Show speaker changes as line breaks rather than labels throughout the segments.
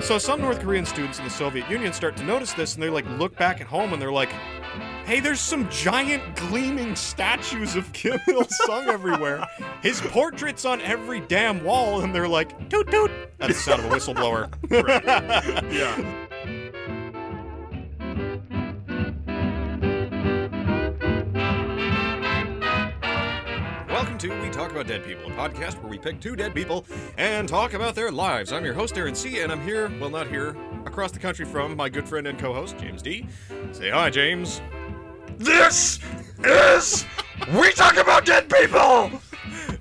So some North Korean students in the Soviet Union start to notice this, and they like look back at home, and they're like, "Hey, there's some giant gleaming statues of Kim Il Sung everywhere. His portraits on every damn wall." And they're like, "Toot toot." That's the sound of a whistleblower.
Yeah.
Welcome to We Talk About Dead People, a podcast where we pick two dead people and talk about their lives. I'm your host, Aaron C., and I'm here, well, not here, across the country from my good friend and co host, James D. Say hi, James.
This is we talk about dead people.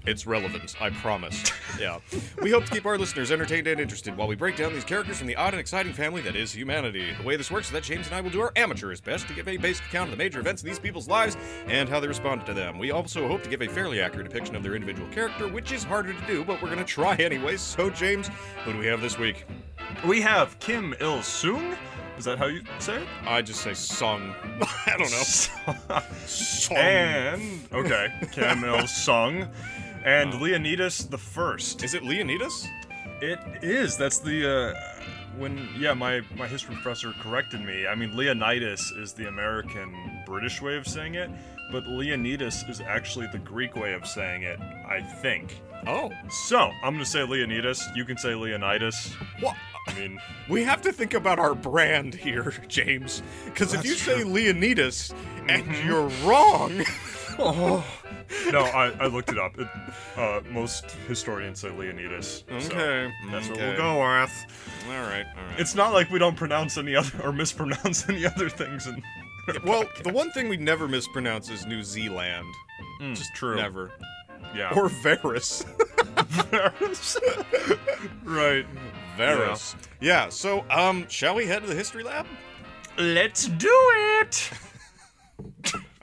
It's relevant, I promise. Yeah. We hope to keep our listeners entertained and interested while we break down these characters from the odd and exciting family that is humanity. The way this works is that James and I will do our amateur's best to give a basic account of the major events in these people's lives and how they responded to them. We also hope to give a fairly accurate depiction of their individual character, which is harder to do, but we're going to try anyway. So, James, who do we have this week?
We have Kim Il Sung. Is that how you say it?
I just say Sung. I don't know. Sung.
and okay, Kim Il Sung, and Leonidas the First.
Is it Leonidas?
It is. That's the uh, when yeah, my my history professor corrected me. I mean, Leonidas is the American British way of saying it, but Leonidas is actually the Greek way of saying it, I think.
Oh.
So, I'm going to say Leonidas, you can say Leonidas.
What?
I mean,
We have to think about our brand here, James. Because if
That's
you say
true.
Leonidas and you're wrong, Oh,
no, I, I looked it up. It, uh, most historians say Leonidas. so
Okay,
that's what
okay.
we'll go with.
all right, all right.
It's not like we don't pronounce any other or mispronounce any other things in
well, the one thing we never mispronounce is New Zealand.
just true.
Hmm. Never.
Yeah.
Or Varus.
right.
Varus. Yeah. So, um, shall we head to the history lab?
Let's do it.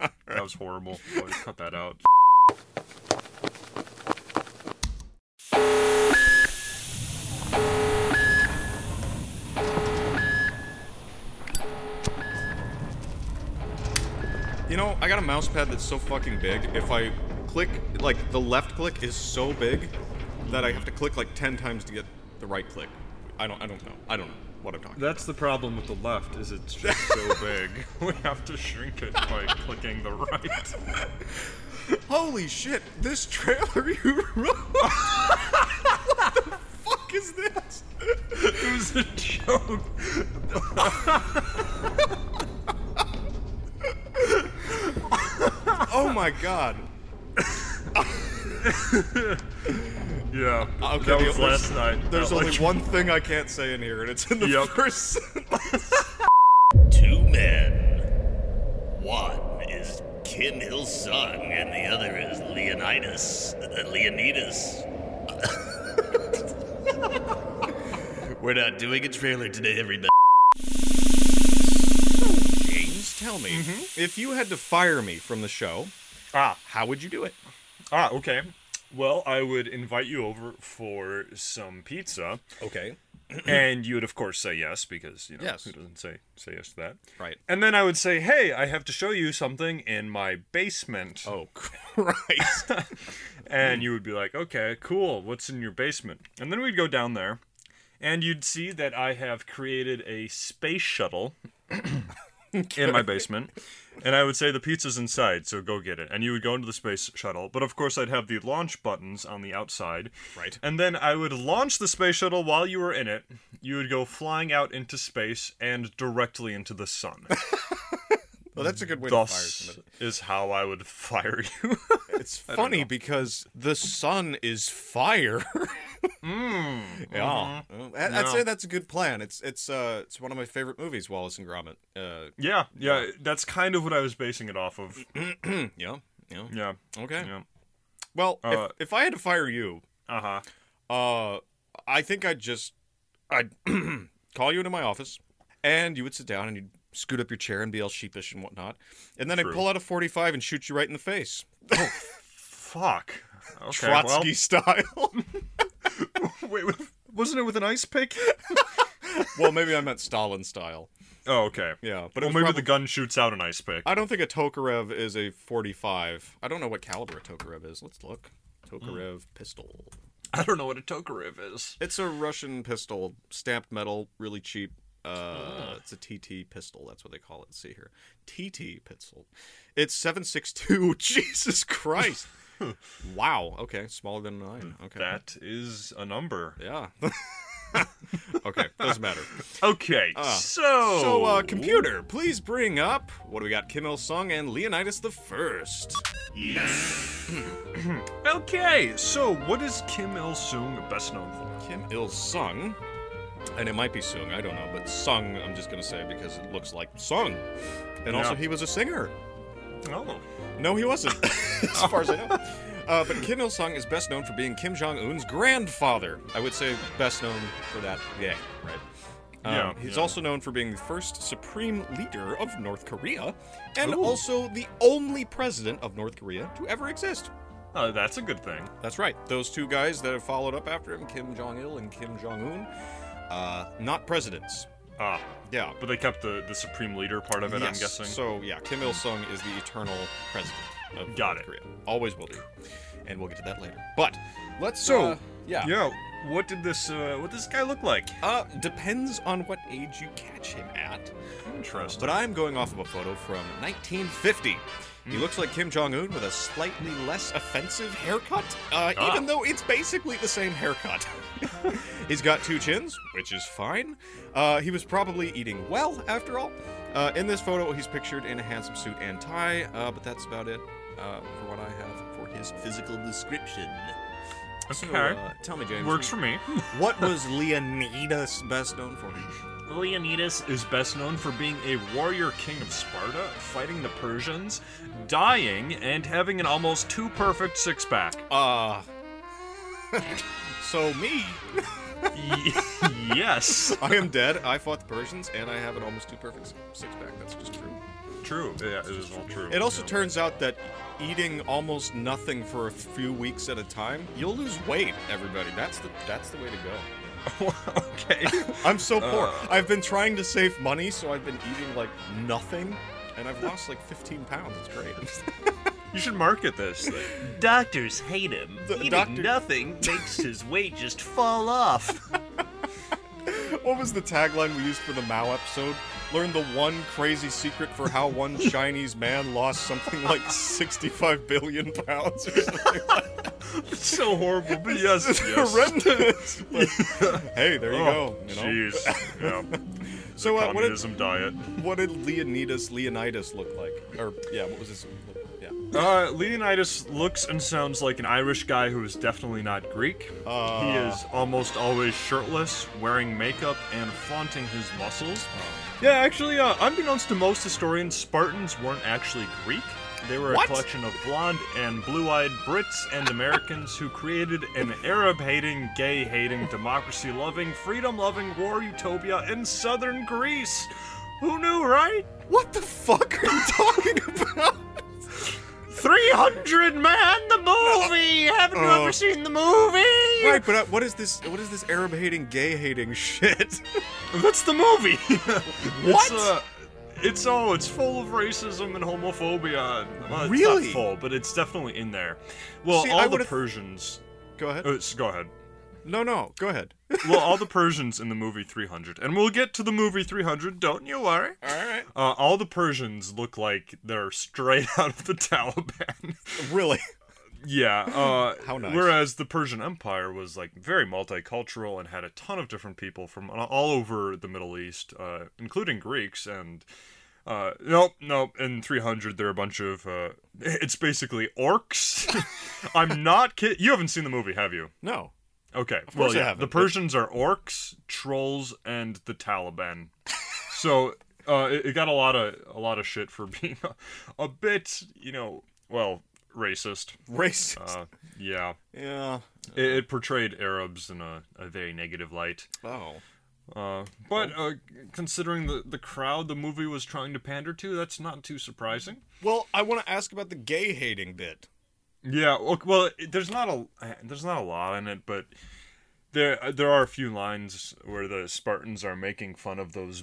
that was horrible. I'll just cut that out.
You know, I got a mouse pad that's so fucking big. If I click, like, the left click is so big that I have to click like ten times to get the right click. I don't. I don't know. I don't know what I'm talking. about.
That's the problem with the left is it's just so big. we have to shrink it by clicking the right.
Holy shit, this trailer you wrote! what the fuck is this?
It was a joke.
Oh my god.
Yeah.
Okay,
that
the-
was last night.
There's
That
only
was-
one thing I can't say in here, and it's in the
Yep.
first
Two men. One is Kim Il Sung, and the other is Leonidas. Uh, Leonidas. We're not doing a trailer today, everybody.
James, tell me, if you had to fire me from the show,
Ah.
how would you do it?
Ah, okay. Well, I would invite you over for some pizza,
Okay.
and you would of course say yes because you know
Yes.
who doesn't say say yes to that.
Right.
And then I would say, "Hey, I have to show you something in my basement,"
Oh, Christ.
and
Hmm.
you would be like, "Okay, cool. What's in your basement?" And then we'd go down there, and you'd see that I have created a space shuttle. in my basement, and I would say the pizza's inside, so go get it. And you would go into the space shuttle, but of course I'd have the launch buttons on the outside,
right.
And then I would launch the space shuttle while you were in it. You would go flying out into space and directly into the sun.
Well, that's a good way to fire
Thus
somebody.
is how I would fire you.
It's funny because the sun is fire. Hmm.
Mm-hmm.
yeah, Uh, I'd I'd
Yeah.
say that's a good plan. It's it's uh it's one of my favorite movies, Wallace and Gromit. Uh,
yeah, yeah, that's kind of what I was basing it off of.
yeah, yeah.
Yeah.
Okay.
Yeah.
Well,
Uh,
if, if I had to fire you,
Uh huh.
uh, I think I'd just I'd call you into my office, and you would sit down and you'd scoot up your chair and be all sheepish and whatnot, and then I'd
True.
pull out a forty-five and shoot you right in the face,
Fuck. Okay, well-
Trotsky style.
wait, wait, wasn't it with an ice pick?
well, maybe I meant Stalin style.
Oh, okay.
Yeah, but it
But well,
was
maybe
probably
the gun shoots out an ice pick.
I don't think a Tokarev is
Hmm.
a 45. I don't know what caliber a Tokarev is. Let's look. Tokarev pistol.
I don't know what a Tokarev is.
It's a Russian pistol, stamped metal, really cheap.
Oh.
Uh, It's a TT pistol. That's what they call it. Let's see here, TT pistol. It's seven six two. Jesus Christ! wow. Okay, smaller than a nine. Okay.
That is a number.
Yeah. okay, doesn't matter.
Okay, Ah. so
So, uh, computer, please bring up what do we got? Kim Il Sung and Leonidas the First.
okay, so what is Kim Il Sung best known for?
Kim Il Sung, and it might be Sung, I don't know, but Sung, I'm just gonna say because it looks like Sung. And also,
Yeah.
he was a singer.
Oh,
No, he wasn't, as far as I know. Uh, but Kim Il Sung is best known for being Kim Jong Un's grandfather. I would say best known for that. Yeah, right. Um,
Yeah,
he's
yeah.
also known for being the first supreme leader of North Korea, and also the only president of North Korea to ever exist.
uh, that's a good thing.
That's right. Those two guys that have followed up after him, Kim Jong Il and Kim Jong Un, uh, not presidents.
Ah,
Yeah.
but they kept the the supreme leader part of it. I'm
Yes.
guessing.
So yeah, Kim Il Sung is the eternal president of
Got
North
it.
Korea. Always will be, and we'll get to that later. But let's
So,
uh, yeah.
yeah, what did this uh, what did this guy look like?
Uh, depends on what age you catch him at.
Interesting.
But I'm going off of a photo from 1950.
Hmm.
He looks like Kim Jong Un with a slightly less offensive haircut, uh,
Ah.
even though it's basically the same haircut. He's got two chins, which is fine. Uh, he was probably eating well, after all. Uh, in this photo, he's pictured in a handsome suit and tie, uh, but that's about it uh, for what I have for his
Physical description.
So,
Okay.
uh, tell me, James.
Works for me.
What was Leonidas best known for?
Leonidas is best known for being a warrior king of Sparta, fighting the Persians, dying, and having an almost too perfect six pack.
Uh, so me.
yes.
I am dead. I fought the Persians, and I have an almost too perfect six pack. That's just true.
True. Yeah, it is all true.
It also
Yeah.
turns out that eating almost nothing for a few weeks at a time, you'll lose weight. Everybody, that's the that's the way to go.
okay.
I'm so poor.
Uh.
I've been trying to save money, so I've been eating like nothing, and I've lost like 15 pounds. It's great.
You should market this. Thing.
Doctors hate him.
The
Eating
doctor-
nothing makes his weight just fall off.
what was the tagline we used for the Mao episode? Learn the one crazy secret for how one Chinese man lost something like 65 billion pounds. Or something.
It's so horrible, but yes,
It's
yes.
horrendous. But, hey, there you go.
Oh,
You know?
jeez. Yeah.
So uh, what did
Communism diet.
what did Leonidas Leonidas look like? Or yeah, what was his? Yeah.
Uh, Leonidas looks and sounds like an Irish guy who is definitely not Greek.
uh,
he is almost always shirtless, wearing makeup, and flaunting his muscles. Yeah, actually, uh, unbeknownst to most historians, Spartans weren't actually Greek. They were
What?
a collection of blonde and blue eyed Brits and Americans who created an Arab hating, gay hating, democracy loving, freedom loving war utopia in southern Greece. Who knew, right?
What the fuck are you talking about?
300 man the movie haven't
you ever
seen the movie
right, but uh, what is this? What is this Arab hating, gay hating shit?
that's the movie
What?
it's, uh, it's oh it's full of racism and homophobia well,
Really?
it's not full but it's definitely in there well
See,
all
I
the
would've-
persians
Go ahead.
oh, s- go ahead
No, no, go ahead.
well all the persians in the movie 300 and we'll get to the movie 300 don't you worry
All right.
uh, all the persians look like they're straight out of the taliban
Really?
Yeah. Uh,
How nice.
Whereas the Persian Empire was like very multicultural and had a ton of different people from all over the Middle East, uh, including Greeks and. Uh, nope, nope. In 300, there are a bunch of. Uh, it's basically orcs. I'm not kidding. You haven't seen the movie, have you?
No.
Okay.
course
well,
I
yeah.
haven't,
the
but-
Persians are orcs, trolls, and the Taliban. so uh, it, it got a lot of a lot of shit for being a, a bit, you know, well, racist.
Racist.
Uh, yeah,
yeah.
it, it portrayed Arabs in a, a very negative light.
Oh.
Uh, but uh, considering the, the crowd the movie was trying to pander to, that's not too surprising.
Well, I want to ask about the gay hating bit.
Yeah, well, well it- there's not a eh, there's not a lot in it, but there uh, there are a few lines where the Spartans are making fun of those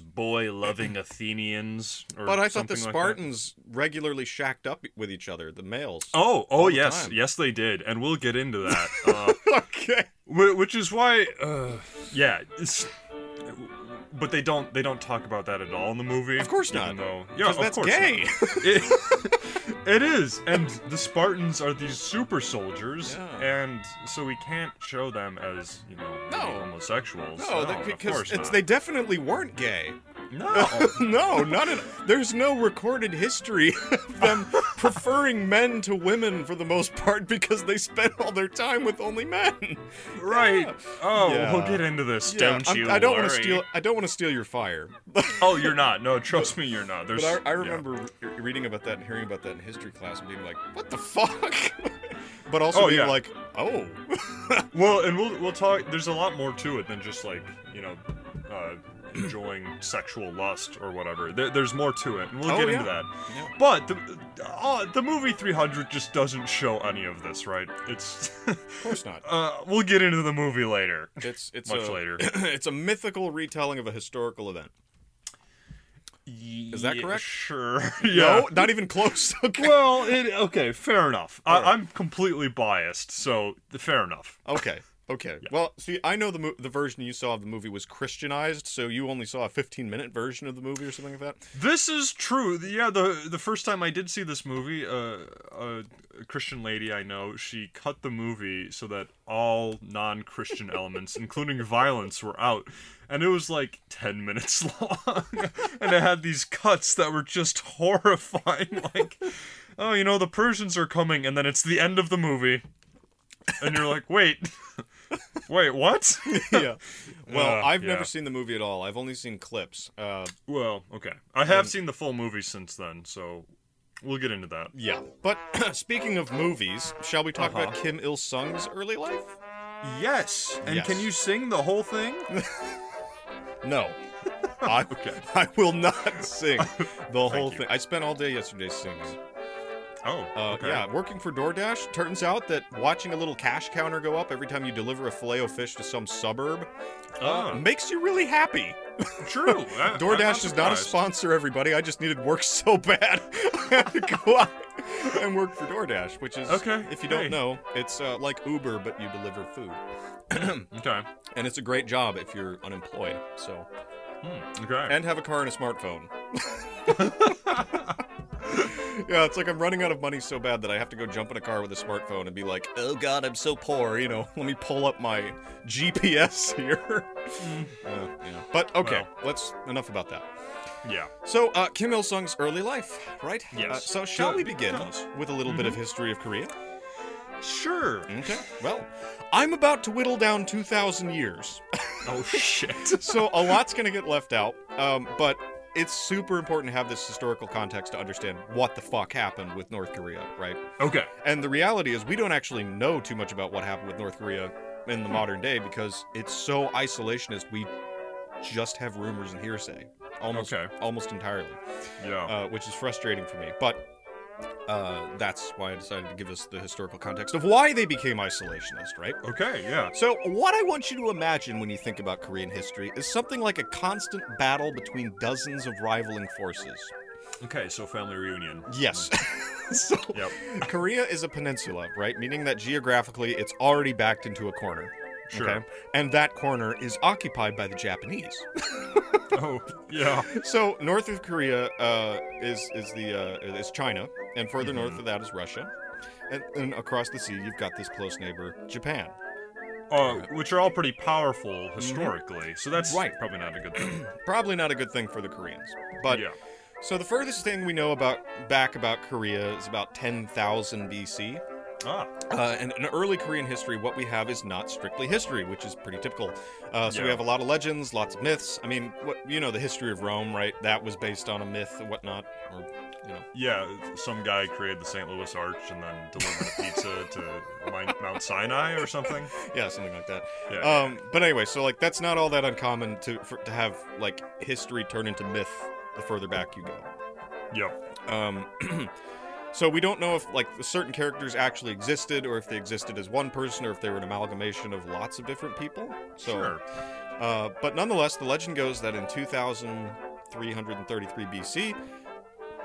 boy loving Athenians. Or
But I thought the
something like that.
Spartans regularly shacked up with each other, the males.
Oh, oh yes,
time.
yes they did, and we'll get into that. Uh,
okay.
Wh- which is why, uh, yeah. it's- but they don't they don't talk about that at all in the movie.
Of course not.
even Though, yeah,
'Cause
of
that's
course
gay.
not. It- it is, and the Spartans are these super soldiers,
Yeah.
and so we can't show them as you know maybe
No.
homosexuals.
No, that,
of
because
course
it's,
not.
they definitely weren't gay.
no.
no, not at. There's no recorded history of them preferring men to women for the most part because they spent all their time with only men.
Right. Oh,
Yeah.
we'll get into this.
Yeah,
don't
I'm-
you?
I don't wanna
want to
steal. I don't want to steal your fire.
Oh, you're not. No, trust me, you're not. There's.
But I, I
yeah.
remember re- reading about that and hearing about that in history class and being like, "What the fuck?" but also
Oh,
being
yeah.
like, "Oh,
Well, and we'll we'll talk. There's a lot more to it than just like you know, uh, enjoying sexual lust or whatever. There, there's more to it, and we'll
Oh,
get
yeah.
into that.
Yeah.
But the uh, the movie 300 just doesn't show any of this, right? It's.
of course not."
uh, we'll get into the movie later.
It's it's
Much
a,
later.
it's a mythical retelling of a historical event.
Is
that correct?
Sure. yeah.
No, not even close. Okay.
Well, it, okay, fair enough.
All right.
I, I'm completely biased, so fair enough.
Okay. Okay. Well, see, I know the mo- the version you saw of the movie was Christianized, so you only saw a 15 minute version of the movie or something like that.
This is true. Yeah, the the first time I did see this movie, uh, a Christian lady I know, she cut the movie so that all non-Christian elements, including violence, were out, and it was like ten minutes long, and it had these cuts that were just horrifying. Like, oh, you know, the Persians are coming, and then it's the end of the movie, and you're like, wait, wait, what?
yeah. Well,
Uh,
I've
yeah.
never seen the movie at all. I've only seen clips. Uh,
Well, okay. I have seen the full movie since then, so we'll get into that.
yeah. But speaking of movies, shall we talk about
Uh-huh.
Kim Il Sung's early life?
Yes. And
Yes.
can you sing the whole thing?
No. I,
Okay.
I will not sing the whole
you.
thing. I spent all day yesterday singing.
Oh,
Uh,
okay.
Yeah, working for DoorDash, turns out that watching a little cash counter go up every time you deliver a filet o fish to some suburb
Ah.
makes you really happy.
true. I- I'm
Uh, DoorDash is not a
surprised.
sponsor, everybody. I just needed work so bad. I had to go out and work for DoorDash, which is,
Okay,
if you don't
hey.
know, it's uh, like Uber, but you deliver food.
Okay.
And it's a great job if you're unemployed. So,
Hmm, okay.
and have a car and a smartphone. yeah, it's like I'm running out of money so bad that I have to go jump in a car with a smartphone and be like, "Oh God, I'm so poor." You know, let me pull up my GPS here. Uh, yeah. But okay,
Mm. Well.
let's enough about that.
yeah.
So, uh, Kim Il Sung's early life, right?
Yes.
Uh, so, shall
Good. Mm-hmm.
we begin
Yes.
with a little bit of history of Korea?
Sure.
Okay. Well, I'm about to whittle down 2,000 years.
Oh shit.
so a lot's gonna get left out um, but it's super important to have this historical context to understand what the fuck happened with north korea right
okay.
and the reality is we don't actually know too much about what happened with north korea in the modern day because it's so isolationist we just have rumors and hearsay almost
Okay.
almost entirely
Yeah.
uh, which is frustrating for me but uh, that's why i decided to give us the historical context of why they became isolationist right
okay. Yeah.
so, what I want you to imagine when you think about Korean history is something like a constant battle between dozens of rivaling forces.
Okay. So family reunion.
Yes. so,
Mm. Yep.
Korea is a peninsula, right? Meaning that geographically it's already backed into a corner.
Sure.
And that corner is occupied by the Japanese.
Oh. Yeah.
so, north of Korea uh, is is the uh, is China, and further
Mm-hmm.
north of that is Russia. And, and across the sea, you've got this close neighbor, Japan.
Uh, which are all pretty powerful historically. So that's
Mm-hmm. Right.
probably not a good thing.
Probably not a good thing for the Koreans, but
yeah.
So the furthest thing we know about back about Korea is about 10,000 BC.
Ah.
Uh, and in early Korean history, what we have is not strictly history, which is pretty typical. Uh, so we
Yeah.
have a lot of legends, lots of myths. I mean, what you know, the history of Rome, right? That was based on a myth and whatnot, or you know,
Yeah, some guy created the St. Louis Arch and then delivered a pizza to Min- Mount Sinai or something.
yeah, something like that.
Yeah.
Um, but anyway, so like that's not all that uncommon to for, to have like history turn into myth the further back you go.
yep.
Um, so we don't know if like certain characters actually existed, or if they existed as one person, or if they were an amalgamation of lots of different people. So,
Sure.
uh, but nonetheless, the legend goes that in 2333 BC,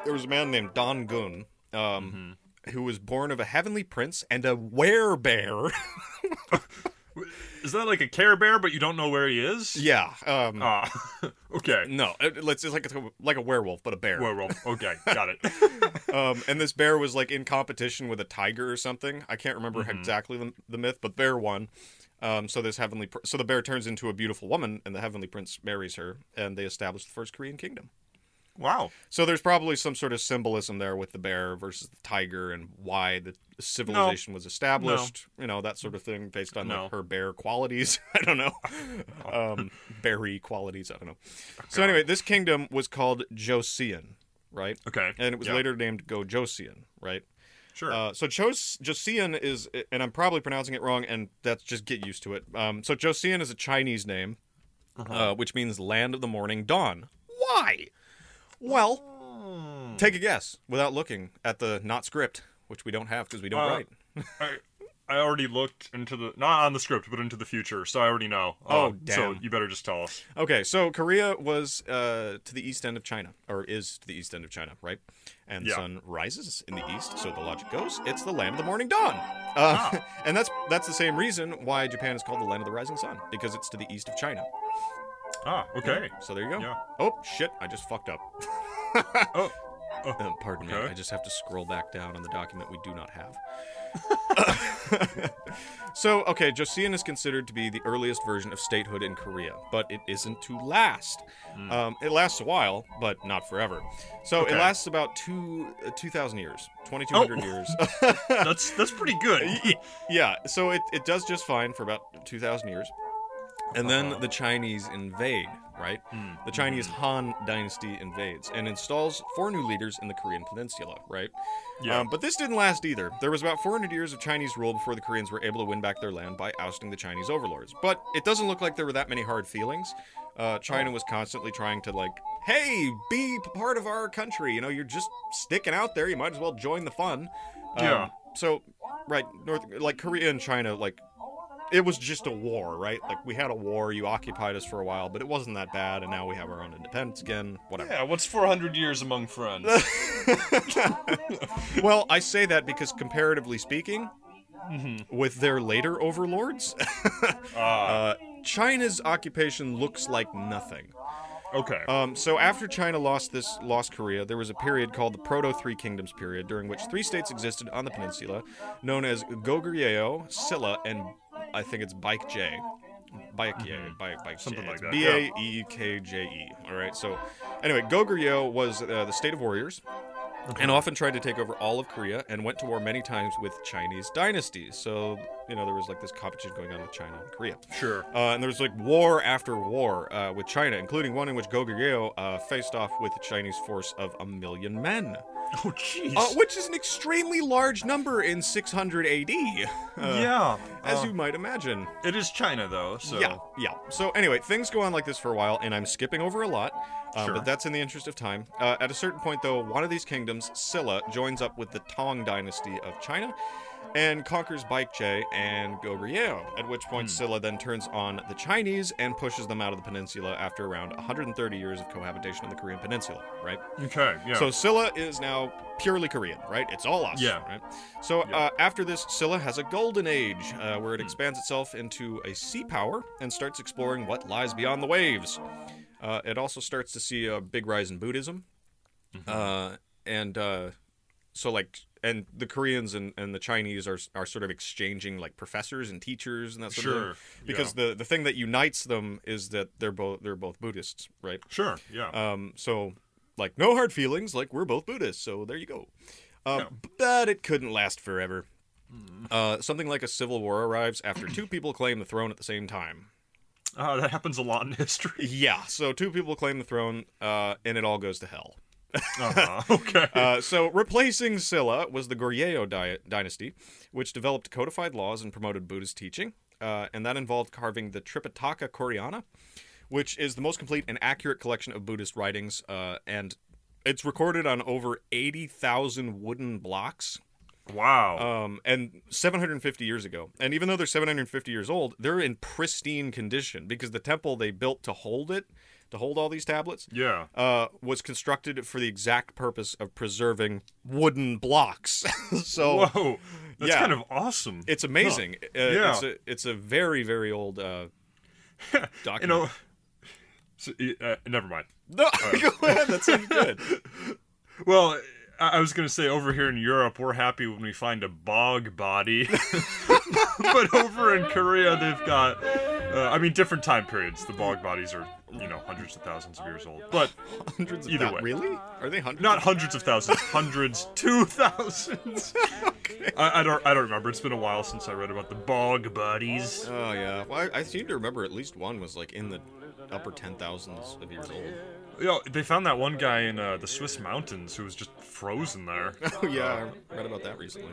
there was a man named Don um, Gun.
Mm-hmm.
Mm-hmm. Um, Who was born of a heavenly prince and a bear.
Is that like a Care Bear, but you don't know where he is?
Yeah. Um,
Ah, okay.
no, it- let's it's like a, like a werewolf, but a bear.
Werewolf. Okay, got it.
Um, and this bear was like in competition with a tiger or something. I can't remember exactly the, the myth, but bear won. Um, so this heavenly, pr- so the bear turns into a beautiful woman, and the heavenly prince marries her, and they establish the first Korean kingdom.
Wow.
So there's probably some sort of symbolism there with the bear versus the tiger and why the civilization was established, you know, that sort of thing based on
No.
like, her bear qualities. I don't know. Um berry qualities, I don't know. so anyway, this kingdom was called Joseon, right?
Okay.
And it was
yeah,
later named Gojoseon, right?
Sure.
Uh, so Chos- Joseon is, and I'm probably pronouncing it wrong, and that's just get used to it. Um, so Joseon is a Chinese name, uh, which means land of the morning dawn. Why? Well,
Hmm.
take a guess without looking at the not script, which we don't have because we don't
Uh,
write.
I, I already looked into the not on the script, but into the future, so I already know.
Oh,
Uh, So
damn.
you better just tell us.
Okay, so Korea was uh, to the east end of China, or is to the east end of China, right? And the
Yeah.
sun rises in the east, so the logic goes, it's the land of the morning dawn. Uh,
Ah.
And that's that's the same reason why Japan is called the land of the rising sun because it's to the east of China.
Ah, okay.
So there you go.
Yeah.
Oh shit! I just fucked up.
Oh,
Um, pardon me.
Okay.
I just have to scroll back down on the document we do not have. so okay, Joseon is considered to be the earliest version of statehood in Korea, but it isn't to last. Um, it lasts a while, but not forever. So
Hmm. Okay.
it lasts about two uh, two thousand years, twenty two hundred
Oh.
years.
that's that's pretty good.
yeah, so it it does just fine for about two thousand years. And then
Uh-huh.
the Chinese invade, right?
Mm,
The Chinese Han dynasty invades and installs four new leaders in the Korean peninsula, right?
Yeah.
Um, but this didn't last either. There was about 400 years of Chinese rule before the Koreans were able to win back their land by ousting the Chinese overlords. But it doesn't look like there were that many hard feelings. Uh,
Oh.
China was constantly trying to, like, hey, be p- part of our country. You know, you're just sticking out there. You might as well join the fun. Um,
Yeah.
So, right, North, like, Korea and China, like, it was just a war, right? Like we had a war, you occupied us for a while, but it wasn't that bad, and now we have our own independence again. Whatever.
yeah. What's 400 years among friends?
Well, I say that because comparatively speaking, with their later overlords,
Ah,
uh, China's occupation looks like nothing.
okay.
Um, so after China lost this lost Korea, there was a period called the Proto Three Kingdoms period, during which three states existed on the peninsula, known as Goguryeo, Silla, and I think it's Baekje. Baekje, Baek- Baekje.
Mm-hmm. Something like
It's
that,
B a e k j e. All right. So, anyway, Goguryeo was uh, the state of warriors, and often tried to take over all of Korea and went to war many times with Chinese dynasties. So, you know, there was like this competition going on with China and Korea.
sure.
Uh, and there was like war after war uh, with China, including one in which Goguryeo uh, faced off with a Chinese force of a million men,
Oh, jeez.
uh, which is an extremely large number in 600 AD, uh,
yeah.
as
uh,
you might imagine.
It is China though, so
Yeah, yeah. So anyway, things go on like this for a while, and I'm skipping over a lot, uh,
Sure.
but that's in the interest of time. Uh, at a certain point, though, one of these kingdoms, Silla, joins up with the Tang dynasty of China and conquers Baekje and Goguryeo, at which point Silla then turns on the Chinese and pushes them out of the peninsula after around 130 years of cohabitation on the Korean peninsula, right?
Okay. Yeah.
So Silla is now purely Korean, right? It's all us.
Yeah.
Right. So
Yeah. Hmm.
uh, after this, Silla has a golden age uh, where it expands itself into a sea power and starts exploring what lies beyond the waves. Uh, it also starts to see a big rise in Buddhism,
Mm-hmm.
uh, and uh, so like and the Koreans and, and the Chinese are are sort of exchanging like professors and teachers and that sort
Sure,
of thing. because the the thing that unites them is that they're both they're both Buddhists, right?
sure. Yeah.
Um, so, like, no hard feelings. Like, we're both Buddhists, so there you go. Um, But it couldn't last forever. Uh, something like a civil war arrives after two people claim the throne at the same time.
uh, that happens a lot in history.
Yeah, so two people claim the throne, uh, and it all goes to hell.
Uh-huh. Okay.
Uh, so replacing Silla was the Goryeo di- dynasty, which developed codified laws and promoted Buddhist teaching, uh, and that involved carving the Tripitaka Koryana, which is the most complete and accurate collection of Buddhist writings, uh, and it's recorded on over eighty thousand wooden blocks.
wow.
Um, and 750 years ago. And even though they're 750 years old, they're in pristine condition because the temple they built to hold it to hold all these tablets
Yeah.
uh, was constructed for the exact purpose of preserving wooden blocks. so
Whoa. That's
oh, yeah.
kind of awesome.
it's amazing. Uh,
Yeah.
it's, a, it's a very very old uh, document.
you know. So, uh, never mind.
no, go ahead. That sounds good.
Well, I I was gonna say over here in Europe we're happy when we find a bog body, but over in Korea they've got, uh, I mean, different time periods. The bog bodies are you know hundreds of thousands of years old, but
Hundreds of
Either
thou-
way.
Really? Are they hundreds?
not hundreds of thousands, hundreds, two thousands. I, I don't I don't remember. It's been a while since I read about the bog bodies.
Oh yeah. Well, I, I seem to remember at least one was like in the upper ten thousands of years old.
You know, they found that one guy in uh, the Swiss mountains who was just frozen there.
Oh yeah, I read about that recently.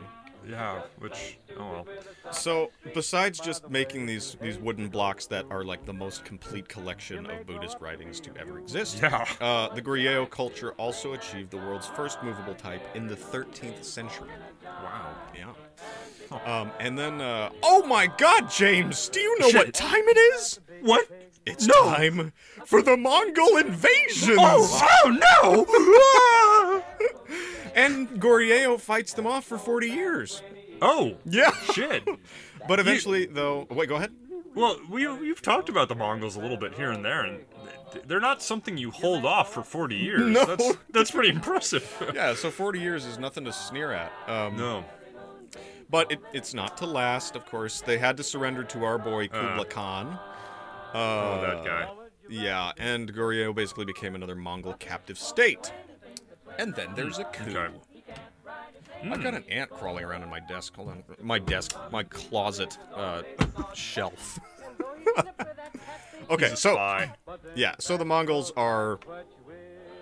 yeah, which oh well.
So, besides just making these these wooden blocks that are like the most complete collection of Buddhist writings to ever exist,
Yeah.
uh, the Griot culture also achieved the world's first movable type in the 13th century.
Wow.
Yeah. Um, and then, uh, oh my God, James, do you know what
Shit.
time it is?
What?
It's time for the Mongol invasions.
oh no!
And Goryeo fights them off for 40 years.
oh
Yeah.
shit!
But eventually, though, wait, go ahead.
Well, we we've talked about the Mongols a little bit here and there, and th- they're not something you hold off for forty years.
No.
That's that's pretty impressive.
Yeah, so 40 years is nothing to sneer at. Um,
no.
But it, it's not to last, of course. They had to surrender to our boy Kublai Khan. Uh,
Oh, that guy.
Yeah, and Goryeo basically became another Mongol captive state. And then there's a coup.
Okay.
I've got an ant crawling around in my desk. Hold on. My desk, my closet uh, shelf. okay,
He's a
so
spy.
yeah, so the Mongols are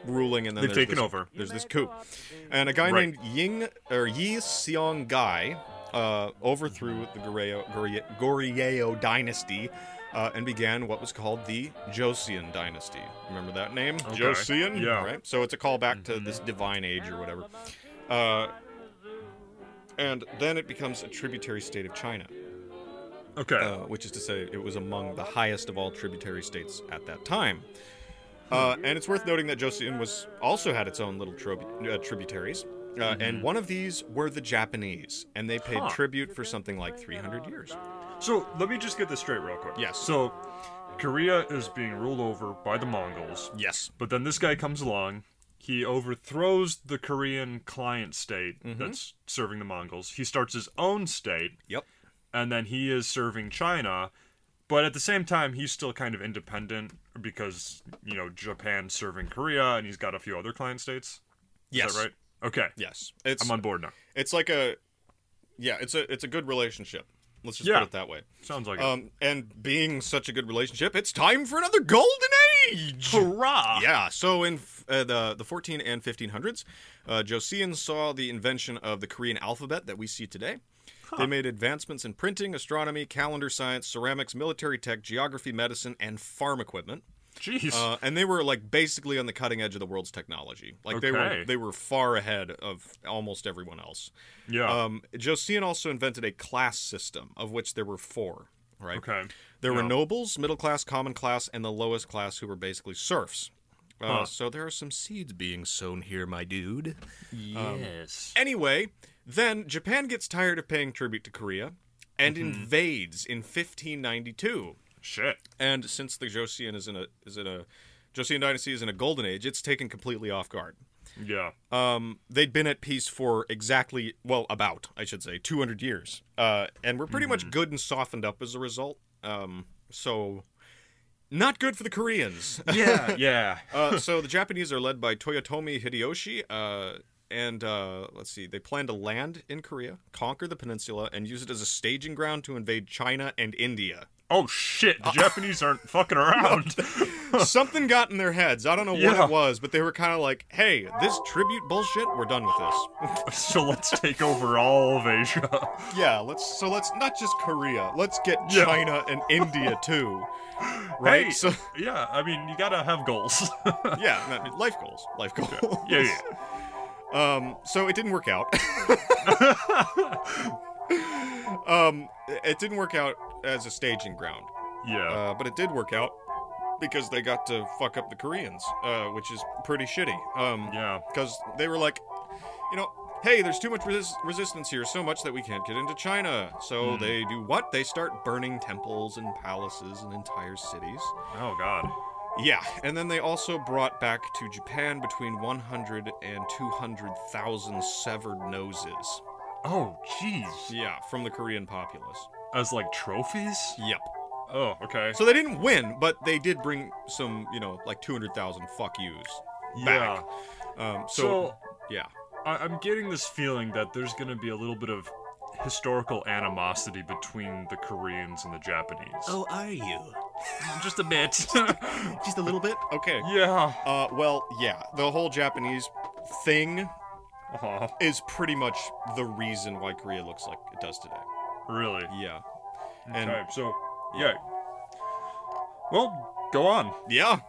ruling, and then
They've
there's
taken
this-
over.
There's this coup, and a guy
Right.
named Ying or Yi Xiong Gai uh, overthrew the Goryeo, Goryeo, Goryeo dynasty uh, and began what was called the Joseon dynasty. Remember that name, Joseon?
Yeah.
Right. So it's a callback to this divine age or whatever. Uh, and then it becomes a tributary state of China
Okay.
uh, which is to say, it was among the highest of all tributary states at that time. Uh, and it's worth noting that Joseon was also had its own little trobu- uh, tributaries, uh, and one of these were the Japanese, and they paid
Mm-hmm. Huh.
tribute for something like 300 years.
so let me just get this straight real quick.
Yes.
So Korea is being ruled over by the Mongols.
Yes.
But then this guy comes along. He overthrows the Korean client state
Mm-hmm.
that's serving the Mongols. He starts his own state,
Yep.
and then he is serving China. But at the same time, he's still kind of independent because, you know, Japan's serving Korea and he's got a few other client states.
Yes.
Is that right? Okay.
Yes. It's
I'm on board now.
it's like a yeah. It's a it's a good relationship. Let's just
Yeah.
put it that way.
Sounds like it.
Um, and being such a good relationship, it's time for another golden age.
Hurrah!
Yeah, so in uh, the the 14 and 1500s, uh, Joseon saw the invention of the Korean alphabet that we see today. They made advancements in printing, astronomy, calendar science, ceramics, military tech, geography, medicine, and farm equipment.
Jeez.
Uh, and they were like basically on the cutting edge of the world's technology. Like they were
Okay.
they were far ahead of almost everyone else.
yeah.
Um, Joseon also invented a class system of which there were four. Right.
okay.
There were
Yeah.
nobles, middle class, common class, and the lowest class who were basically serfs. Uh,
Huh.
So there are some seeds being sown here, my dude.
Um,
Yes.
Anyway, then Japan gets tired of paying tribute to Korea and invades in 1592.
Shit.
And since the Joseon is in a is in a Joseon dynasty is in a golden age, it's taken completely off guard.
Yeah.
Um, they'd been at peace for exactly well about I should say 200 years, uh, and were pretty much good and softened up as a result. Um, so. Not good for the Koreans.
Yeah. yeah.
Uh, so the Japanese are led by Toyotomi Hideyoshi, uh, and uh, let's see, they plan to land in Korea, conquer the peninsula, and use it as a staging ground to invade China and India.
Oh shit,
Uh,
the Japanese aren't fucking around.
Something got in their heads. I don't know
Yeah.
what it was, but they were kind of like, "Hey, this tribute bullshit. We're done with this."
so let's take over all of Asia.
yeah, let's. So let's not just Korea. Let's get
Yeah.
China and India too. Right.
Hey,
So
yeah, I mean, you gotta have goals.
yeah, I mean, life goals. Life goals.
yeah, yeah.
Um, so it didn't work out. um, it didn't work out as a staging ground,
Yeah. Oh.
uh, but it did work out because they got to fuck up the Koreans, uh, which is pretty shitty. Um,
Yeah.
because they were like, you know, hey, there's too much resist- resistance here, so much that we can't get into China. So
Mm.
they do what? They start burning temples and palaces and entire cities.
Oh God.
Yeah, and then they also brought back to Japan between 100 and 200,000 severed noses.
Oh jeez.
Yeah, from the Korean populace.
As like trophies?
Yep.
Oh, okay.
So they didn't win, but they did bring some, you know, like 200,000 fuck yous.
yeah.
back. Um, so,
So,
yeah.
I- I'm getting this feeling that there's going to be a little bit of historical animosity between the Koreans and the Japanese.
Oh, are you?
just a bit.
Just a little bit?
Okay.
yeah.
Uh, well, yeah, the whole Japanese thing
Aw,
is pretty much the reason why Korea looks like it does today.
really.
Yeah. And
okay, so yeah. Well, go on.
yeah.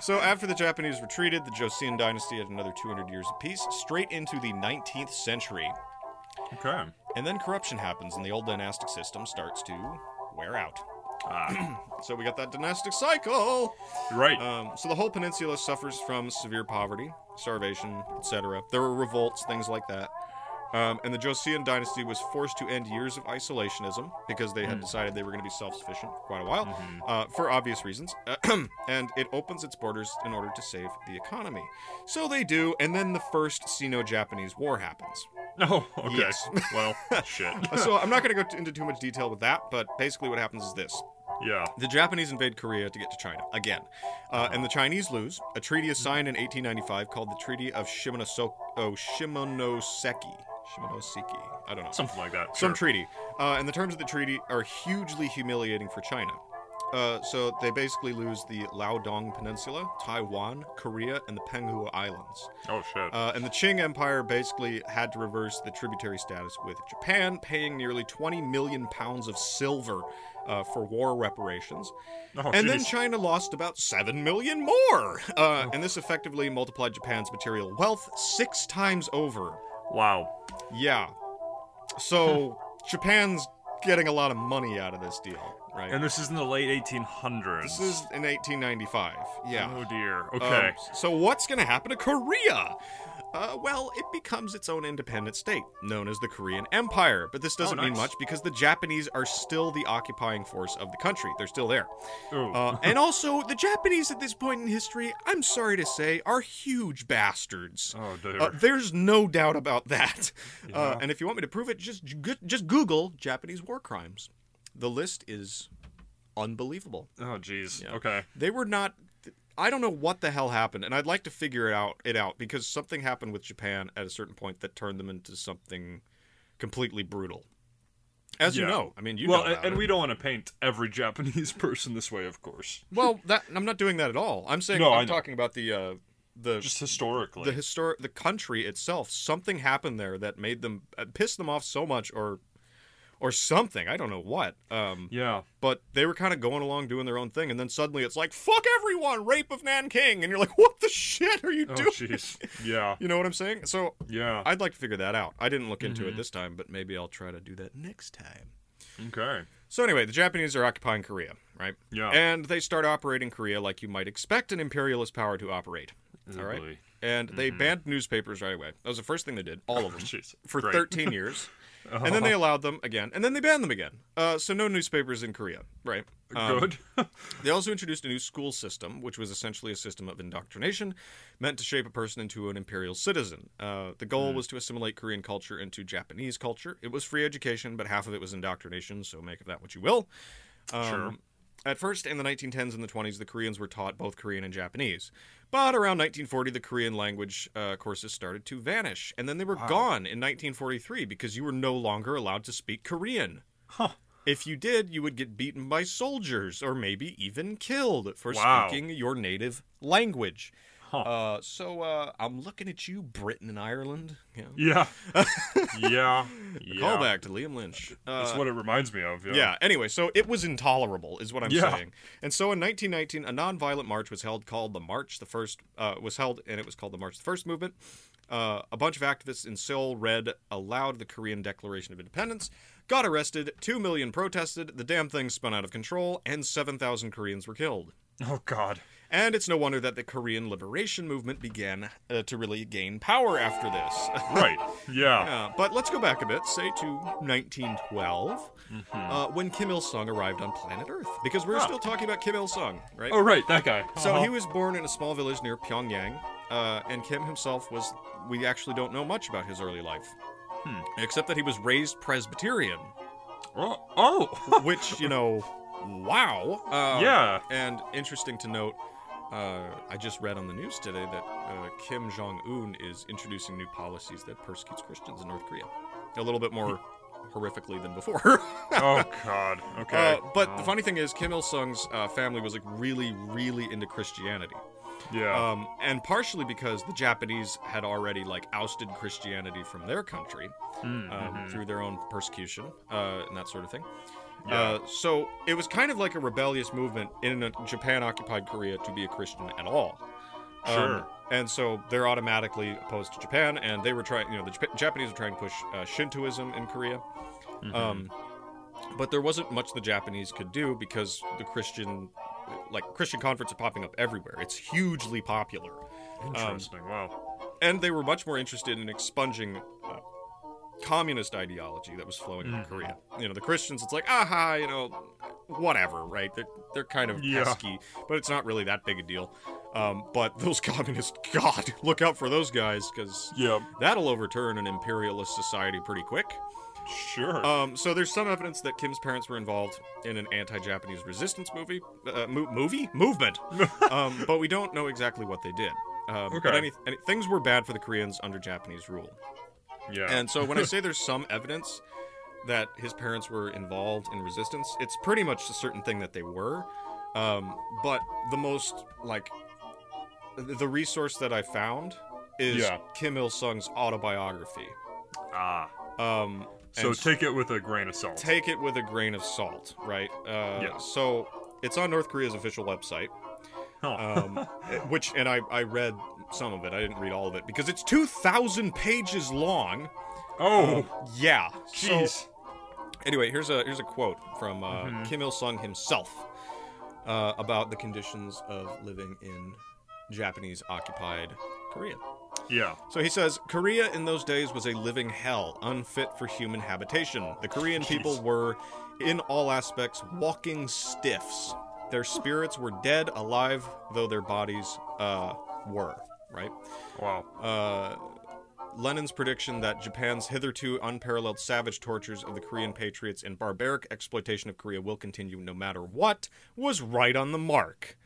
so after the Japanese retreated, the Joseon dynasty had another 200 years of peace, straight into the 19th century.
Okay.
And then corruption happens, and the old dynastic system starts to wear out.
Ah,
So we got that dynastic cycle.
you're right.
Um, so the whole peninsula suffers from severe poverty, starvation, etc. There were revolts, things like that. Um, and the Joseon dynasty was forced to end years of isolationism because they had decided they were going to be self sufficient for quite a while, uh, for obvious reasons. and it opens its borders in order to save the economy. So they do, and then the first Sino Japanese War happens.
no. Okay.
yes.
Well, shit.
so I'm not going to go t- into too much detail with that, but basically what happens is this
Yeah.
the Japanese invade Korea to get to China again, uh, and the Chinese lose. A treaty is signed in 1895 called the Treaty of Shimonoseki. Oh, Shimonoseki. Shimonoseki. I don't know.
Something like that.
Some
sure.
treaty. Uh, and the terms of the treaty are hugely humiliating for China. Uh, so they basically lose the Liaodong Peninsula, Taiwan, Korea, and the Penghua Islands.
oh shit.
Uh, and the Qing Empire basically had to reverse the tributary status with Japan, paying nearly 20 million pounds of silver uh, for war reparations.
oh,
and then
jeez.
China lost about 7 million more. Uh, and this effectively multiplied Japan's material wealth six times over.
wow.
Yeah. So Japan's getting a lot of money out of this deal, right?
And this is in the late 1800s.
this is in 1895. Yeah.
Oh dear.
Um,
Okay.
so what's going to happen to Korea? Uh, well, it becomes its own independent state, known as the Korean Empire. But this doesn't mean
Oh, nice.
much because the Japanese are still the occupying force of the country. They're still there.
Ooh.
Uh, and also, the Japanese at this point in history, I'm sorry to say, are huge bastards.
oh dear.
Uh, there's no doubt about that. Uh, and if you want me to prove it, just g- just Google Japanese war crimes. The list is unbelievable.
oh jeez. Okay.
They were not. I don't know what the hell happened, and I'd like to figure it out. It out because something happened with Japan at a certain point that turned them into something completely brutal. As you
Yeah.
know, I mean, you
well,
know,
a-
about
and
it.
we don't want to paint every Japanese person this way, of course.
well, that I'm not doing that at all. I'm saying
No, I
I'm
know.
talking about the uh, the
Just historically.
the historic the country itself something happened there that made them uh, pissed them off so much or or something i don't know what um
yeah.
but they were kind of going along doing their own thing and then suddenly it's like fuck everyone rape of nanking and you're like what the shit are you
Oh,
doing
jeez. Yeah.
you know what i'm saying so
Yeah.
i'd like to figure that out i didn't look into
Mm-hmm.
it this time but maybe i'll try to do that next time
Okay.
so anyway, the Japanese are occupying Korea, right?
Yeah.
And they start operating Korea like you might expect an imperialist power to operate. All right.
boy.
And they
Mm-hmm.
banned newspapers right away. That was the first thing they did, all of them,
Jeez.
for
Oh, Great. Oh.
13 years. And then they allowed them again, and then they banned them again. Uh, so no newspapers in Korea, right? Um,
Good.
They also introduced a new school system, which was essentially a system of indoctrination meant to shape a person into an imperial citizen. Uh, the goal
Mm.
was to assimilate Korean culture into Japanese culture. It was free education, but half of it was indoctrination, so make of that what you will. Um,
Sure.
At first, in the 1910s and the 20s, the Koreans were taught both Korean and Japanese. But around 1940, the Korean language uh, courses started to vanish, and then they were gone in 1943 because you were no longer allowed to speak Korean. If you did, you would get beaten by soldiers or maybe even killed for
Wow.
speaking your native language.
Huh.
Uh, so uh, I'm looking at you, Britain and Ireland. Yeah.
yeah. yeah. Yeah.
Callback to Liam Lynch.
That's
Uh,
what it reminds me of. Yeah.
yeah, anyway, so it was intolerable, is what I'm
Yeah.
saying. And so in 1919, a nonviolent march was held called the March the First, uh, was held, and it was called the March the First Movement. Uh, a bunch of activists in Seoul read aloud the Korean Declaration of Independence, got arrested, 2 million protested, the damn thing spun out of control, and 7,000 Koreans were killed.
Oh God.
And it's no wonder that the Korean liberation movement began uh, to really gain power after this.
Right. Yeah.
Uh, but let's go back a bit, say to 1912,
Mm-hmm.
uh, when Kim Il sung arrived on planet Earth. Because we're still talking about Kim Il sung, right?
Oh right, that guy.
So
Uh-huh.
he was born in a small village near Pyongyang, uh, and Kim himself was, we actually don't know much about his early life.
Hmm.
Except that he was raised Presbyterian,
Oh. oh.
which, you know, wow. Uh,
Yeah.
And interesting to note, uh, I just read on the news today that uh, Kim Jong Un is introducing new policies that persecutes Christians in North Korea, a little bit more horrifically than before.
oh God. Okay.
Uh, but the funny thing is, Kim Il Sung's uh, family was like really, really into Christianity,
yeah.
um, and partially because the Japanese had already like ousted Christianity from their country
Mm,
um, through their own persecution uh, and that sort of thing.
Yeah.
Uh, so it was kind of like a rebellious movement in a Japan-occupied Korea to be a Christian at all. Um,
Sure.
and so they're automatically opposed to Japan, and they were trying, you know, the Jap- Japanese were trying to push uh, Shintoism in Korea.
Mm-hmm.
Um, but there wasn't much the Japanese could do because the Christian, like Christian converts are popping up everywhere. It's hugely popular, um,
Interesting. wow.
and they were much more interested in expunging uh, communist ideology that was flowing in Korea. You know, the Christians, it's like, aha, you know, whatever, right? They're they're kind of
Yeah.
pesky, but it's not really that big a deal. Um, but those communists, God, look out for those guys because
Yeah.
that'll overturn an imperialist society pretty quick.
Sure.
Um, so there's some evidence that Kim's parents were involved in an anti-Japanese resistance movie, uh, mo- movie movement, um, but we don't know exactly what they did. Um, But
Okay.
any, any, things were bad for the Koreans under Japanese rule,
yeah.
and so when I say there's some evidence that his parents were involved in resistance, it's pretty much a certain thing that they were. Um, but the most like th- the resource that I found is
Yeah.
Kim Il Sung's autobiography.
ah.
Um,
So
and
take it with a grain of salt.
take it with a grain of salt, right? Uh,
Yeah.
So it's on North Korea's official website,
Huh.
um, it- which, and I, I read some of it. I didn't read all of it because it's 2,000 pages long.
oh.
Yeah.
Jeez.
um, So, anyway, here's a here's a quote from uh, Kim Il Sung himself uh, about the conditions of living in Japanese occupied Korea.
yeah.
So he says, Korea in those days was a living hell, unfit for human habitation. The Korean people were, in all aspects, walking stiffs. Their spirits were dead, alive, though their bodies uh, were, right?
Wow.
Uh, Lenin's prediction that Japan's hitherto unparalleled savage tortures of the Korean patriots and barbaric exploitation of Korea will continue no matter what was right on the mark.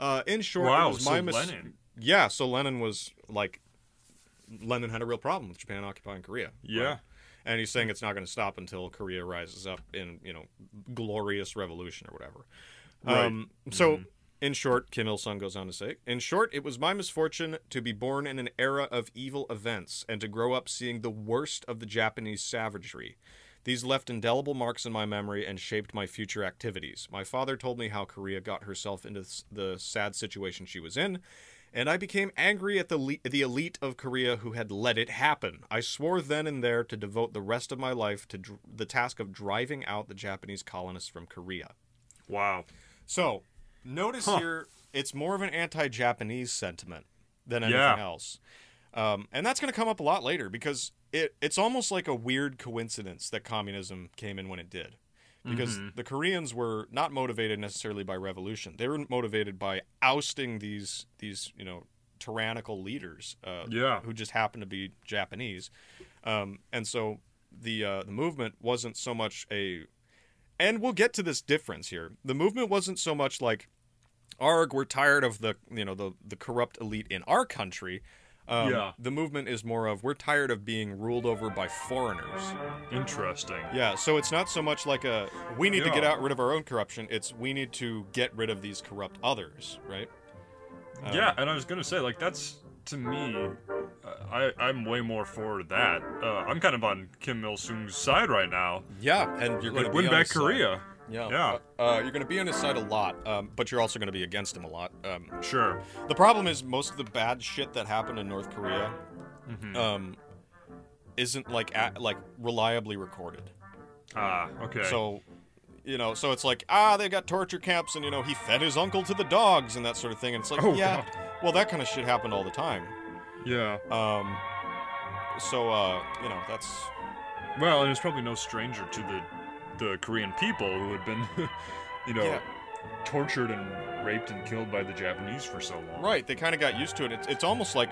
Uh, in short, it
wow.
was
So
my mis-
Lenin.
yeah, so Lenin was like, Lenin had a real problem with Japan occupying Korea.
Yeah.
right? And he's saying it's not going to stop until Korea rises up in, you know, glorious revolution or whatever. Um, so, in short, Kim Il sung goes on to say, In short, it was my misfortune to be born in an era of evil events and to grow up seeing the worst of the Japanese savagery. These left indelible marks in my memory and shaped my future activities. My father told me how Korea got herself into s- the sad situation she was in, and I became angry at the le- the elite of Korea who had let it happen. I swore then and there to devote the rest of my life to dr- the task of driving out the Japanese colonists from Korea.
Wow.
So, notice here it's more of an anti-Japanese sentiment than anything
Yeah.
else, um, and that's going to come up a lot later because it it's almost like a weird coincidence that communism came in when it did, because the Koreans were not motivated necessarily by revolution; they were motivated by ousting these these you know tyrannical leaders uh,
Yeah.
who just happened to be Japanese, um, and so the uh, the movement wasn't so much a and we'll get to this difference here. The movement wasn't so much like, "Arg, we're tired of the you know the the corrupt elite in our country." Um,
Yeah.
The movement is more of we're tired of being ruled over by foreigners.
Interesting.
Yeah. So it's not so much like a we need to get
Yeah.
out rid of our own corruption. It's we need to get rid of these corrupt others, right? Um,
yeah, and I was gonna say like that's to me, uh, I I'm way more for that. Uh, I'm kind of on Kim Il Sung's side right now.
Yeah. And you're going to
Like win
be on
back
his side.
Korea.
Yeah.
Yeah.
Uh, you're going to be on his side a lot, um, but you're also going to be against him a lot. Um,
Sure.
The problem is most of the bad shit that happened in North Korea
Uh,
um, isn't like a like reliably recorded.
Ah. Okay.
So you know, so it's like, ah, they've got torture camps, and you know, he fed his uncle to the dogs and that sort of thing. And it's like,
Oh,
yeah, well, that kind of shit happened all the time.
Yeah.
Um, so uh, you know, that's
Well, and it's probably no stranger to the the Korean people who had been, you know,
Yeah.
tortured and raped and killed by the Japanese for so long.
right. They kind of got used to it. It's, it's almost like,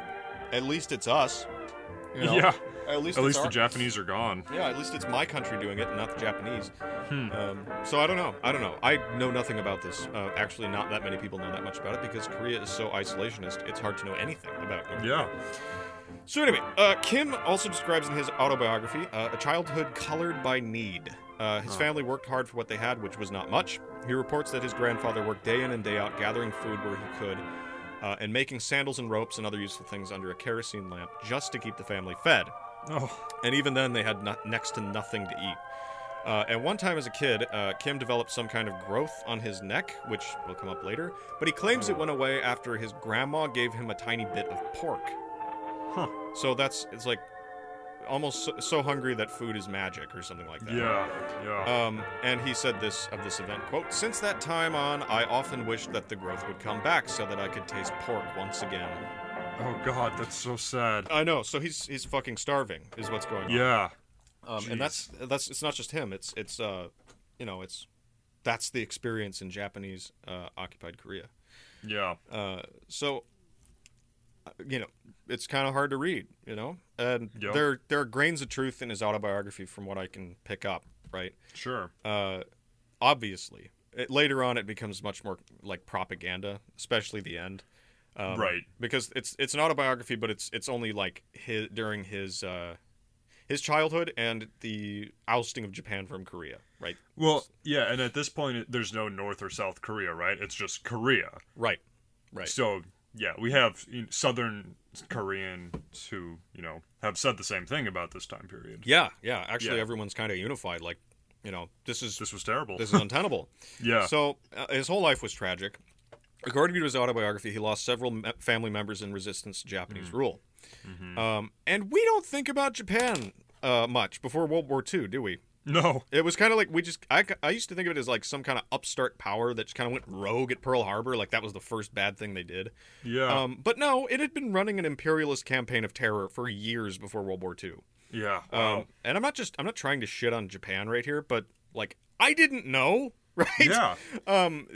at least it's us. you know?
Yeah.
At least
At
it's
least
our-
the Japanese are gone.
Yeah, at least it's my country doing it, and not the Japanese.
Hmm.
Um, so I don't know. I don't know. I know nothing about this. Uh, actually, not that many people know that much about it because Korea is so isolationist. It's hard to know anything about. It.
Yeah.
So anyway, uh, Kim also describes in his autobiography uh, a childhood colored by need. Uh, his family worked hard for what they had, which was not much. He reports that his grandfather worked day in and day out, gathering food where he could, uh, and making sandals and ropes and other useful things under a kerosene lamp just to keep the family fed
Oh.
and even then they had no- next to nothing to eat. Uh, at one time as a kid, uh, Kim developed some kind of growth on his neck, which will come up later, but he claims
Hmm.
it went away after his grandma gave him a tiny bit of pork.
Huh.
So that's, it's like almost so, so hungry that food is magic or something like that.
Yeah. Yeah.
Um, and he said this of this event, quote, Since that time on, I often wished that the growth would come back so that I could taste pork once again.
oh God, that's so sad.
I know, so he's he's fucking starving, is what's going on.
Yeah.
um, and that's that's it's not just him it's it's uh you know it's that's the experience in japanese uh, occupied korea
Yeah.
uh, so uh, you know it's kind of hard to read you know and
Yeah.
there there are grains of truth in his autobiography from what i can pick up right
Sure.
uh, obviously it, later on it becomes much more like propaganda especially the end um,
Right.
because it's it's an autobiography but it's it's only like his during his uh his childhood and the ousting of japan from korea right
Well, yeah, and at this point, it- there's no North or South Korea, right? It's just Korea.
right right
So, yeah, we have you know, Southern Koreans who, you know, have said the same thing about this time period.
yeah yeah actually
Yeah.
everyone's kind of unified like you know this is
This was terrible.
this is untenable
yeah.
So uh, his whole life was tragic. According to his autobiography, he lost several me- family members in resistance to Japanese rule. Um, and we don't think about Japan uh, much before World War II, do we?
no.
It was kind of like we just, I, ca- I used to think of it as like some kind of upstart power that just kind of went rogue at Pearl Harbor. Like that was the first bad thing they did.
Yeah.
Um, but no, it had been running an imperialist campaign of terror for years before World War II.
yeah.
Um,
Wow.
and I'm not just, I'm not trying to shit on Japan right here, but like, I didn't know, right?
yeah.
Um,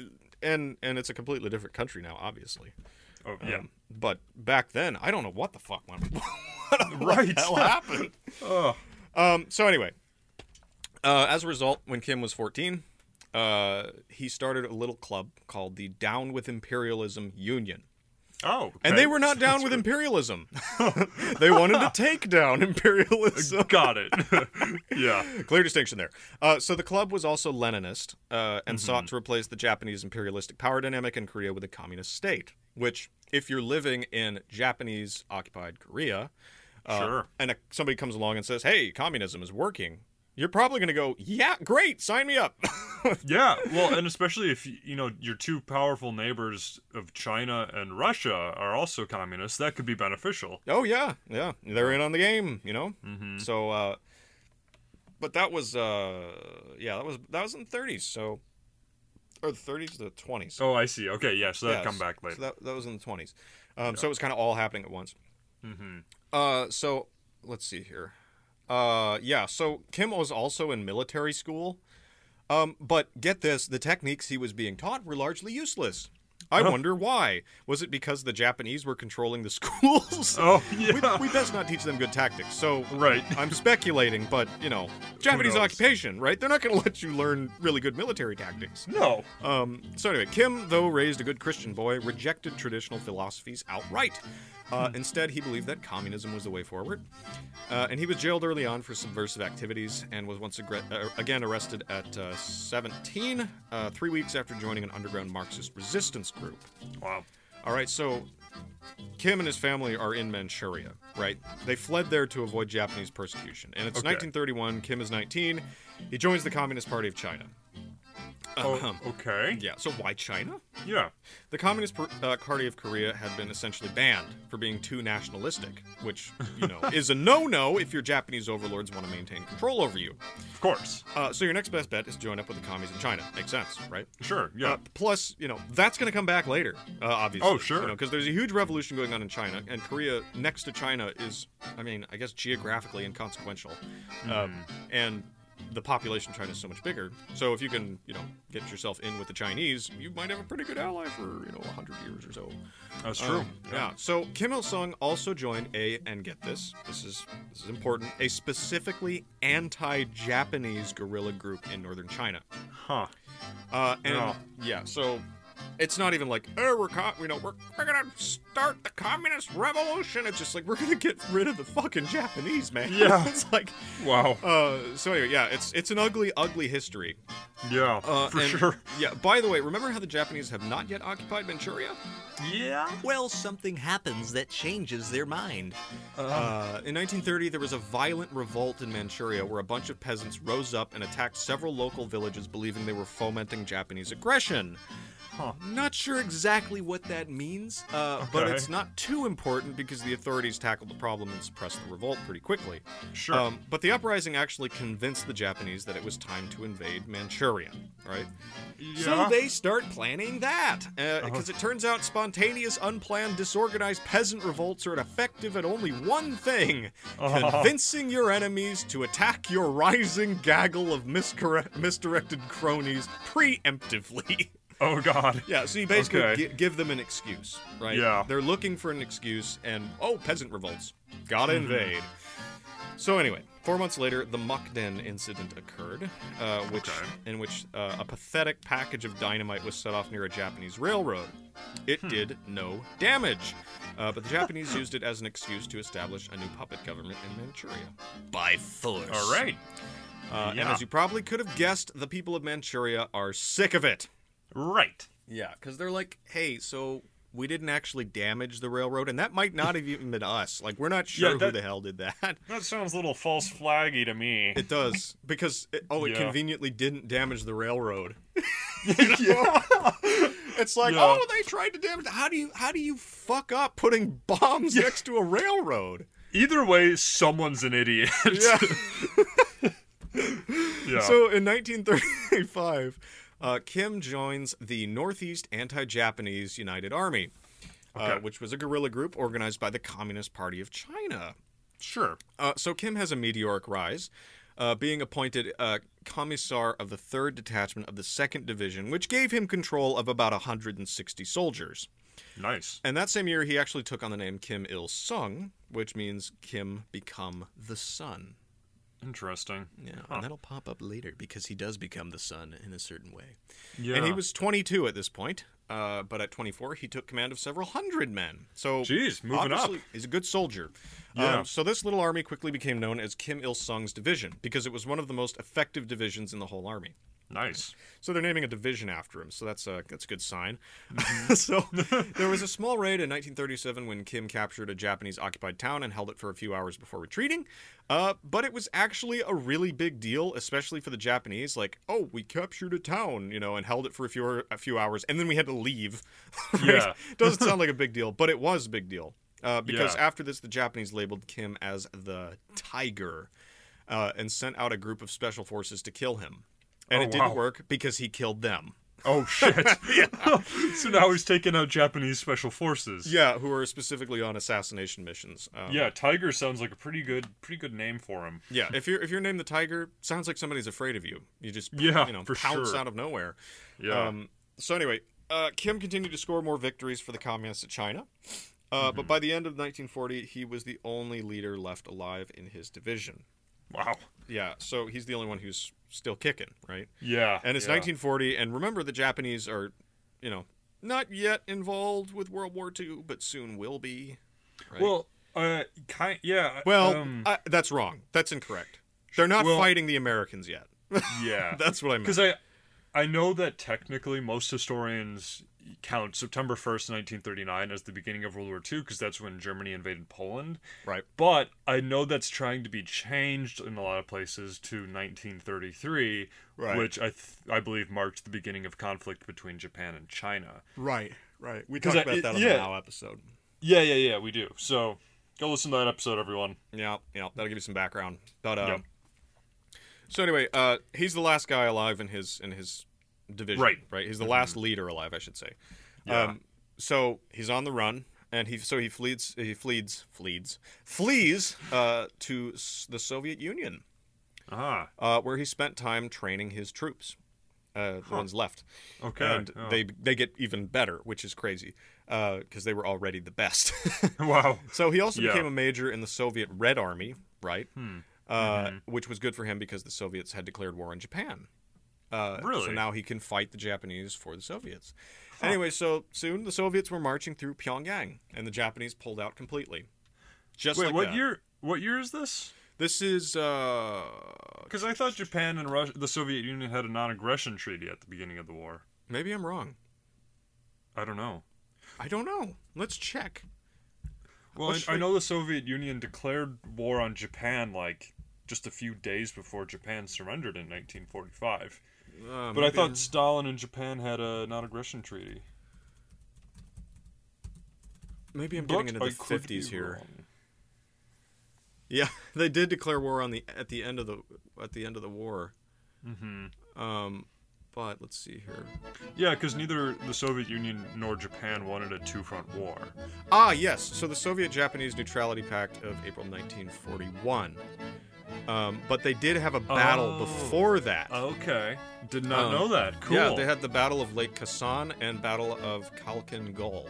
and and it's a completely different country now, obviously. Um,
Oh, yeah.
But back then, I don't know what the fuck went.
right.
hell happened?
oh.
um. So anyway, uh, as a result, when Kim was 14, uh, he started a little club called the Down with Imperialism Union,
Oh.
and
okay.
they were not down with imperialism. they wanted to take down imperialism.
Got it. yeah.
Clear distinction there. Uh, so the club was also Leninist uh, and sought to replace the Japanese imperialistic power dynamic in Korea with a communist state. Which, if you're living in Japanese occupied Korea, uh,
Sure.
and a, somebody comes along and says, "Hey, communism is working," you're probably going to go, "Yeah, great, sign me up."
Yeah. Well, and especially if, you know, your two powerful neighbors of China and Russia are also communists, that could be beneficial.
oh yeah, yeah, they're in on the game, you
Mm-hmm.
know. So, uh, but that was, uh, yeah, that was that was in the 30s, so or the 30s, the 20s.
Oh, I see. Okay, yeah, so that'll
Yeah,
come
s-
back later.
So that, that was in the 20s. Um, So it was kind of all happening at once. Mm-hmm. Uh, so let's see here. Uh, yeah, so Kim was also in military school. Um, but get this the techniques he was being taught were largely useless. I wonder why. Was it because the Japanese were controlling the schools?
Oh,
We,
yeah.
we best not teach them good tactics. So
right.
I'm speculating, but you know, Japanese
knows?
occupation, right? They're not going to let you learn really good military tactics.
No.
Um, so anyway, Kim, though raised a good Christian boy, rejected traditional philosophies outright. Uh, instead, he believed that communism was the way forward, uh, and he was jailed early on for subversive activities and was once agre- uh, again arrested at uh, 17, uh, three weeks after joining an underground Marxist resistance group.
Wow.
All right, so Kim and his family are in Manchuria, right? They fled there to avoid Japanese persecution. And it's
Okay.
1931. Kim is 19. He joins the Communist Party of China.
Oh,
Um,
okay.
Yeah, so why China?
Yeah.
The Communist per- uh, Party of Korea had been essentially banned for being too nationalistic, which, you know, is a no no if your Japanese overlords want to maintain control over you.
Of course.
Uh, so your next best bet is to join up with the commies in China. Makes sense, right?
Sure. Yeah.
Uh, plus, you know, that's going to come back later, uh, obviously.
Oh, sure.
You know, because there's a huge revolution going on in China, and Korea next to China is, I mean, I guess geographically inconsequential. Um,
Hmm.
and the population of China is so much bigger. So if you can, you know, get yourself in with the Chinese, you might have a pretty good ally for, you know, 100 years or so.
That's true.
Um, yeah. So Kim Il Sung also joined a and get this. This is this is important. A specifically anti-Japanese guerrilla group in northern China.
Huh.
Uh, and
Yeah.
yeah. So it's not even like oh we're co- you know we're, we're gonna start the communist revolution. It's just like we're gonna get rid of the fucking Japanese man.
Yeah.
it's like.
Wow.
Uh, so anyway, yeah, it's it's an ugly, ugly history.
yeah.
Uh,
for
and-
sure.
Yeah. By the way, remember how the Japanese have not yet occupied Manchuria?
Yeah.
Well, something happens that changes their mind.
Uh, in 1930, there was a violent revolt in Manchuria where a bunch of peasants rose up and attacked several local villages, believing they were fomenting Japanese aggression.
Huh.
Not sure exactly what that means, uh, but
Okay.
it's not too important because the authorities tackled the problem and suppressed the revolt pretty quickly.
Sure.
Um, but the uprising actually convinced the Japanese that it was time to invade Manchuria, right? So
Yeah.
they start planning that. Because it turns out spontaneous, unplanned, disorganized peasant revolts are effective at only one thing convincing your enemies to attack your rising gaggle of miscorre- misdirected cronies preemptively.
Oh God.
Yeah, so you basically
Okay.
gi- give them an excuse, right?
Yeah.
They're looking for an excuse, and oh, peasant revolts. Gotta
Mm-hmm.
invade. So, anyway, four months later, the Mukden incident occurred, uh, which,
Okay.
in which uh, a pathetic package of dynamite was set off near a Japanese railroad.
Hmm.
It did no damage, uh, but the Japanese used it as an excuse to establish a new puppet government in Manchuria.
By force.
All right.
Uh, And
Yeah.
as you probably could have guessed, the people of Manchuria are sick of it.
Right.
Yeah, because they're like, hey, so we didn't actually damage the railroad, and that might not have even been us. Like, we're not sure
Yeah, that-
who the hell did that.
That sounds a little false flaggy to me.
It does because it, oh, it
Yeah.
conveniently didn't damage the railroad. It's like,
Yeah.
oh, they tried to damage. How do you how do you fuck up putting bombs next to a railroad?
Either way, someone's an idiot.
Yeah.
yeah.
So in 1935, uh, Kim joins the Northeast Anti-Japanese United Army, uh,
Okay.
which was a guerrilla group organized by the Communist Party of China.
sure.
Uh, so Kim has a meteoric rise, uh, being appointed uh, commissar of the third detachment of the second division, which gave him control of about 160 soldiers.
Nice.
And that same year, he actually took on the name Kim Il Sung, which means Kim become the sun.
Interesting.
Yeah, and that'll pop up later because he does become the sun in a certain way.
Yeah.
And he was 22 at this point, uh, but at 24, he took command of several hundred men. So,
Jeez, moving up.
obviously, He's a good soldier.
Yeah.
Um, so, this little army quickly became known as Kim Il sung's division because it was one of the most effective divisions in the whole army.
nice.
So they're naming a division after him. So that's a that's a good sign.
Mm-hmm.
so there was a small raid in 1937 when Kim captured a Japanese occupied town and held it for a few hours before retreating. Uh, but it was actually a really big deal, especially for the Japanese. Like, oh, we captured a town, you know, and held it for a few a few hours, and then we had to leave. Right?
Yeah.
doesn't sound like a big deal, but it was a big deal. Uh, because
Yeah.
after this, the Japanese labeled Kim as the Tiger uh, and sent out a group of special forces to kill him. And
Oh,
it didn't
wow.
work because he killed them.
Oh shit. so now he's taking out Japanese special forces.
Yeah, who are specifically on assassination missions. Um,
Yeah, Tiger sounds like a pretty good, pretty good name for him.
yeah. If you're if you're named the Tiger, sounds like somebody's afraid of you. You just
Yeah,
you know
for
pounce
sure.
out of nowhere.
Yeah.
Um, so anyway, uh, Kim continued to score more victories for the communists at China, uh,
Mm-hmm.
but by the end of 1940, he was the only leader left alive in his division.
wow.
Yeah, so he's the only one who's still kicking, right?
Yeah.
And it's
yeah.
1940, and remember the Japanese are, you know, not yet involved with World War II, but soon will be. right?
Well, uh, kind. Yeah.
Well,
um,
I, that's wrong. That's incorrect. They're not
Well-
fighting the Americans yet.
yeah.
That's what I meant.
Because I, I know that technically most historians count September 1st, 1939 as the beginning of World War II because that's when Germany invaded Poland.
Right.
But I know that's trying to be changed in a lot of places to 1933,
Right.
which I th- I believe marked the beginning of conflict between Japan and China.
Right, right. We
'Cause
talked
I-
about
it-
that on
yeah.
the Now episode.
Yeah, yeah, yeah, we do. So go listen to that episode, everyone.
Yeah, yeah, that'll give you some background. But uh,
Yep.
so anyway, uh, he's the last guy alive in his in his division,
Right. Mm-hmm.
Right. He's the last leader alive, I should say.
Yeah.
Um, so he's on the run, and he so he flees he flees flees flees uh, to s- the Soviet Union,
Ah,
uh, where he spent time training his troops, uh, the ones left.
okay.
And
Oh.
they they get even better, which is crazy, because they were already the best.
wow.
So he also
Yeah. Hmm.
became a major in the Soviet Red Army, right? Uh,
Mm-hmm.
Which was good for him because the Soviets had declared war on Japan. Uh, So
Really?
now he can fight the Japanese for the Soviets. Anyway, so soon the Soviets were marching through Pyongyang, and the Japanese pulled out completely. Just
Wait,
like
what
that.
year? What year is this?
This is uh,
Because I thought Japan and Russia, the Soviet Union had a non-aggression treaty at the beginning of the war.
maybe I'm wrong.
I don't know.
I don't know. Let's check.
Well,
Let's
I, I
see.
know the Soviet Union declared war on Japan like just a few days before Japan surrendered in 1945.
Uh,
But I
maybe
thought
I'm-
Stalin and Japan had a non-aggression treaty.
maybe I'm
But
getting into
I
the
could be
50s here.
wrong.
Yeah, they did declare war on the at the end of the at the end of the war. Mm-hmm. Um, but let's see here.
Yeah, because neither the Soviet Union nor Japan wanted a two-front war.
Ah, yes. So the Soviet-Japanese Neutrality Pact of April 1941. Um, but they did have a battle
Oh.
before that.
Okay, did not
Um,
know that. Cool.
Yeah, they had the Battle of Lake Khasan and Battle of Khalkhin Gol.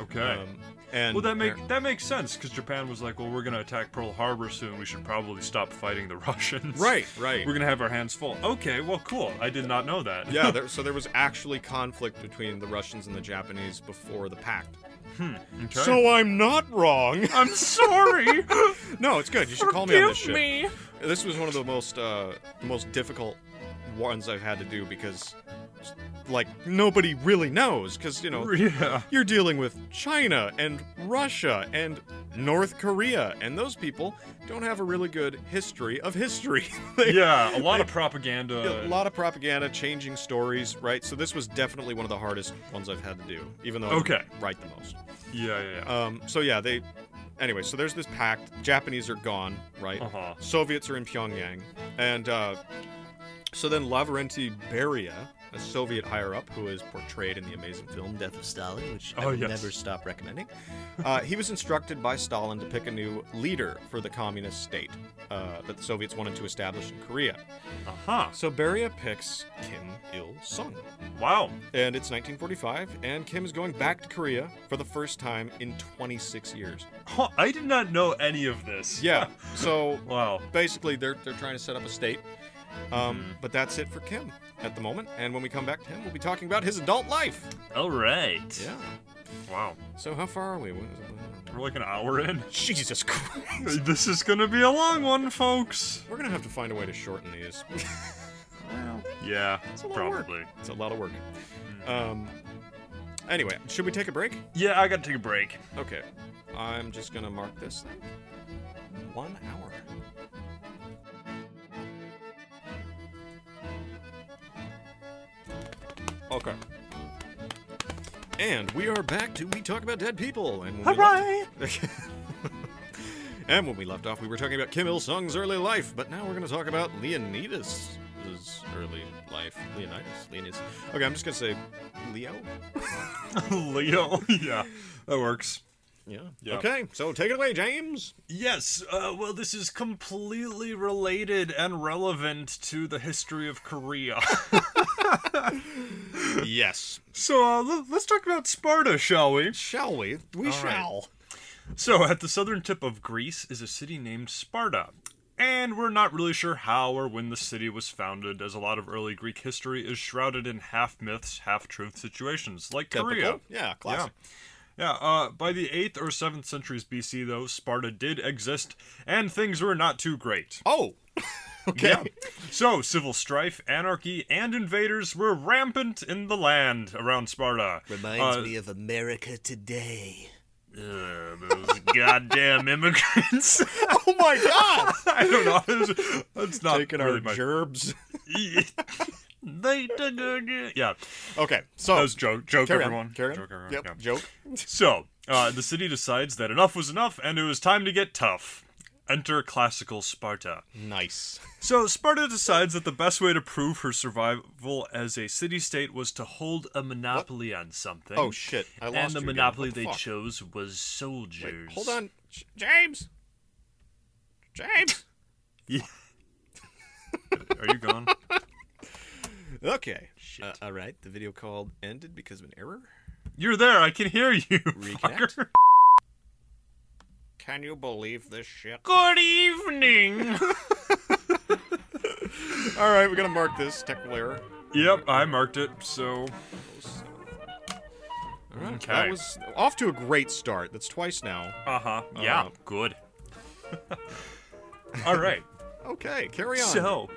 Okay.
Um, and
well, that make that makes sense because Japan was like, "Well, we're gonna attack Pearl Harbor soon. We should probably stop fighting the Russians."
right, right.
We're gonna have our hands full. Okay. Well, cool. I did not know that.
yeah, there, so there was actually conflict between the Russians and the Japanese before the pact.
Okay.
So I'm not wrong.
I'm sorry.
No, it's good. You should call me on this
Forgive
shit.
me.
This was one of the most uh, the most difficult ones I've had to do because, like, nobody really knows because you know
Yeah.
you're dealing with China and Russia and North Korea, and those people don't have a really good history of history. They-
Yeah. A lot of propaganda.
A lot of propaganda, changing stories, right? So this was definitely one of the hardest ones I've had to do, even though I
Okay.
write the most.
Yeah. Yeah. yeah.
Um, so yeah, they. Anyway, so there's this pact. Japanese are gone, right?
Uh-huh.
Soviets are in Pyongyang, and uh, so then Lavrenti Beria, a Soviet higher up who is portrayed in the amazing film Death,
Death of Stalin, which I
Oh,
will
yes.
never stop recommending.
uh, he was instructed by Stalin to pick a new leader for the communist state uh, that the Soviets wanted to establish in Korea.
Uh huh.
So Beria picks Kim Il Sung,
Wow.
and it's 1945, and Kim is going back to Korea for the first time in 26 years.
Huh, I did not know any of this.
Yeah, so
Wow.
basically they're they're trying to set up a state. Um, But that's it for Kim at the moment. And when we come back to him, we'll be talking about his adult life.
All right.
Yeah.
Wow.
So how far are we? What-
We're like an hour in.
Jesus Christ.
This is gonna be a long one, folks.
We're gonna have to find a way to shorten these. a
Yeah.
lot of work.
Probably.
It's a lot of work. Um. Anyway, should we take a break?
Yeah. I gotta take a break.
Okay. I'm just gonna mark this thing. One hour. Okay. And we are back to We Talk About Dead People. And when We left, and when we left off, we were talking about Kim Il sung's early life, but now we're going to talk about Leonidas' early life. Leonidas? Leonidas. Okay, I'm just going to say Leo.
Leo. yeah. That works.
Yeah.
Yeah.
Okay, so take it away, James.
Yes, uh, well, this is completely related and relevant to the history of Korea.
yes.
so uh, l- let's talk about Sparta, shall we?
Shall we? We shall.
So, at the southern tip of Greece is a city named Sparta. And we're not really sure how or when the city was founded, as a lot of early Greek history is shrouded in half myths, half truth situations, like Korea.
Typical. Yeah, classic.
Yeah, uh, by the 8th or 7th centuries BC, though, Sparta did exist, and things were not too great.
Oh, Okay.
Yeah. So, civil strife, anarchy, and invaders were rampant in the land around Sparta.
Reminds
Uh,
me of America today.
uh, those goddamn immigrants.
Oh my god!
I don't know. It's, it's not
Taking
really
our
my.
gerbs.
they took our ge- Yeah,
Okay, so
that was joke. Joke
carry
everyone.
on. Carry on.
Joke everyone.
Yep.
yeah.
Joke.
So, uh, the city decides that enough was enough, and it was time to get tough. Enter classical Sparta.
Nice.
So Sparta decides that the best way to prove her survival as a city-state was to hold a monopoly on something.
Oh shit! I lost
and the
you again. What
monopoly
the
they
fuck?
chose was
Wait,
soldiers.
hold on, J- James. James.
Are you gone?
Okay.
Shit.
Uh, all right. The video call ended because of an error.
You're there. I can hear you. fucker.
Can you believe this shit?
Good evening.
All right, we're gonna mark this technical error.
yep, I marked it.
All
So
right.
Okay.
That was off to a great start. That's twice now.
Uh-huh. Yeah.
Uh,
good. All right.
Okay, carry on.
So.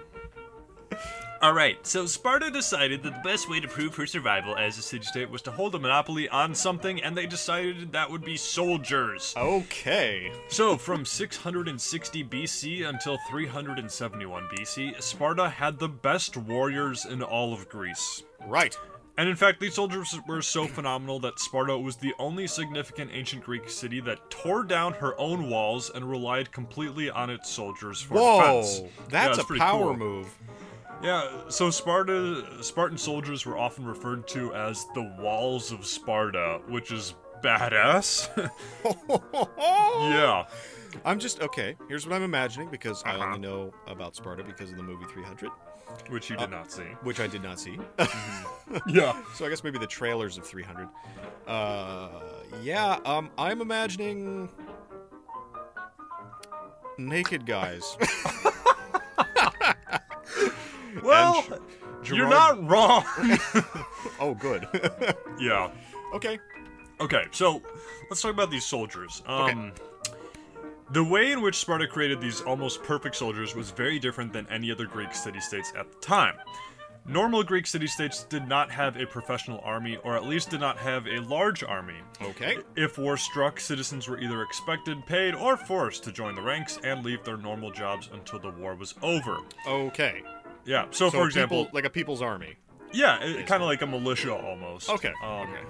All right. So Sparta decided that the best way to prove her survival as a city-state was to hold a monopoly on something, and they decided that would be soldiers.
okay.
So from 660 BC until 371 BC, Sparta had the best warriors in all of Greece.
Right.
And in fact, these soldiers were so phenomenal that Sparta was the only significant ancient Greek city that tore down her own walls and relied completely on its soldiers for defense.
Whoa,
Yeah,
that's a
it's pretty
power
cool.
move.
Yeah, so Sparta Spartan soldiers were often referred to as the walls of Sparta, which is badass. yeah.
I'm just okay. Here's what I'm imagining because I
Uh-huh.
only know about Sparta because of the movie 300,
Which you did not see.
which I did not see.
Yeah.
so I guess maybe the trailers of 300. Uh, yeah. Um, I'm imagining naked guys.
Well,
Gerard-
you're not wrong.
oh, good.
yeah.
okay.
Okay, so let's talk about these soldiers. Um, The way in which Sparta created these almost perfect soldiers was very different than any other Greek city states at the time. Normal Greek city states did not have a professional army, or at least did not have a large army.
Okay.
If war struck, citizens were either expected, paid, or forced to join the ranks and leave their normal jobs until the war was over.
Okay.
Yeah, so,
So
for example,
people, like a people's army.
yeah, kind of like a militia almost.
Okay.
Um,
okay.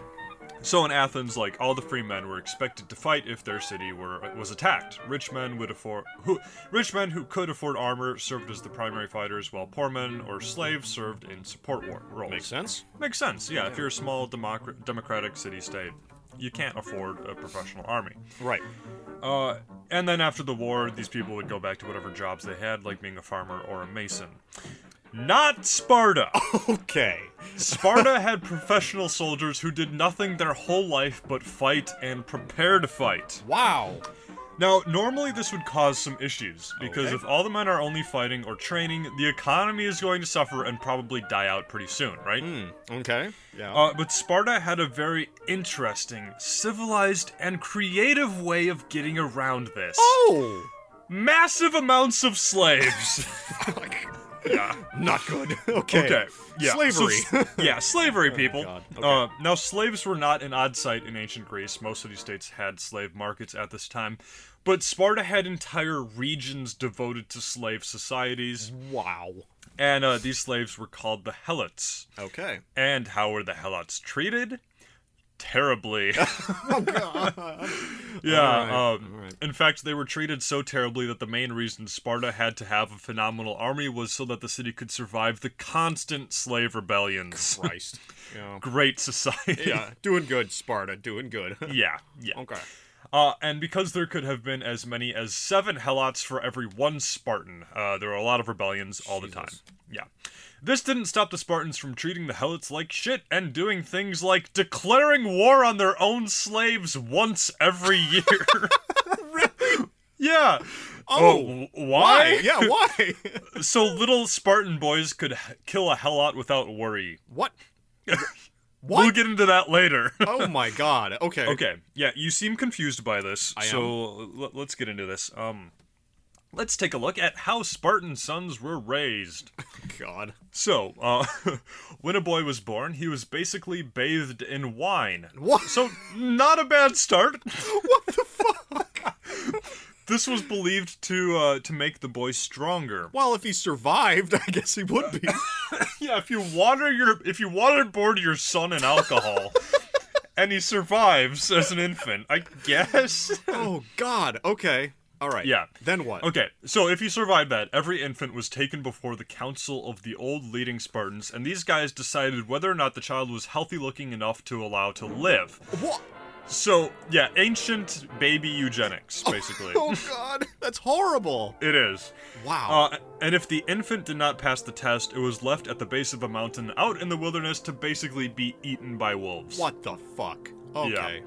So in Athens, like all the free men were expected to fight if their city were was attacked. Rich men would afford who rich men who could afford armor served as the primary fighters, while poor men or slaves served in support war roles.
Makes sense.
Makes sense. Yeah, if you're a small democ- democratic city state, you can't afford a professional army.
Right.
Uh, and then after the war, these people would go back to whatever jobs they had, like being a farmer or a mason. Not Sparta.
Okay.
Sparta had professional soldiers who did nothing their whole life but fight and prepare to fight.
Wow.
Now, normally this would cause some issues, because
Okay.
if all the men are only fighting or training, the economy is going to suffer and probably die out pretty soon, right?
Hmm. Okay. Yeah.
Uh, but Sparta had a very interesting, civilized, and creative way of getting around this.
oh.
Massive amounts of slaves. yeah.
Not good. Okay.
Okay. Yeah. so
Slavery.
s- yeah, slavery, people.
God.
uh, now, slaves were not an odd sight in ancient Greece. Most of these states had slave markets at this time, but Sparta had entire regions devoted to slave societies,
wow.
and uh, these slaves were called the helots.
Okay.
And how were the helots treated? Terribly.
Oh god.
Yeah.
Alright,
um,
alright.
In fact, they were treated so terribly that the main reason Sparta had to have a phenomenal army was so that the city could survive the constant slave rebellions.
Christ. Yeah.
Great society.
yeah. Doing good, Sparta. Doing good.
yeah. yeah.
okay.
Uh, and because there could have been as many as seven helots for every one Spartan, uh, there were a lot of rebellions all the time. Yeah. This didn't stop the Spartans from treating the helots like shit and doing things like declaring war on their own slaves once every year. Yeah.
Oh,
w- why?
Yeah. Why?
So little Spartan boys could h- kill a helot without worry.
what?
We'll
What?
get into that later.
Oh my god. Okay.
okay. Yeah, you seem confused by this.
am.
so l- let's get into this. Um let's take a look at how Spartan sons were raised.
God.
So, uh, when a boy was born, he was basically bathed in wine.
What?
So, not a bad start. what the fuck? This was believed to uh, to make the boy stronger.
Well, if he survived, I guess he would be.
Yeah, if you water your if you waterboard your son in alcohol, and he survives as an infant, I guess.
oh God. Okay. All right.
Yeah.
Then what?
Okay, so if you survive that, every infant was taken before the council of the old leading Spartans, and these guys decided whether or not the child was healthy looking enough to allow to live.
What?
So, yeah, ancient baby eugenics, basically.
Oh God. That's horrible.
It is.
Wow.
Uh, and if the infant did not pass the test, it was left at the base of a mountain out in the wilderness to basically be eaten by wolves.
what the fuck? Okay.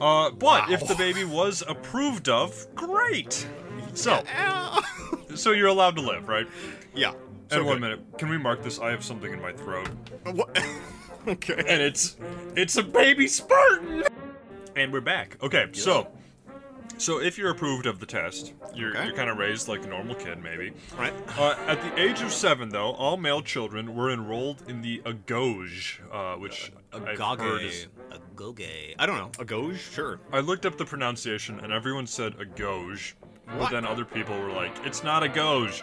Uh, but
Wow.
if the baby was approved of, great! So,
Yeah.
so you're allowed to live, right?
yeah.
and one
good.
minute, can we mark this? I have something in my throat,
Uh, What? okay.
and it's it's a baby Spartan. And we're back. Okay, so so if you're approved of the test, you're
Okay.
you're kind of raised like a normal kid, maybe.
Right.
Uh, at the age of seven, though, all male children were enrolled in the agoge, uh, which
E.
I've heard is.
Agage. Agoge.
I don't know. A gauge? Sure.
I looked up the pronunciation, and everyone said agoge, E, but
What?
then other people were like, "It's not agoge," E."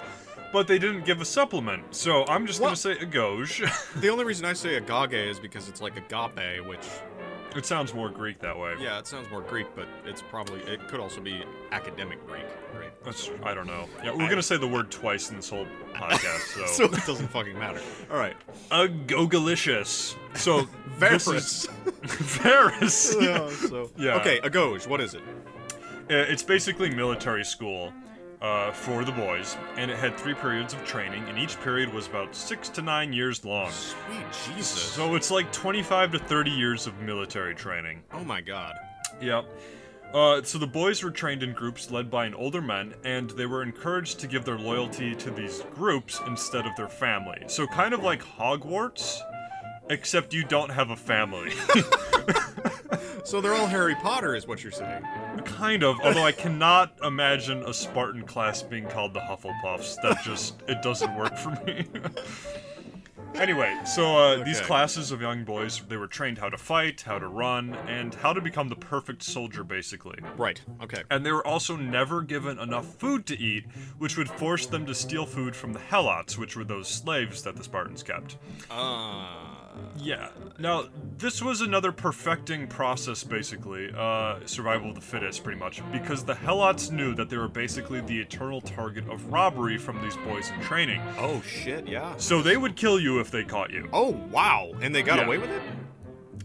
but they didn't give a supplement, so I'm just gonna
What?
say agoge.
The only reason I say agage is because it's like agape, which
It sounds more Greek that way.
yeah, it sounds more Greek, but it's probably it could also be academic Greek, right?
That's, I don't know. Yeah, we're gonna say the word twice in this whole podcast,
So
so.
Oh, it doesn't fucking matter. All right.
a gogolicious. So this is-
Varus.
Varus.
Yeah, so.
Yeah.
Okay, a gauge. What is it?
Uh, It's basically military school uh, for the boys, and it had three periods of training, and each period was about six to nine years long.
Sweet Jesus.
So it's like 25 to 30 years of military training.
oh my God.
Yep. Uh, so the boys were trained in groups led by an older man, and they were encouraged to give their loyalty to these groups instead of their family. So kind of like Hogwarts, except you don't have a family.
So they're all Harry Potter, is what you're saying?
kind of. Although I cannot imagine a Spartan class being called the Hufflepuffs. That just it doesn't work for me. anyway, so uh, these
Okay.
classes of young boys they were trained how to fight, how to run, and how to become the perfect soldier, basically.
Right. Okay.
and they were also never given enough food to eat, which would force them to steal food from the Helots, which were those slaves that the Spartans kept.
Uh,
Yeah. Now, this was another perfecting process, basically, uh, survival of the fittest, pretty much, because the Helots knew that they were basically the eternal target of robbery from these boys in training.
oh shit. Yeah.
So they would kill you if they caught you.
Oh wow. And they got
Yeah.
away with it?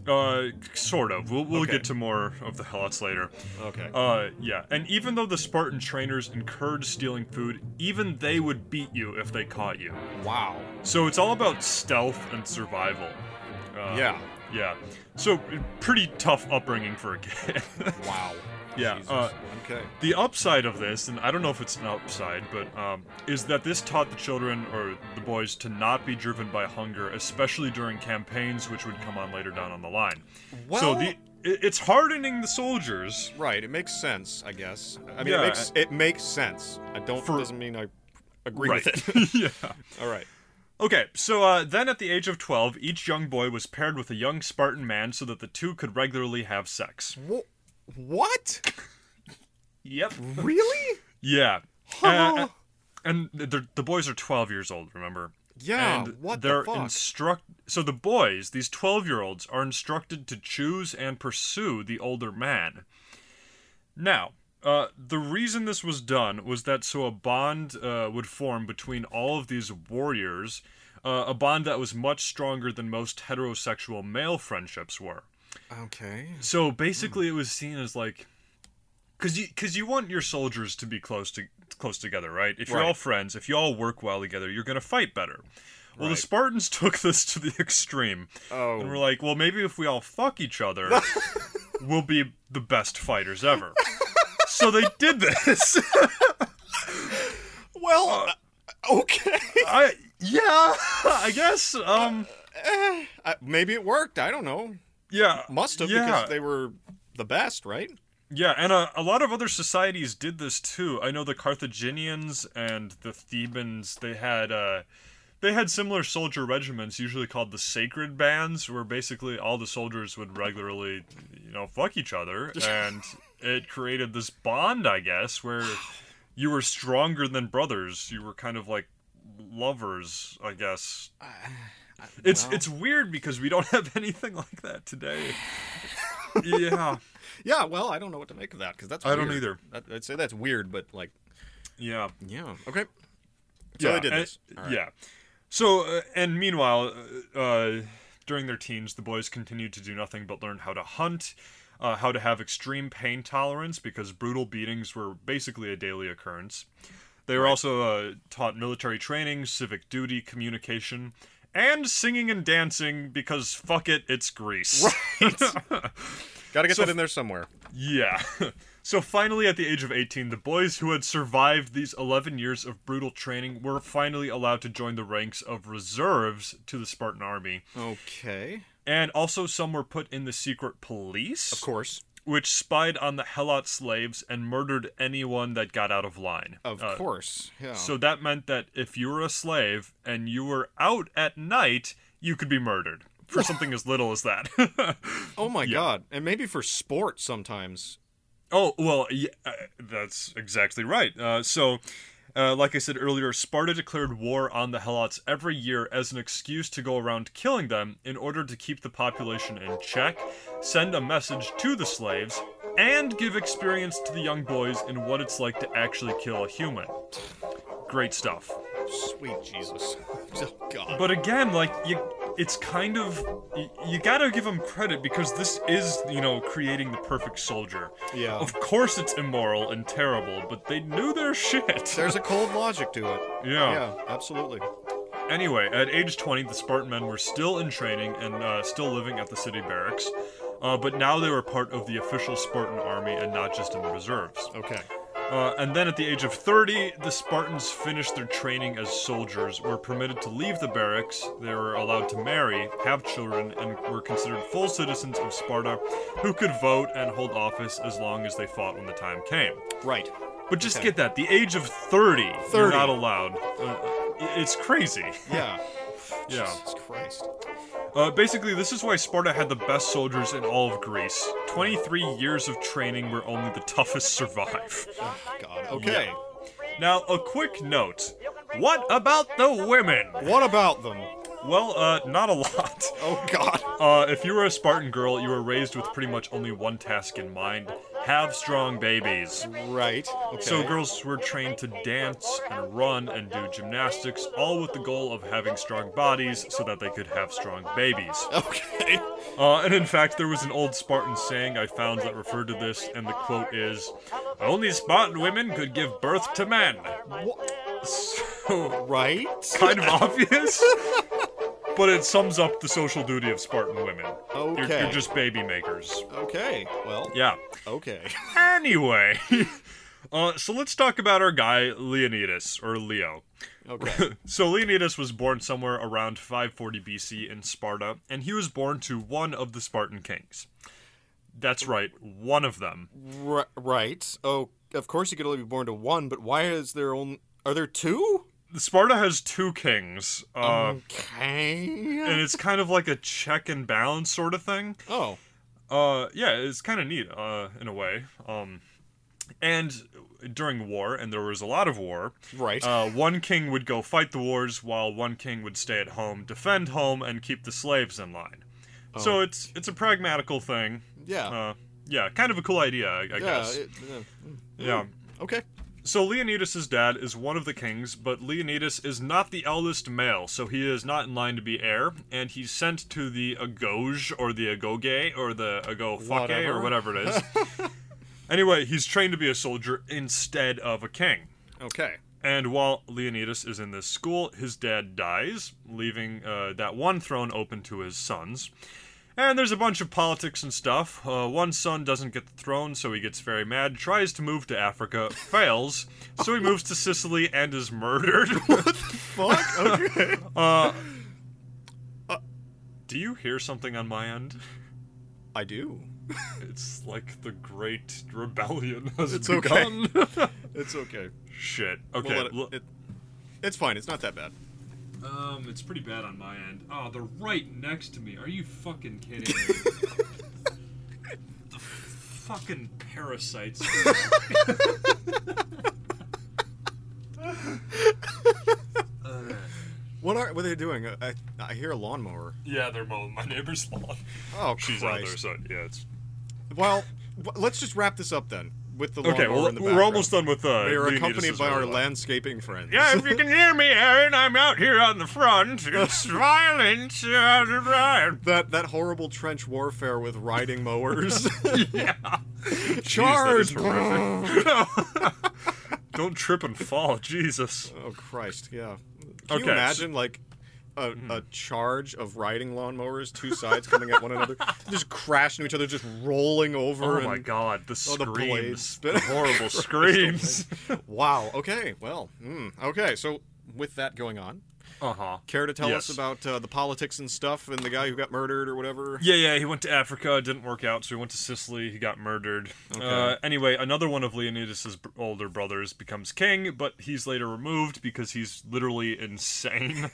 Uh, sort of. We'll, we'll
Okay.
get to more of the Helots later.
Okay.
Uh, yeah. And even though the Spartan trainers encouraged stealing food, even they would beat you if they caught you.
wow.
So it's all about stealth and survival. Uh,
Yeah.
Yeah. So pretty tough upbringing for a kid.
Wow.
Yeah,
Jesus.
uh,
okay.
the upside of this, and I don't know if it's an upside, but um, is that this taught the children or the boys to not be driven by hunger, especially during campaigns, which would come on later down on the line. so
Well-
the it- it's hardening the soldiers.
Right. It makes sense, I guess. I mean,
Yeah,
it makes it makes sense. I don't
For-
doesn't mean I agree with it.
yeah.
All right.
Okay, so uh, then at the age of 12, each young boy was paired with a young Spartan man so that the two could regularly have sex.
Wh- what?
Yep.
Really?
Yeah.
Huh.
Uh, and the, the boys are 12 years old, remember?
Yeah.
and
what
they're
the fuck?
instruct so the boys these 12 year olds are instructed to choose and pursue the older man now uh, the reason this was done was that so a bond uh, would form between all of these warriors uh, a bond that was much stronger than most heterosexual male friendships were
okay.
so basically it was seen as like because you because you want your soldiers to be close to close together right if you're
Right.
all friends if you all work well together you're gonna fight better well
Right.
the spartans took this to the extreme and we're
Oh.
like well maybe if we all fuck each other we'll be the best fighters ever so they did this
Well. uh, okay.
i yeah i guess um
Eh, uh, maybe it worked. I don't know.
yeah
Must have
yeah.
because they were the best, right?
Yeah, and uh, a, a lot of other societies did this too. I know the Carthaginians and the Thebans. They had uh, they had similar soldier regiments, usually called the Sacred Bands, where basically all the soldiers would regularly, you know, fuck each other, and it created this bond, I guess, where you were stronger than brothers. You were kind of like lovers, I guess.
Uh,
It's it's weird because we don't have anything like that today. yeah.
Yeah, well, I don't know what to make of that because that's
I don't
weird.
either.
That, I'd say that's weird, but like,
Yeah.
yeah, okay. So they did
and-
this. All right.
Yeah. So, uh, and meanwhile, uh, uh, during their teens, the boys continued to do nothing but learn how to hunt, uh, how to have extreme pain tolerance because brutal beatings were basically a daily occurrence. They were also uh, taught military training, civic duty, communication, and singing and dancing because fuck it, it's Greece.
Got to get that in there somewhere.
Yeah. So finally, at the age of 18, the boys who had survived these 11 years of brutal training were finally allowed to join the ranks of reserves to the Spartan army.
Okay.
And also, some were put in the secret police,
Of course.
which spied on the Helot slaves and murdered anyone that got out of line.
Of
Uh,
course. Yeah.
So that meant that if you were a slave and you were out at night, you could be murdered for something as little as that.
oh my god. And maybe for sport sometimes.
Oh, well, yeah, uh, that's exactly right. Uh, so, uh, like I said earlier, Sparta declared war on the Helots every year as an excuse to go around killing them in order to keep the population in check, send a message to the slaves, and give experience to the young boys in what it's like to actually kill a human. Great stuff.
Sweet Jesus. Oh god.
But again, like you, it's kind of you, you gotta give him credit because this is you know creating the perfect soldier.
Yeah.
Of course, it's immoral and terrible, but they knew their shit.
There's a cold logic to it.
Yeah.
Yeah, absolutely.
Anyway, at age 20, the Spartan men were still in training and uh, still living at the city barracks, uh, but now they were part of the official Spartan army and not just in the reserves.
Okay.
Uh, and then at the age of 30, the Spartans finished their training as soldiers, were permitted to leave the barracks, they were allowed to marry, have children, and were considered full citizens of Sparta who could vote and hold office as long as they fought when the time came.
Right.
But just get that the age of 30, you're
30.
not allowed. Uh, it's crazy.
Yeah.
Yeah.
Jesus Christ.
Uh, basically, this is why Sparta had the best soldiers in all of Greece. 23 years of training where only the toughest survive.
Oh, God. Okay.
Now, a quick note. What about the women?
What about them?
Well, uh, not a lot.
Oh god.
Uh, if you were a Spartan girl, you were raised with pretty much only one task in mind have strong babies.
Right. Okay.
So, girls were trained to dance and run and do gymnastics, all with the goal of having strong bodies so that they could have strong babies.
Okay.
Uh, and in fact, there was an old Spartan saying I found that referred to this, and the quote is Only Spartan women could give birth to men. So,
Right?
kind of obvious. But it sums up the social duty of Spartan women. You're,
Okay.
you're just baby makers.
Okay. Well,
Yeah.
okay.
Anyway, uh, so let's talk about our guy Leonidas or Leo.
Okay.
So Leonidas was born somewhere around 540 BC in Sparta, and he was born to one of the Spartan kings. That's right, one of them.
R- right. Oh, of course you could only be born to one, but why is there only. Are there two?
Sparta has two kings, uh,
Um. Okay.
and it's kind of like a check and balance sort of thing.
Oh.
Uh, yeah, it's kind of neat, uh, in a way. Um, and during war, and there was a lot of war,
Right.
uh, one king would go fight the wars, while one king would stay at home, defend home, and keep the slaves in line. So
Oh.
it's it's a pragmatical thing.
yeah.
Uh, yeah, kind of a cool idea, I, I
yeah.
guess.
it- yeah.
yeah.
Okay.
So Leonidas' dad is one of the kings, but Leonidas is not the eldest male, so he is not in line to be heir, and he's sent to the Agoge or the Agoge or the Agofake
Whatever.
or whatever it is. anyway, he's trained to be a soldier instead of a king.
Okay.
And while Leonidas is in this school, his dad dies, leaving uh, that one throne open to his sons. And there's a bunch of politics and stuff. Uh, one son doesn't get the throne, so he gets very mad, tries to move to Africa, fails, so he moves to Sicily and is murdered.
Fuck. Oh, Okay.
Do you hear something on my end?
I do.
It's like the Great Rebellion has
It's okay.
begun.
It's okay.
Shit.
We'll
Okay.
let it-
look-
it- it's fine. It's not that bad.
um, it's pretty bad on my end. Oh, they're right next to me. Are you fucking kidding me? the fucking parasites.
What are what are they doing? Uh, I, I hear a lawnmower.
yeah, they're mowing my neighbor's lawn.
Oh,
She's out there,
Christ.
so yeah, it's
Well, w- let's just wrap this up then with the
okay.
lawnmower
Well,
in the
we're
background.
almost done with uh.
We are
Leonidas'
accompanied by our
monologue.
landscaping friends.
Yeah, if you can hear me, Aaron, I'm out here on the front. It's violent. Uh,
that that horrible trench warfare with riding mowers.
Jeez, that is
Charge!
horrific. Don't trip and fall, Jesus.
oh Christ! Yeah. Can you
Okay, so- Mm-hmm.
imagine like a, a charge of riding lawnmowers, two sides coming at one another, just crashing into each other, just rolling over?
Oh my
and-
God, the
Oh, the
screams,
blades.
the horrible screams.
Wow. Okay. Well. Mm, okay. So with that going on,
Uh huh.
care to tell
Yes.
us about uh, the politics and stuff and the guy who got murdered or whatever?
Yeah, yeah, he went to Africa, it didn't work out, so he went to Sicily, he got murdered. Uh, anyway, another one of Leonidas' b- older brothers becomes king, but he's later removed because he's literally insane.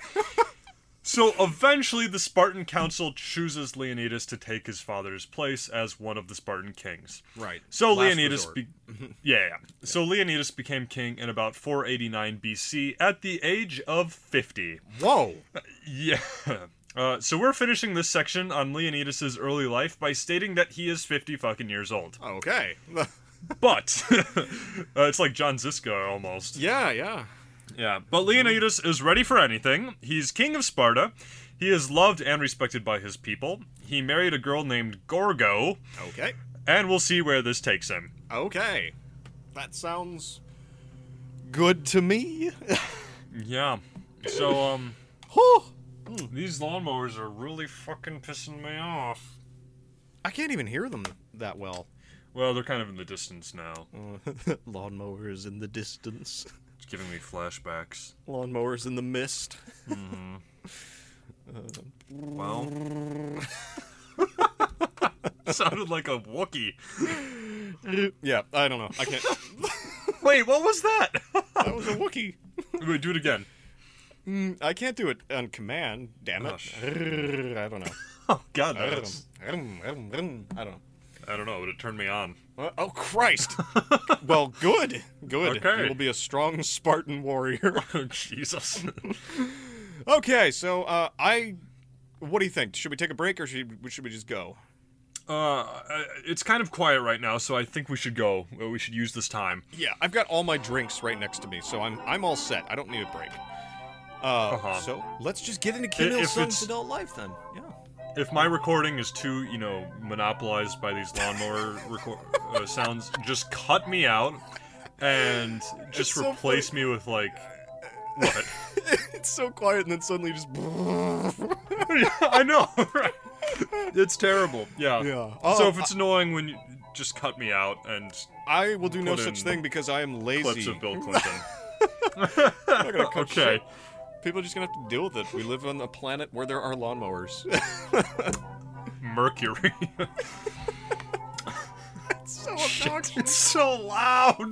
so eventually, the Spartan Council chooses Leonidas to take his father's place as one of the Spartan kings.
Right.
So
Last
Leonidas,
resort.
be- yeah, yeah. So Leonidas became king in about 489 BC at the age of 50.
Whoa.
Yeah. Uh, so we're finishing this section on Leonidas' early life by stating that he is 50 fucking years old.
Okay.
But uh, it's like John Ziska almost.
yeah. Yeah.
Yeah. But Leonidas is ready for anything. He's king of Sparta. He is loved and respected by his people. He married a girl named Gorgo,
Okay.
and we'll see where this takes him.
Okay. That sounds good to me.
Yeah. So um
Whew.
these lawnmowers are really fucking pissing me off.
I can't even hear them that well.
Well, they're kind of in the distance now.
Lawnmowers in the distance.
It's giving me flashbacks.
Lawnmowers in the mist.
Well. Sounded like a Wookiee.
yeah, I don't know. I can't.
Wait, what was that?
that was a Wookiee.
Wait, do it again.
I can't do it on command. Damn it.
Oh, sh-
I don't know.
Oh, God,
I
that was,
don't know.
I don't know, but it turned me on.
Uh, Oh Christ! well, good, good.
Okay.
You will be a strong Spartan warrior.
Oh, Jesus.
okay, so uh, I, what do you think? Should we take a break or should should we just go?
uh, I- it's kind of quiet right now, so I think we should go. Uh, We should use this time.
Yeah, I've got all my drinks right next to me, so I'm I'm all set. I don't need a break. Uh,
Uh-huh.
So let's just get into Kim
I- if
Il Sung's
it's-
adult life then. Yeah.
If my recording is too, you know, monopolized by these lawnmower record uh, sounds, just cut me out and just
so
replace me with, like, what?
it's so quiet, and then suddenly just.
Yeah, I know, right? It's terrible. Yeah. Uh,
Yeah.
so
Oh,
if it's annoying when you just cut me out and
I will do no
Put
such
in
thing because I am
clips
lazy.
of Bill Clinton.
I'm not gonna cut
okay.
shit. People are just gonna have to deal with it. We live on a planet where there are lawnmowers.
Mercury.
it's so obnoxious.
it's so loud. All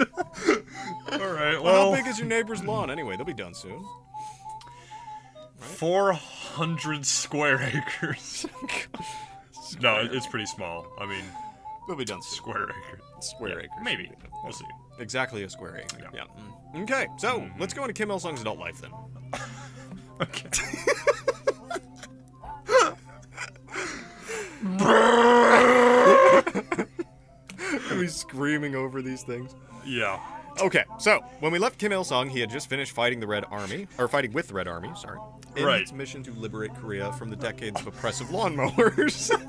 right.
Well,
Well,
how big is your neighbor's lawn anyway? They'll be done soon.
400 square acres. no, it- it's pretty small. I mean,
They'll be done soon.
square acre.
Square acres.
Maybe. We'll see.
Exactly a square acre. Yeah.
Yeah.
Mm. Okay, so let's go into Kim Il Sung's adult life then.
Okay.
He's screaming over these things.
Yeah.
Okay, so when we left Kim Il Sung, he had just finished fighting the Red Army, or fighting with the Red Army, sorry, in
Right.
its mission to liberate Korea from the decades of oppressive lawnmowers.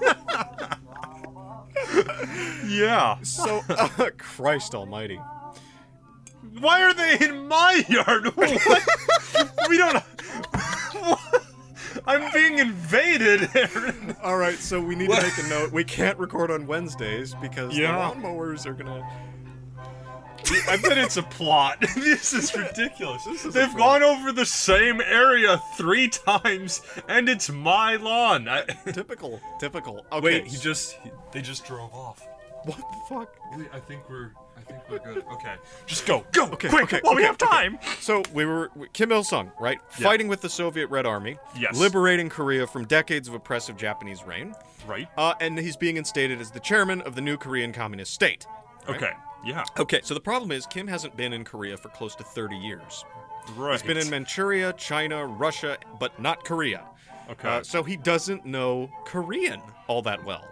Yeah.
so, uh, Christ Almighty.
Why are they in my yard? What? we don't. What? I'm being invaded. Aaron.
All right, so we need to make a note. We can't record on Wednesdays because
Yeah.
the lawnmowers are gonna.
I bet it's a plot. this is ridiculous. They've gone over the same area three times, and it's my lawn. I,
typical. Typical. Okay.
wait, he just they just drove off.
What the fuck?
Wait, I think we're I think we're good. Okay, just go, go,
Okay,
quick,
okay,
while we
okay,
have time.
So we were Kim Il Sung, right? Fighting with the Soviet Red Army,
Yes.
liberating Korea from decades of oppressive Japanese reign,
Right.
uh, and he's being instated as the chairman of the new Korean Communist State.
Okay. Yeah.
Okay, so the problem is Kim hasn't been in Korea for close to 30 years.
Right.
He's been in Manchuria, China, Russia, but not Korea.
Okay.
Uh, so he doesn't know Korean all that well.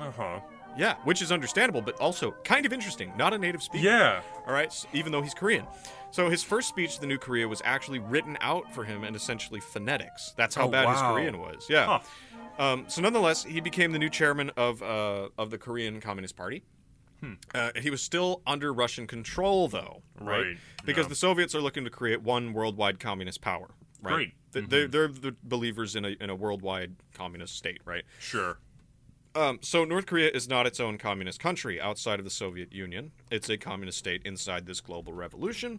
Uh huh.
Yeah, which is understandable, but also kind of interesting. Not a native speaker.
Yeah.
All right, s even though he's Korean. So his first speech to the New Korea was actually written out for him and essentially phonetics. That's how
Oh,
bad his
wow.
Korean was. Yeah.
Huh.
Um, so nonetheless, he became the new chairman of uh, of the Korean Communist Party.
Hmm.
Uh, he was still under Russian control, though, right?
Right,
Because
yeah.
the Soviets are looking to create one worldwide communist power, right?
Great. Mm-hmm.
They- They're, they're the believers in a, in a worldwide communist state, right?
Sure.
Um, so North Korea is not its own communist country outside of the Soviet Union. It's a communist state inside this global revolution,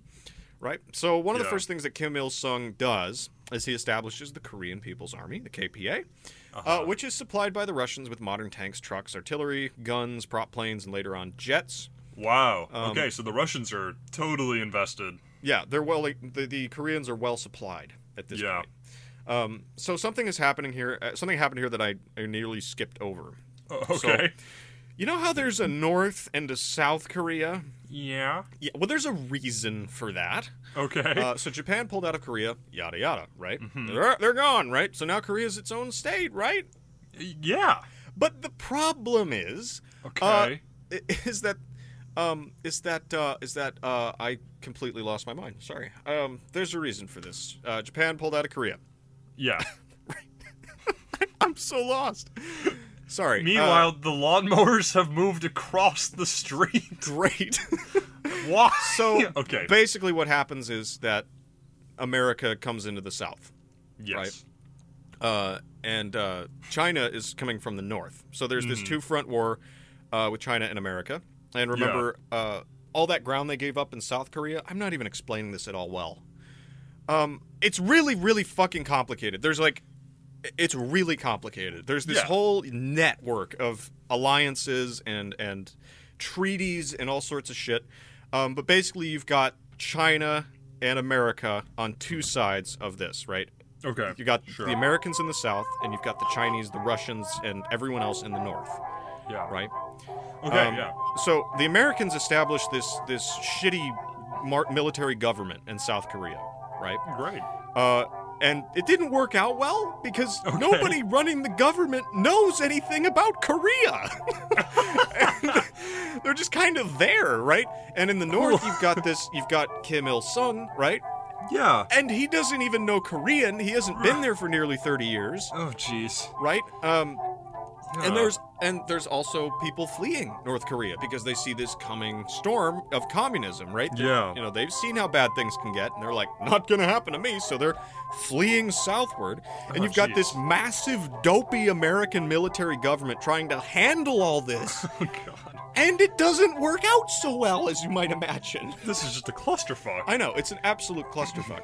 right? So one of the
Yeah.
first things that Kim Il Sung does is he establishes the Korean People's Army, the KPA,
Uh-huh.
uh, which is supplied by the Russians with modern tanks, trucks, artillery, guns, prop planes, and later on jets.
Wow.
Um,
okay, so the Russians are totally invested.
Yeah, they're well. The, the Koreans are well supplied at this
Yeah.
point. Um, so something is happening here. Uh, something happened here that I, I nearly skipped over.
O- Okay.
You know how there's a North and a South Korea?
yeah.
Yeah, well, there's a reason for that.
Okay. Mm-hmm.
Uh, so Japan pulled out of Korea, yada yada, right? They're, they're gone, right? So now Korea's its own state, right?
yeah.
But the problem is, uh,
Okay.
i- is that, um, is that, uh, is that uh, I completely lost my mind. Sorry. Um, there's a reason for this. Uh, Japan pulled out of Korea.
yeah.
uh, I'm so lost. Sorry. Uh,
Meanwhile, the lawnmowers have moved across the street.
Uh, great.
Why?
so
okay.
basically, what happens is that America comes into the South.
yes.
right. uh, and uh, China is coming from the north. So there's this two front war uh, with China and America. And remember, uh, all that ground they gave up in South Korea. I'm not even explaining this at all well. Um, it's really, really fucking complicated. There's like, it's really complicated. There's this
Yeah.
whole network of alliances and and treaties and all sorts of shit. Um, but basically, you've got China and America on two sides of this, right?
Okay.
You got
Sure.
the Americans in the south, and you've got the Chinese, the Russians, and everyone else in the north,
Yeah.
right?
Okay.
Um,
yeah.
So the Americans established this this shitty mar- military government in South Korea, right?
Great.
Uh, and it didn't work out well because
Okay.
nobody running the government knows anything about Korea. And they're just kind of there, right? And in the north, you've got this, you've got Kim Il Sung, right?
Yeah.
And he doesn't even know Korean. He hasn't been there for nearly thirty years
Oh, jeez.
right? Um,
Yeah.
and there's and there's also people fleeing North Korea because they see this coming storm of communism, right? They're-
Yeah.
you know they've seen how bad things can get, and they're like, not gonna happen to me, so they're fleeing southward. And
Oh,
you've got
jeez.
this massive dopey American military government trying to handle all this,
Oh God.
and it doesn't work out so well as you might imagine.
This is just a clusterfuck.
I know, it's an absolute clusterfuck.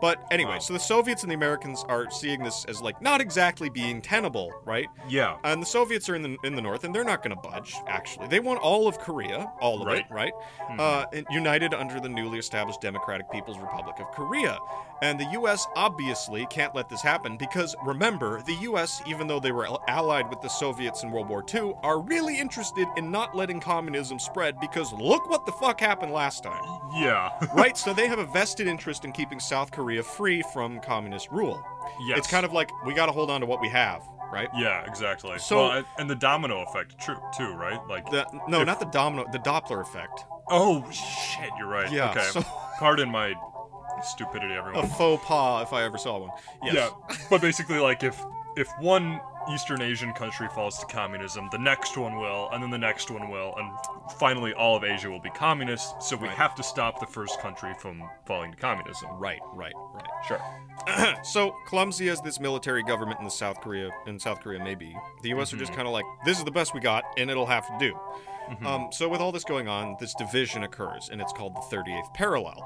But anyway,
Wow.
so the Soviets and the Americans are seeing this as like not exactly being tenable, right?
yeah.
Uh, And the Soviets are in the in the north, and they're not going to budge. Actually, they want all of Korea, all of
Right. Hmm.
it, right? Uh, and united under the newly established Democratic People's Republic of Korea, and the U.S. obviously can't let this happen because remember, the U.S., even though they were al- allied with the Soviets in World War II, are really interested in not letting communism spread because look what the fuck happened last time,
yeah.
right? So they have a vested interest in keeping South Korea free from communist rule.
yes.
It's kind of like we got to hold on to what we have, right?
Yeah. Exactly.
So-
well, and- and the domino effect, true, too, right? Like.
The, no, not the domino, the Doppler effect.
oh shit! You're right.
Yeah,
Okay.
so-
Pardon my stupidity,
A
everyone.
faux pas, if I ever saw one. Yes.
Yeah. But basically, like, if if one Eastern Asian country falls to communism, the next one will, and then the next one will, and finally all of Asia will be communist, so we
Right.
have to stop the first country from falling to communism.
Right, right, right.
Sure.
So clumsy as this military government in the South Korea in South Korea may be, the U.S. are just kind of like, this is the best we got, and it'll have to do. Um, so with all this going on, this division occurs, and it's called the 38th parallel.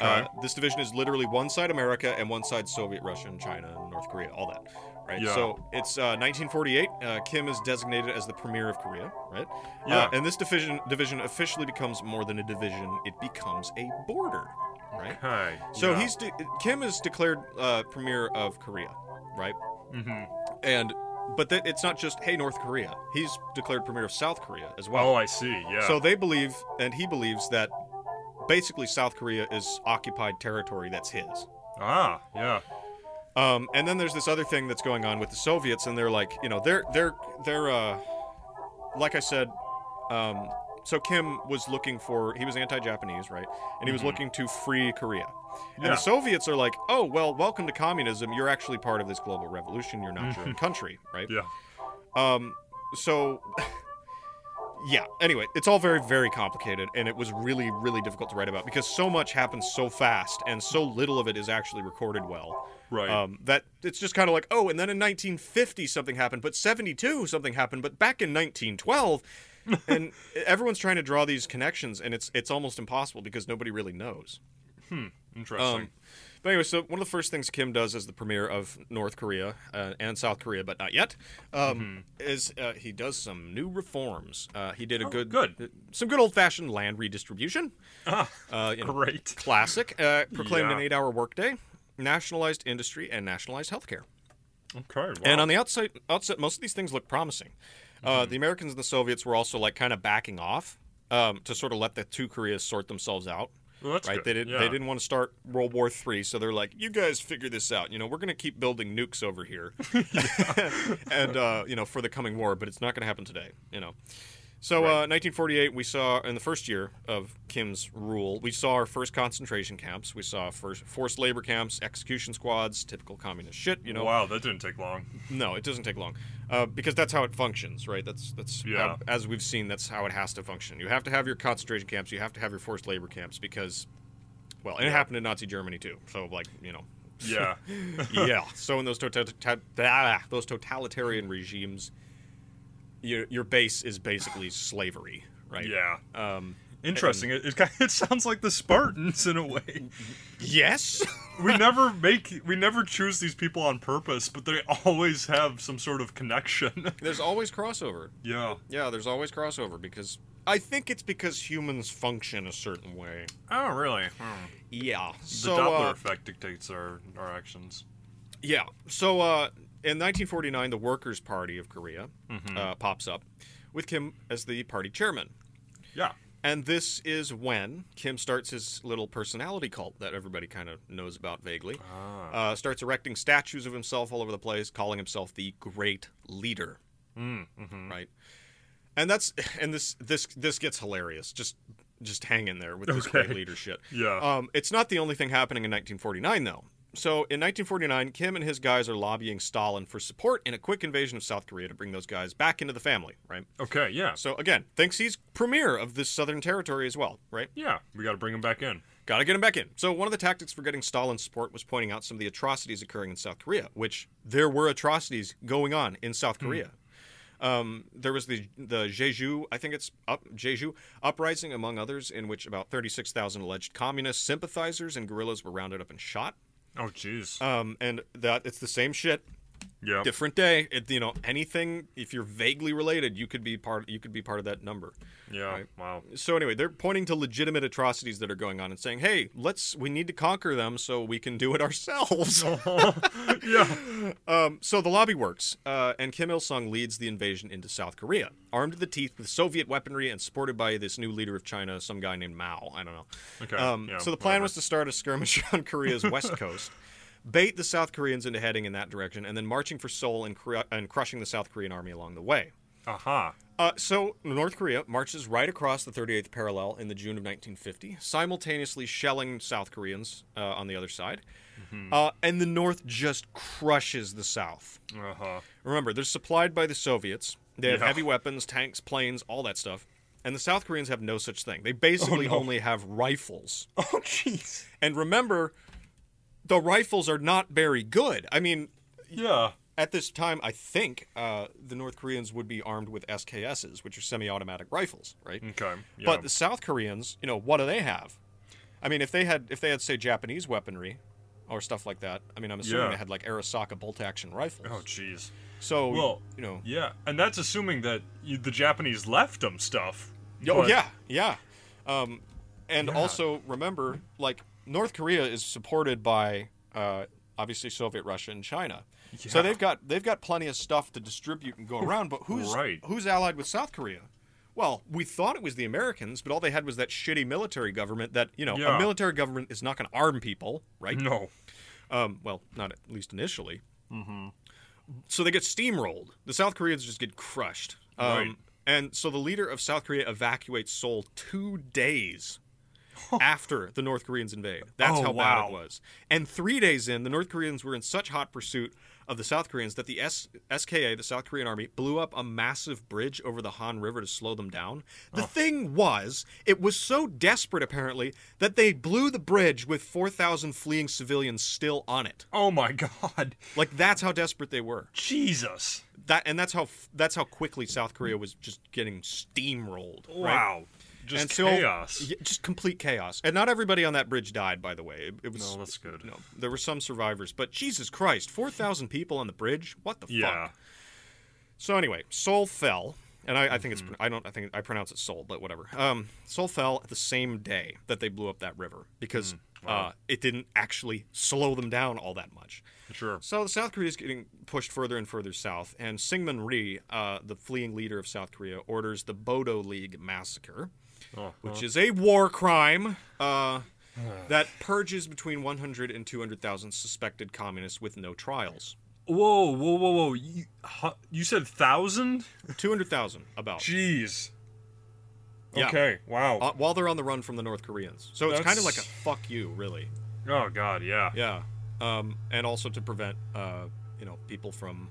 Uh, this division is literally one side America and one side Soviet Russia and China and North Korea, all that. Right.
Yeah.
So it's uh, 1948. Uh, Kim is designated as the premier of Korea. Right.
Yeah.
Uh, and this division division officially becomes more than a division; it becomes a border. Right.
Okay.
Uh, So he's de- Kim is declared uh, premier of Korea, right?
hmm
And but th- it's not just hey North Korea. He's declared premier of South Korea as well.
Oh, I see. Yeah.
So they believe, and he believes that basically South Korea is occupied territory that's his.
ah, yeah.
Um, and then there's this other thing that's going on with the Soviets, and they're like, you know, they're they're they're uh, like I said, um, so Kim was looking for he was anti-Japanese, right? And he was looking to free Korea. And
Mm-hmm. Yeah.
the Soviets are like, oh well, welcome to communism. You're actually part of this global revolution. You're not
Mm-hmm.
your own country, right?
Yeah.
Um, so. Yeah. Anyway, it's all very, very complicated, and it was really, really difficult to write about because so much happens so fast, and so little of it is actually recorded well.
Right.
Um, that it's just kind of like, oh, and then in 1950 something happened, but 72 something happened, but back in 1912, and everyone's trying to draw these connections, and it's it's almost impossible because nobody really knows.
Interesting.
Um, but anyway, so one of the first things Kim does as the premier of North Korea uh, and South Korea, but not yet, um,
Mm-hmm.
is uh, he does some new reforms. Uh, he did a good,
Oh, good.
some good old fashioned land redistribution. uh, you know,
Ah, Great.
classic. Uh, proclaimed an
Yeah.
eight-hour workday, nationalized industry, and nationalized healthcare.
Okay. Wow.
And on the outset, outset, most of these things look promising. Uh,
Mm-hmm.
the Americans and the Soviets were also like kind of backing off um, to sort of let the two Koreas sort themselves out.
Well, that's
right?
good,
They didn't.
yeah.
They didn't want to start World War Three, so they're like, "You guys figure this out. You know, we're going to keep building nukes over here, and uh, you know, for the coming war, but it's not going to happen today. You know." So, uh, 1948, we saw in the first year of Kim's rule, we saw our first concentration camps. We saw first forced labor camps, execution squads, typical communist shit. You know,
wow, that didn't take long.
no, it doesn't take long, uh, because that's how it functions, right? That's that's
Yeah.
how, as we've seen, that's how it has to function. You have to have your concentration camps, you have to have your forced labor camps, because, well, and it happened in Nazi Germany too. So like you know,
Yeah.
yeah. So in those tota- ta- blah, those totalitarian regimes, your your base is basically slavery, right?
yeah.
Um,
Interesting. It, it, ki- it sounds like the Spartans in a way.
yes.
We never make, we never choose these people on purpose, but they always have some sort of connection.
There's always crossover.
yeah.
Yeah, there's always crossover because I think it's because humans function a certain way.
Oh, really?
Yeah.
The
so,
Doppler
uh,
effect dictates our, our actions.
Yeah. So uh, in 1949, the Workers' Party of Korea uh, pops up with Kim as the party chairman.
Yeah.
And this is when Kim starts his little personality cult that everybody kind of knows about vaguely. Uh, starts erecting statues of himself all over the place, calling himself the Great Leader. Right. And that's and this this this gets hilarious. Just just hang in there with this
Okay.
great leader shit.
Yeah.
Um, it's not the only thing happening in 1949 though. So in 1949, Kim and his guys are lobbying Stalin for support in a quick invasion of South Korea to bring those guys back into the family. Right.
Okay. Yeah.
So again, thinks he's premier of this southern territory as well, right?
Yeah. We got to bring them back in.
Gotta get him back in. So one of the tactics for getting Stalin's support was pointing out some of the atrocities occurring in South Korea, which there were atrocities going on in South Korea. Um, there was the the Jeju, I think it's up Jeju uprising, among others, in which about thirty six thousand alleged communist sympathizers and guerrillas were rounded up and shot.
Oh, jeez.
Um, and that it's the same shit
yeah.
different day. It, you know, anything if you're vaguely related, you could be part. You could be part of that number.
Yeah. Wow.
So anyway, they're pointing to legitimate atrocities that are going on and saying, "Hey, let's we need to conquer them so we can do it ourselves."
yeah.
um, so the lobby works, uh, and Kim Il Sung leads the invasion into South Korea, armed to the teeth with Soviet weaponry and supported by this new leader of China, some guy named Mao. I don't know.
Okay,
Um,
yeah,
so the plan
whatever.
was to start a skirmish on Korea's west coast. Bait the South Koreans into heading in that direction, and then marching for Seoul and, cru- and crushing the South Korean army along the way.
Aha.
Uh, so North Korea marches right across the 38th parallel in the June of 1950, simultaneously shelling South Koreans uh, on the other side, uh, and the North just crushes the South.
Uh huh.
Remember, they're supplied by the Soviets. They have
Yeah.
heavy weapons, tanks, planes, all that stuff. And the South Koreans have no such thing. They basically only have rifles.
Oh jeez.
And remember, the rifles are not very good. I mean,
Yeah.
at this time, I think uh, the North Koreans would be armed with SKSs, which are semi-automatic rifles, right?
Okay. Yeah.
But the South Koreans, you know, what do they have? I mean, if they had, if they had, say, Japanese weaponry or stuff like that, I mean, I'm assuming
Yeah.
they had like Arasaka bolt-action rifles.
oh jeez.
so,
Well,
you know,
Yeah, and that's assuming that you, the Japanese left them stuff.
oh
but-
yeah, yeah. Um, and
Yeah.
also remember, like, North Korea is supported by uh, obviously Soviet Russia and China. So
Yeah.
they've got they've got plenty of stuff to distribute and go around. But who's
Right.
who's allied with South Korea? Well, we thought it was the Americans, but all they had was that shitty military government. That you know,
Yeah.
a military government is not going to arm people, right?
No.
Um, well, not at least initially.
Mm-hmm.
So they get steamrolled. The South Koreans just get crushed. Um,
Right.
And so the leader of South Korea evacuates Seoul two days after the North Koreans invade. That's
Oh,
how bad
wow.
it was. And three days in, the North Koreans were in such hot pursuit of the South Koreans that the S- SKA, the South Korean army, blew up a massive bridge over the Han River to slow them down. The
Oh.
thing was, it was so desperate, apparently, that they blew the bridge with 4,000 fleeing civilians still on it.
Oh my god.
Like, that's how desperate they were.
Jesus.
That And that's how f- that's how quickly South Korea was just getting steamrolled. right?
Wow. Just
and so,
chaos.
y- just complete chaos. And not everybody on that bridge died, by the way. It, it was
No, that's good.
no, there were some survivors, but Jesus Christ, four thousand people on the bridge. What the
Yeah.
fuck? So anyway, Seoul fell, and I, I think it's
Mm-hmm.
I don't I think I pronounce it Seoul, but whatever. Um, Seoul fell the same day that they blew up that river because
Mm,
uh, it didn't actually slow them down all that much.
Sure.
So the South Korea is getting pushed further and further south, and Syngman Rhee, uh, the fleeing leader of South Korea, orders the Bodo League massacre, which is a war crime uh, that purges between 100 and 200,000 suspected communists with no trials.
Whoa, whoa, whoa, whoa. You, huh, you said thousand?
200,000 about.
Jeez.
Yeah.
Okay. Wow.
Uh, while they're on the run from the North Koreans. So it's kind of like
That's-
a fuck you, really.
oh god. Yeah.
Yeah. Um, and also to prevent, uh, you know, people from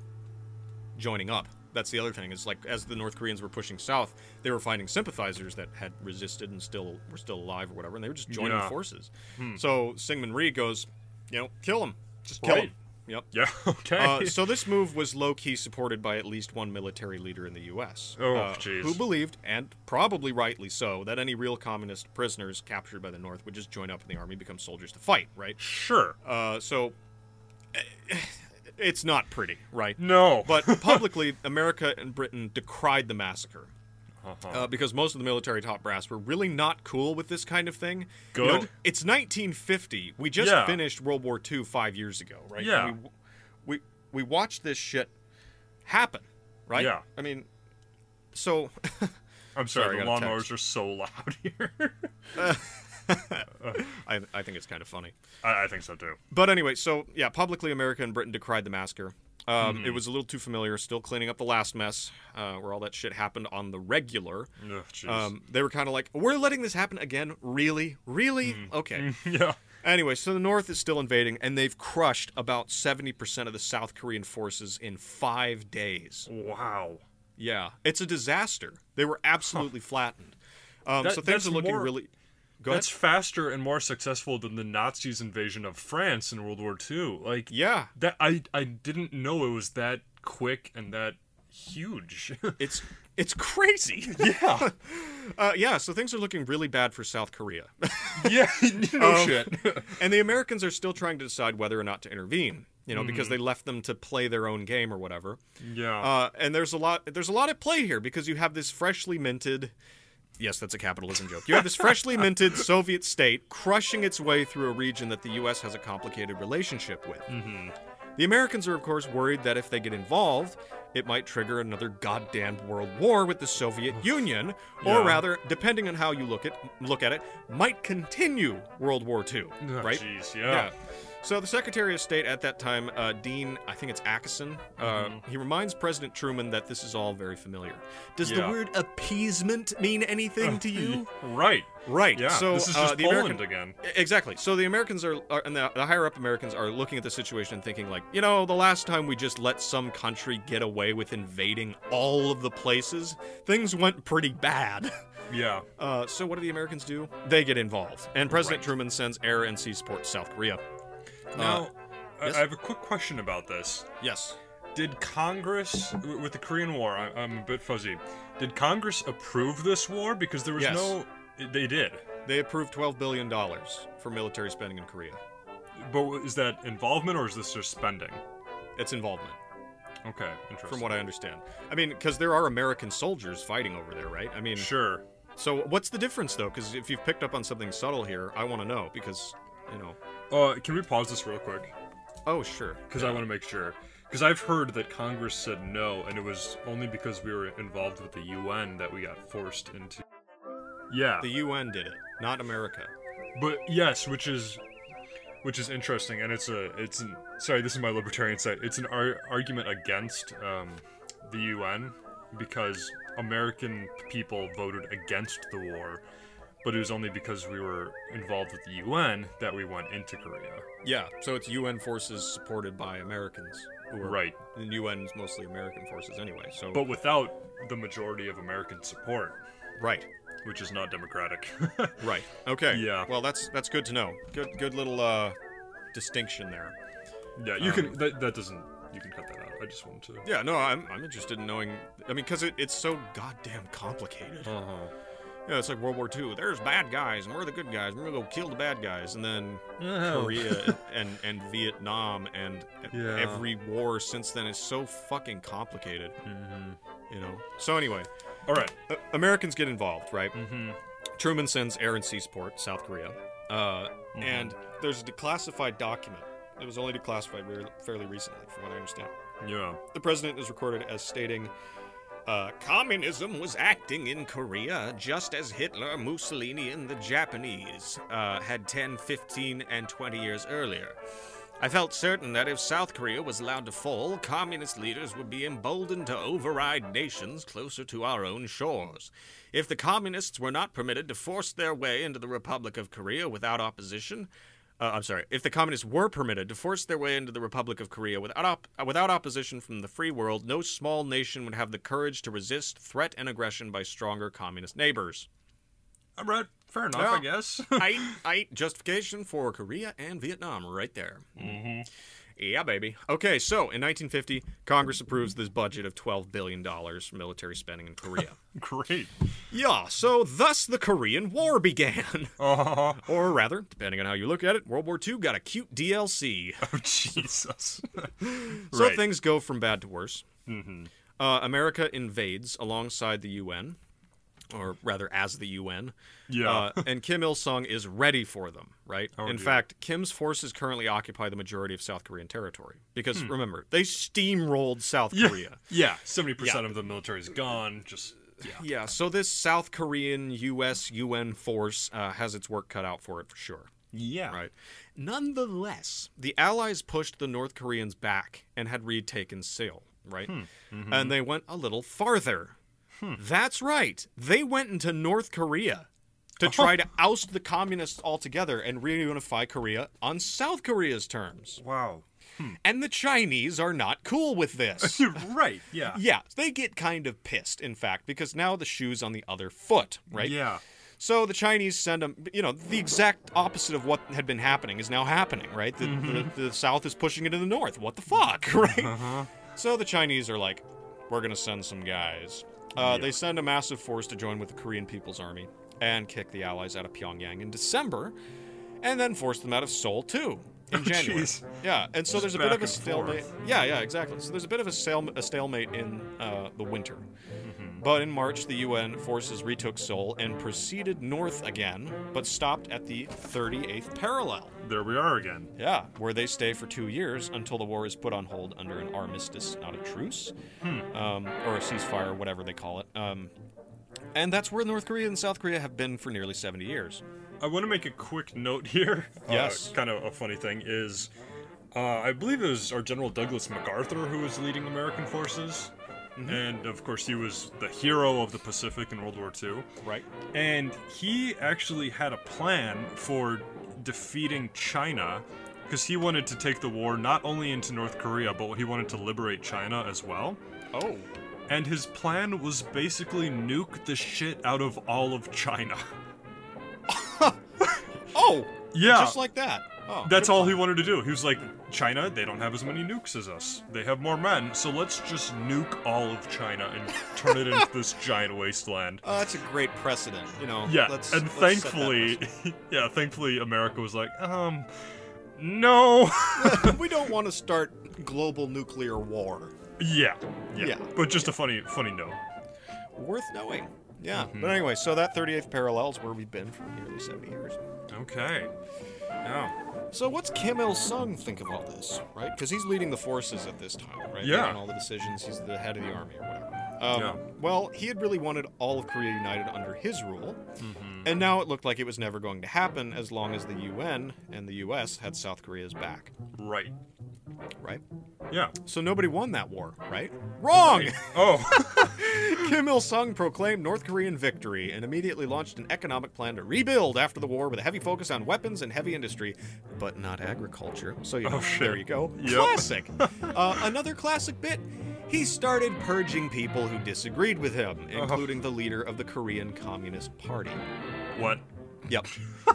joining up. That's the other thing is like as the North Koreans were pushing south, they were finding sympathizers that had resisted and still were still alive or whatever, and they were just joining
Yeah. Hmm.
forces. So Syngman Rhee goes, you know, kill them, just kill
Right.
them. Yep.
Yeah. Okay.
Uh, so this move was low key supported by at least one military leader in the U.S.
Oh,
uh,
jeez.
who believed, and probably rightly so, that any real communist prisoners captured by the North would just join up in the army, become soldiers to fight. Right.
sure.
Uh, so eh, it's not pretty, right?
No.
But publicly, America and Britain decried the massacre.
Uh-huh.
Uh, because most of the military top brass were really not cool with this kind of thing. You know,
Good.
it's 1950. We just
Yeah.
finished World War II five years ago, right? And
Yeah.
We, we we watched this shit happen, right?
Yeah.
I mean, so sorry,
I'm sorry. the
I got a
lawnmowers
text.
are so loud here.
I, I think it's kind of funny.
I, I think so too.
But anyway, so yeah, publicly America and Britain decried the massacre. Um,
Mm-hmm.
It was a little too familiar, still cleaning up the last mess uh, where all that shit happened on the regular.
Ugh, jeez.
Um, they were kind of like, we're letting this happen again? Really? Really?
Mm-hmm.
Okay.
yeah.
Anyway, so the North is still invading, and they've crushed about 70% of the South Korean forces in five days.
Wow.
Yeah. It's a disaster. They were absolutely flattened. Um,
That-
so
that's
things are looking
more-
really. Go ahead.
That's faster and more successful than the Nazis' invasion of France in World War II. Like,
Yeah.
that I I didn't know it was that quick and that huge.
It's it's crazy.
yeah,
Uh, yeah, so things are looking really bad for South Korea.
yeah, no
Um,
shit.
and the Americans are still trying to decide whether or not to intervene, you know, because they left them to play their own game or whatever.
yeah,
Uh, and there's a lot there's a lot at play here because you have this freshly minted Yes, that's a capitalism joke. You have this freshly minted Soviet state crushing its way through a region that the US has a complicated relationship with.
Mm-hmm.
The Americans are, of course, worried that if they get involved, it might trigger another goddamn world war with the Soviet Union, or
Yeah.
rather, depending on how you look at look at it, might continue World War II.
Ugh,
right?
Ah, Jeez, yeah.
So the Secretary of State at that time, uh, Dean, I think it's Ackison, uh,
Mm-hmm.
he reminds President Truman that this is all very familiar. Does
Yeah.
the word appeasement mean anything to you?
Right.
Right.
Yeah.
So
this is
uh,
just
the
Poland
American,
again.
Exactly. So the Americans are, are and the, the higher up Americans are looking at the situation and thinking like, you know, the last time we just let some country get away with invading all of the places, things went pretty bad.
Yeah.
Uh, so what do the Americans do? They get involved, and President
Right.
Truman sends air and sea support to South Korea.
Now, I-
Uh, yes?
I have a quick question about this.
Yes.
Did Congress, w- with the Korean War, I, I'm a bit fuzzy. Did Congress approve this war? Because there was
Yes.
no. They did.
They approved $12 billion for military spending in Korea.
But is that involvement or is this just spending?
It's involvement,
Okay, interesting.
from what I understand. I mean, because there are American soldiers fighting over there, right? I mean,
Sure.
so what's the difference, though? Because if you've picked up on something subtle here, I want to know, because, you know.
Uh, can we pause this real quick?
Oh, sure.
Because I want to make sure. Because I've heard that Congress said no, and it was only because we were involved with the UN that we got forced into. Yeah.
The UN did it, not America.
But yes, which is which is interesting, and it's a it's an, sorry, this is my libertarian side. It's an ar- argument against um, the UN because American people voted against the war, but it was only because we were involved with the UN that we went into Korea.
Yeah, so it's UN forces supported by Americans. Who are,
Right.
And UN's mostly American forces anyway, so.
But without the majority of American support,
right.
which is not democratic.
Right. Okay.
Yeah.
Well, that's that's good to know. Good good little uh distinction there.
yeah, you can that, that doesn't you can cut that out. I just wanted to.
Yeah, no, I'm, I'm interested in knowing. I mean, because it, it's so goddamn complicated.
Uh-huh.
Yeah, it's like World War II. There's bad guys, and we're the good guys. and We're gonna go kill the bad guys, and then
Uh,
Korea and and Vietnam and
Oh. Yeah.
every war since then is so fucking complicated. You know. So anyway,
All right.
uh, Americans get involved, right? Mm-hmm. Truman sends air and sea support, South Korea, uh, and there's a declassified document. It was only declassified re- fairly recently, from what I understand.
Yeah.
The president is recorded as stating, uh, Communism was acting in Korea just as Hitler, Mussolini, and the Japanese uh, had 10, 15, and 20 years earlier. I felt certain that if South Korea was allowed to fall, communist leaders would be emboldened to override nations closer to our own shores. If the communists were not permitted to force their way into the Republic of Korea without opposition, uh, I'm sorry. If the communists were permitted to force their way into the Republic of Korea without op- uh, without opposition from the free world, no small nation would have the courage to resist threat and aggression by stronger communist neighbors.
All right. Fair enough, I
Well,
guess.
I, I justification for Korea and Vietnam right there. Mm-hmm. Yeah, baby. Okay, so in 1950, Congress approves this budget of 12 billion dollars for military spending in Korea.
Great.
yeah, so thus the Korean War began,
Oh,
or rather, depending on how you look at it, World War II got a cute DLC.
Oh, Jesus.
So
Right.
things go from bad to worse. Mm-hmm. Uh, America invades alongside the UN, or rather, as the UN.
Yeah. Oh,
Uh, and Kim Il sung is ready for them, right? In
dear.
fact, Kim's forces currently occupy the majority of South Korean territory. Because remember, they steamrolled South Korea.
Hmm. yeah, 70% of the military is gone. Just, yeah.
Yeah, so this South Korean US UN force uh, has its work cut out for it for sure.
Yeah.
Right. Nonetheless, the Allies pushed the North Koreans back and had retaken Seoul, right?
Hmm. Mm-hmm.
And they went a little farther. That's right. They went into North Korea
Oh.
to try to oust the communists altogether and reunify Korea on South Korea's terms.
Wow.
And the Chinese are not cool with this.
right, yeah.
yeah, they get kind of pissed, in fact, because now the shoe's on the other foot, right?
Yeah.
So the Chinese send them, you know, the exact opposite of what had been happening is now happening, right? The, the, the South is pushing into the North. What the fuck, right? So the Chinese are like, we're going to send some guys. Uh, They send a massive force to join with the Korean People's Army and kick the Allies out of Pyongyang in December, and then force them out of Seoul, too. In January,
jeez.
yeah, and so
Just
there's a bit
back
of a
and
stalemate. Yeah, yeah, exactly. So there's a bit of a, stale- a stalemate in uh, the winter, but in March, the UN forces retook Seoul and proceeded north again, but stopped at the 38th parallel.
There we are again.
Yeah, where they stay for two years until the war is put on hold under an armistice, not a truce, um, or a ceasefire, whatever they call it. Um, and that's where North Korea and South Korea have been for nearly 70 years.
I want to make a quick note here.
Yes.
Uh, kind of a funny thing is, uh, I believe it was our General Douglas MacArthur who was leading American forces. And of course, he was the hero of the Pacific in World War II.
Right.
And he actually had a plan for defeating China because he wanted to take the war not only into North Korea, but he wanted to liberate China as well.
Oh.
And his plan was basically nuke the shit out of all of China.
Oh.
Yeah.
Just like that. Oh.
That's all he wanted to do. He was like, China, they don't have as many nukes as us. They have more men, so let's just nuke all of China and turn it into this giant wasteland.
Uh, that's a great precedent, you know.
Yeah,
let's-
and
let's set that
thankfully, yeah, thankfully, America was like, um, no.
precedent. we don't want to start global nuclear war.
yeah, yeah,
Yeah.
But just a funny, funny note.
Worth knowing. Yeah.
Mm-hmm.
But anyway, so that 38th parallel is where we've been for nearly 70 years.
Okay. Yeah.
So what's Kim Il Sung think of all this, right? Because he's leading the forces at this time, right?
Yeah.
Making all the decisions. He's the head of the army or whatever. Um,
Yeah.
Well, he had really wanted all of Korea united under his rule,
Mm-hmm.
and now it looked like it was never going to happen as long as the UN and the US had South Korea's back,
Right.
right?
Yeah.
So nobody won that war, right? Wrong!
Oh.
Kim Il sung proclaimed North Korean victory and immediately launched an economic plan to rebuild after the war with a heavy focus on weapons and heavy industry, but not agriculture. So, you know,
Oh, shit.
there you go.
Yep.
Classic. uh, another classic bit. He started purging people who disagreed with him,
Uh-huh.
including the leader of the Korean Communist Party.
what?
Yep.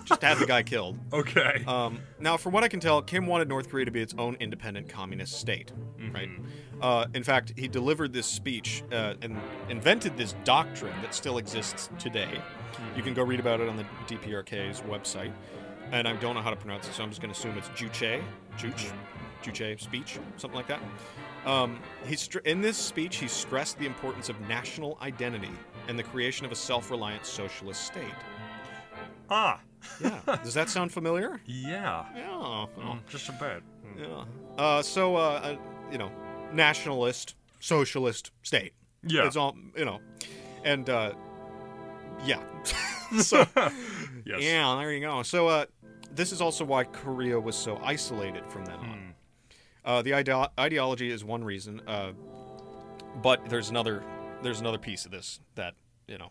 Just had the guy killed.
Okay.
Um, now, from what I can tell, Kim wanted North Korea to be its own independent communist state,
Mm-hmm.
right? Uh, in fact, he delivered this speech uh, and invented this doctrine that still exists today. You can go read about it on the DPRK's website. And I don't know how to pronounce it, so I'm just going to assume it's Juche, Juche, Juche speech, something like that. Um, he str- in this speech, he stressed the importance of national identity and the creation of a self-reliant socialist state.
ah.
Yeah, does that sound familiar?
Yeah.
Yeah. well,
Mm, Just a bit.
yeah. Uh, so, uh, uh, you know, nationalist, socialist state.
Yeah.
It's all, you know, and, uh, yeah. so,
Yes.
yeah, there you go. So, uh, this is also why Korea was so isolated from then on.
Hmm.
Uh, the ide- ideology is one reason, uh, but there's another, there's another piece of this that, you know,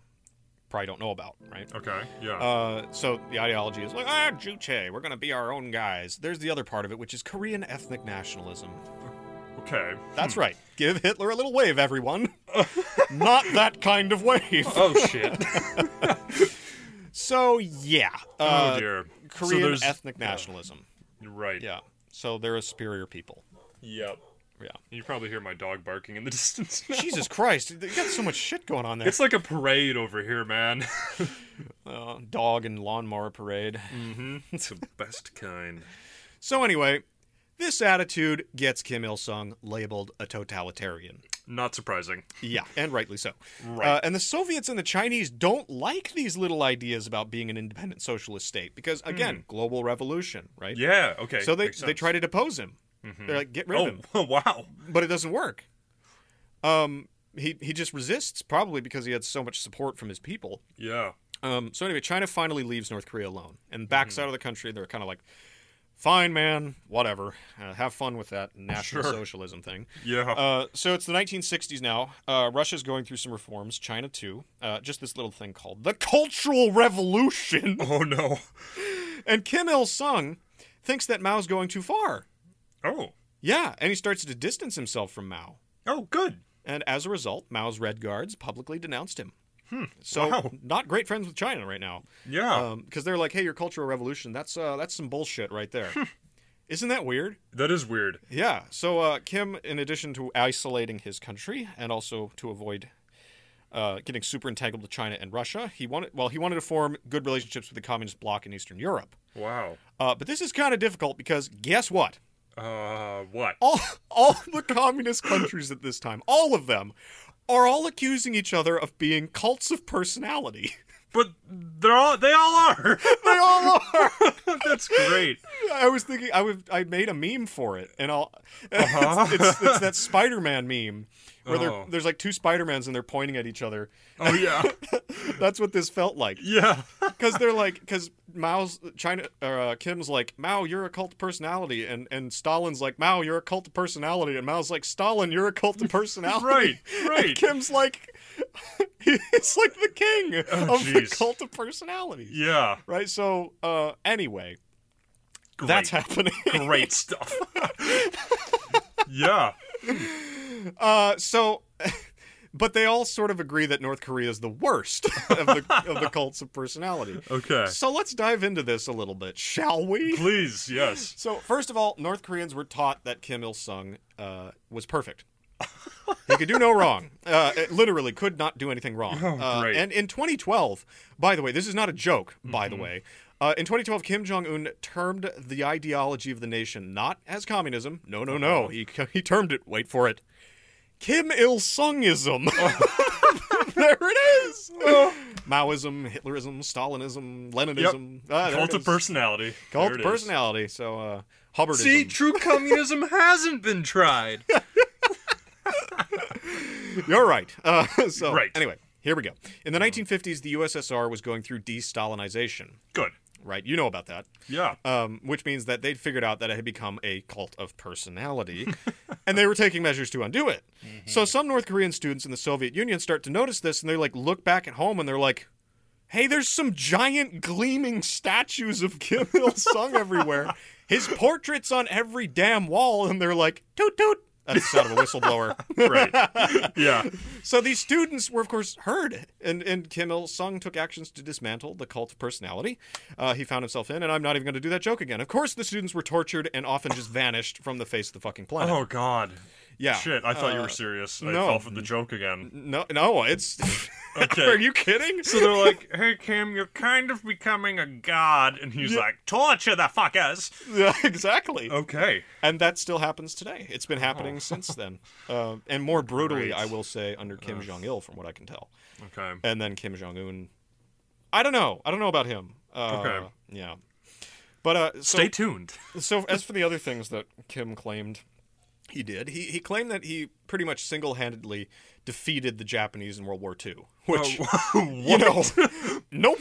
probably don't know about, right?
Okay. Yeah.
Uh, so the ideology is like, ah, Juche, we're going to be our own guys. There's the other part of it, which is Korean ethnic nationalism.
okay.
That's right. Give Hitler a little wave, everyone. Not that kind of wave.
Oh shit.
So, yeah. Uh,
oh dear. So
Korean
there's-
ethnic nationalism.
Right.
Yeah. So they're a superior people.
Yep.
Yeah.
You probably hear my dog barking in the distance. now.
Jesus Christ. You got so much shit going on there.
It's like a parade over here, man.
Uh, dog and lawnmower parade.
Hmm. it's the best kind.
So, anyway, this attitude gets Kim Il sung labeled a totalitarian.
Not surprising.
Yeah, and rightly so.
Right.
Uh, and the Soviets and the Chinese don't like these little ideas about being an independent socialist state because,
Hmm.
again, global revolution, right?
Yeah. Okay.
So they
makes
they
sense.
try to depose him. They're like, get rid of
Oh
him,
wow.
but it doesn't work. Um, he he just resists probably because he had so much support from his people.
Yeah.
Um, so anyway, China finally leaves North Korea alone and backs
Mm-hmm.
out of the country. They're kind of like, fine, man, whatever. Uh, have fun with that national
Sure.
socialism thing.
Yeah.
Uh, so it's the 1960s now. Uh, Russia's going through some reforms. China too. Uh, just this little thing called the Cultural Revolution.
oh no.
And Kim Il Sung thinks that Mao's going too far.
Oh.
Yeah, and he starts to distance himself from Mao.
Oh, good.
And as a result, Mao's Red Guards publicly denounced him. Hmm, so
wow.
not great friends with China right now,
Yeah.
because they're like, "Hey, your Cultural Revolution—that's uh, that's some bullshit right there." Isn't that weird?
that is weird.
Yeah. So uh, Kim, in addition to isolating his country and also to avoid uh, getting super entangled with China and Russia, he wanted well he wanted to form good relationships with the communist bloc in Eastern Europe.
Wow.
Uh, but this is kind of difficult because guess what?
Uh, what?
All all the communist countries at this time, all of them, are all accusing each other of being cults of personality.
But they're all. They all are.
they all are.
That's great.
I was thinking I would I made a meme for it, and I'll
Uh-huh.
it's, it's, it's that Spider-Man meme where
Oh.
there there's like two Spider-Mans and they're pointing at each other.
Oh yeah.
That's what this felt like
yeah.
because they're like because Mao's China or uh, Kim's like Mao, you're a cult personality, and and Stalin's like Mao, you're a cult personality, and Mao's like Stalin, you're a cult personality.
Right,
And
right.
Kim's like, he's like the king
Oh,
of the
jeez.
cult of personalities.
Yeah.
Right. So uh, anyway,
Great.
that's happening.
great stuff. yeah.
Uh, so, but they all sort of agree that North Korea is the worst of the of the cults of personality.
Okay.
So let's dive into this a little bit, shall we?
Please, yes.
So, first of all, North Koreans were taught that Kim Il sung uh, was perfect. he could do no wrong. Uh, it literally could not do anything wrong. Uh,
Oh, great.
and in 2012, by the way, this is not a joke, by
Mm-hmm.
the way. Uh, in 2012, Kim Jong un termed the ideology of the nation not as communism. No, no, no.
Uh-huh.
He, he termed it, wait for it, Kim Il sungism. there it is.
Uh.
Maoism, Hitlerism, Stalinism, Leninism. Ah, there
Cult
it
of
is.
personality.
Cult
There it is.
personality. So uh Hubbardism.
See, true communism hasn't been tried.
You're right. Uh, so
Right. Um,
anyway, here we go. In the 1950s, the USSR was going through de-Stalinization.
Good.
Right, you know about that.
Yeah.
Um, which means that they'd figured out that it had become a cult of personality, and they were taking measures to undo it. So some North Korean students in the Soviet Union start to notice this, and they like look back at home, and they're like, "Hey, there's some giant gleaming statues of Kim Il Sung everywhere. His portraits on every damn wall." And they're like, "Toot toot." That's the sound of a whistleblower.
Right. yeah.
So these students were, of course, heard, and, and Kim Il Sung took actions to dismantle the cult of personality uh, he found himself in. And I'm not even going to do that joke again. Of course, the students were tortured and often just vanished from the face of the fucking planet.
Oh God.
yeah,
Shit. I thought you
Uh,
were serious. I
no.
fell for the joke again.
No, no, it's.
Okay.
Are you kidding?
So they're like, "Hey Kim, you're kind of becoming a god," and he's like, "Torture the fuckers."
Yeah, exactly.
Okay. Oh.
And that still happens today. It's been happening since then, uh, and more brutally,
Great.
I will say, under Kim Jong Il, from what I can tell.
Okay.
and then Kim Jong Un. I don't know. I don't know about him. Uh,
Okay.
Yeah. But uh, so,
Stay tuned.
so as for the other things that Kim claimed he did, he he claimed that he pretty much single handedly defeated the Japanese in World War II,
Oh,
which you know, nope.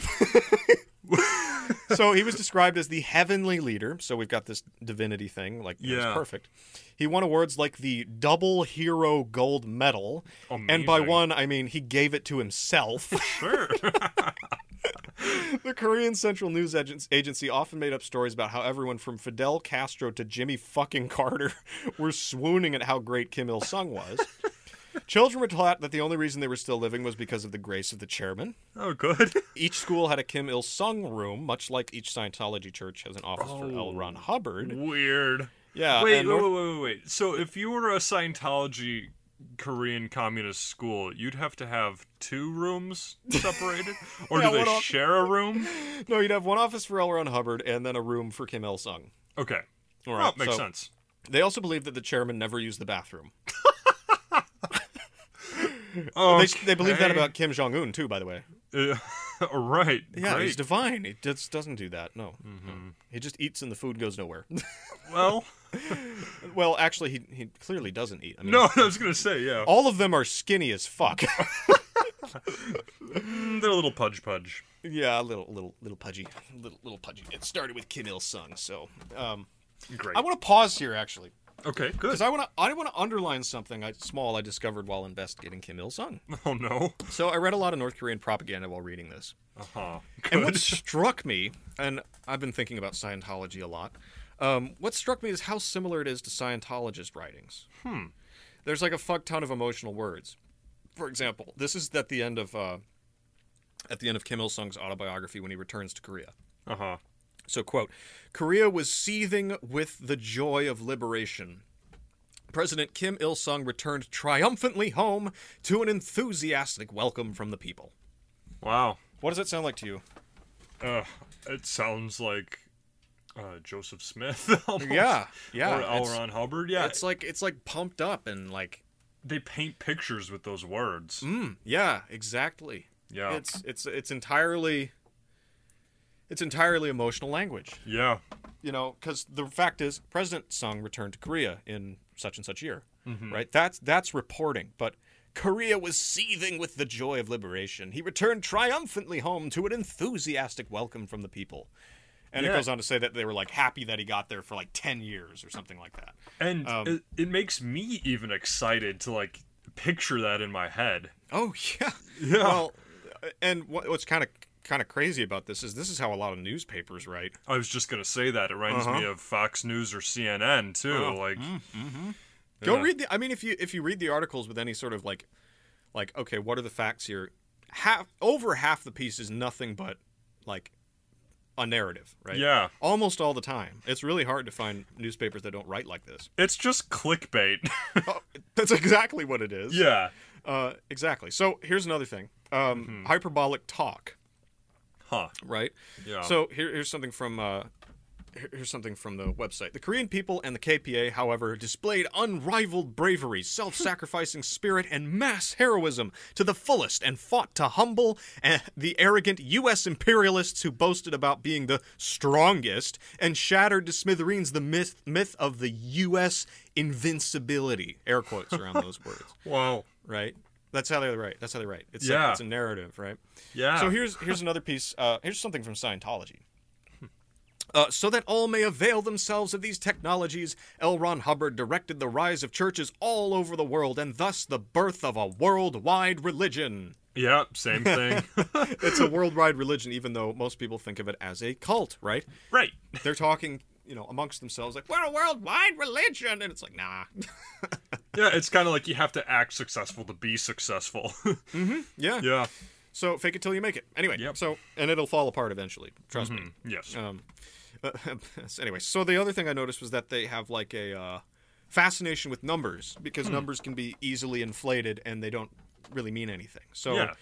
so he was described as the heavenly leader. So we've got this divinity thing, like it was
Yeah.
perfect. He won awards like the double hero gold medal, and by
Amazing.
one I mean he gave it to himself.
sure.
The Korean Central News Agen- Agency often made up stories about how everyone from Fidel Castro to Jimmy fucking Carter were swooning at how great Kim Il sung was. Children were taught that the only reason they were still living was because of the grace of the chairman.
oh, good.
Each school had a Kim Il sung room, much like each Scientology church has an office for L. Ron Hubbard.
Weird.
Yeah.
Oh. wait,
and
wait,
North-
wait, wait, wait, wait. So if you were a Scientology Korean communist school, you'd have to have two rooms separated, or
Yeah,
do they
one off-
share a room?
No, you'd have one office for L. Ron Hubbard and then a room for Kim Il sung.
Okay,
All
that Oh, makes
Oh, so
sense.
They also believed that the chairman never used the bathroom.
Oh,
They, they believe that about Kim Jong Un too, by the way.
right.
Yeah,
great. Mm-hmm.
he's divine. He just doesn't do that. No, No. he just eats and the food goes nowhere.
well,
well, actually, he he clearly doesn't eat. I mean,
no, I was gonna say yeah.
all of them are skinny as fuck.
Mm, They're a little pudge pudge.
yeah, a little little little pudgy, little little pudgy. It started with Kim Il Sung. So, um,
Great.
I want to pause here actually
okay, good.
because I want to I want to underline something I, small I discovered while investigating Kim Il Sung.
Oh no.
So I read a lot of North Korean propaganda while reading this.
Uh huh.
And what struck me, and I've been thinking about Scientology a lot, um, what struck me is how similar it is to Scientologist writings. Hmm. There's like a fuck ton of emotional words. For example, this is at the end of uh, at the end of Kim Il Sung's autobiography when he returns to Korea.
Uh huh.
So, quote, Korea was seething with the joy of liberation. President Kim Il Sung returned triumphantly home to an enthusiastic welcome from the people.
Wow.
What does that sound like to you?
Uh, it sounds like uh, Joseph Smith. almost. Or L.
it's-
Ron Hubbard. Yeah.
it's like it's like pumped up and like hmm,
they paint pictures with those words.
yeah exactly
Yeah.
Mm, it's it's it's entirely it's entirely emotional language
Yeah.
you know because the fact is
Mm-hmm.
president sung returned to korea in such and such year right that's that's reporting but Korea was seething with the joy of liberation. He returned triumphantly home to an enthusiastic welcome from the people. And it
Yeah.
goes on to say that they were like happy that he got there for like 10 years or something like that.
And
um,
it, it makes me even excited to like picture that in my head.
Oh yeah. Yeah. Well, and what, what's kind of kind of crazy about this is this is how a lot of newspapers write.
I was just gonna say that it reminds me
Uh-huh.
of Fox News or CNN too.
Oh,
like,
Go
Yeah.
read the. I mean, if you if you read the articles with any sort of like, like okay, what are the facts here? Half over half the piece is nothing but like a narrative, right?
Yeah.
Almost all the time. It's really hard to find newspapers that don't write like this.
it's just clickbait.
Oh, that's exactly what it is.
yeah.
Uh, exactly. So here's another thing. Um,
Mm-hmm.
hyperbolic talk.
Huh.
right?
Yeah.
So here, here's something from uh, here- here's something from the website. The Korean people and the KPA, however, displayed unrivaled bravery, self-sacrificing spirit, and mass heroism to the fullest, and fought to humble eh, the arrogant U.S. imperialists who boasted about being the strongest, and shattered to smithereens the myth myth of the U.S. invincibility. Air quotes around those words,
Wow.
right? That's how they write. That's how they write. It's
Yeah.
like, it's a narrative, right?
Yeah.
So here's here's another piece. Uh, here's something from Scientology. Uh, so that all may avail themselves of these technologies, L. Ron Hubbard directed the rise of churches all over the world and thus the birth of a worldwide religion.
Yep. Same thing.
It's a worldwide religion, even though most people think of it as a cult, right?
right.
They're talking, you know, amongst themselves like, we're a worldwide religion. And it's like, nah.
Yeah. It's kind of like you have to act successful to be successful.
yeah.
yeah.
So fake it till you make it. Anyway,
Yep.
so, and it'll fall apart eventually. Trust me.
Yes.
Um, uh, so anyway, so the other thing I noticed was that they have like a uh, fascination with numbers because numbers can be easily inflated and they don't really mean anything. So,
yeah.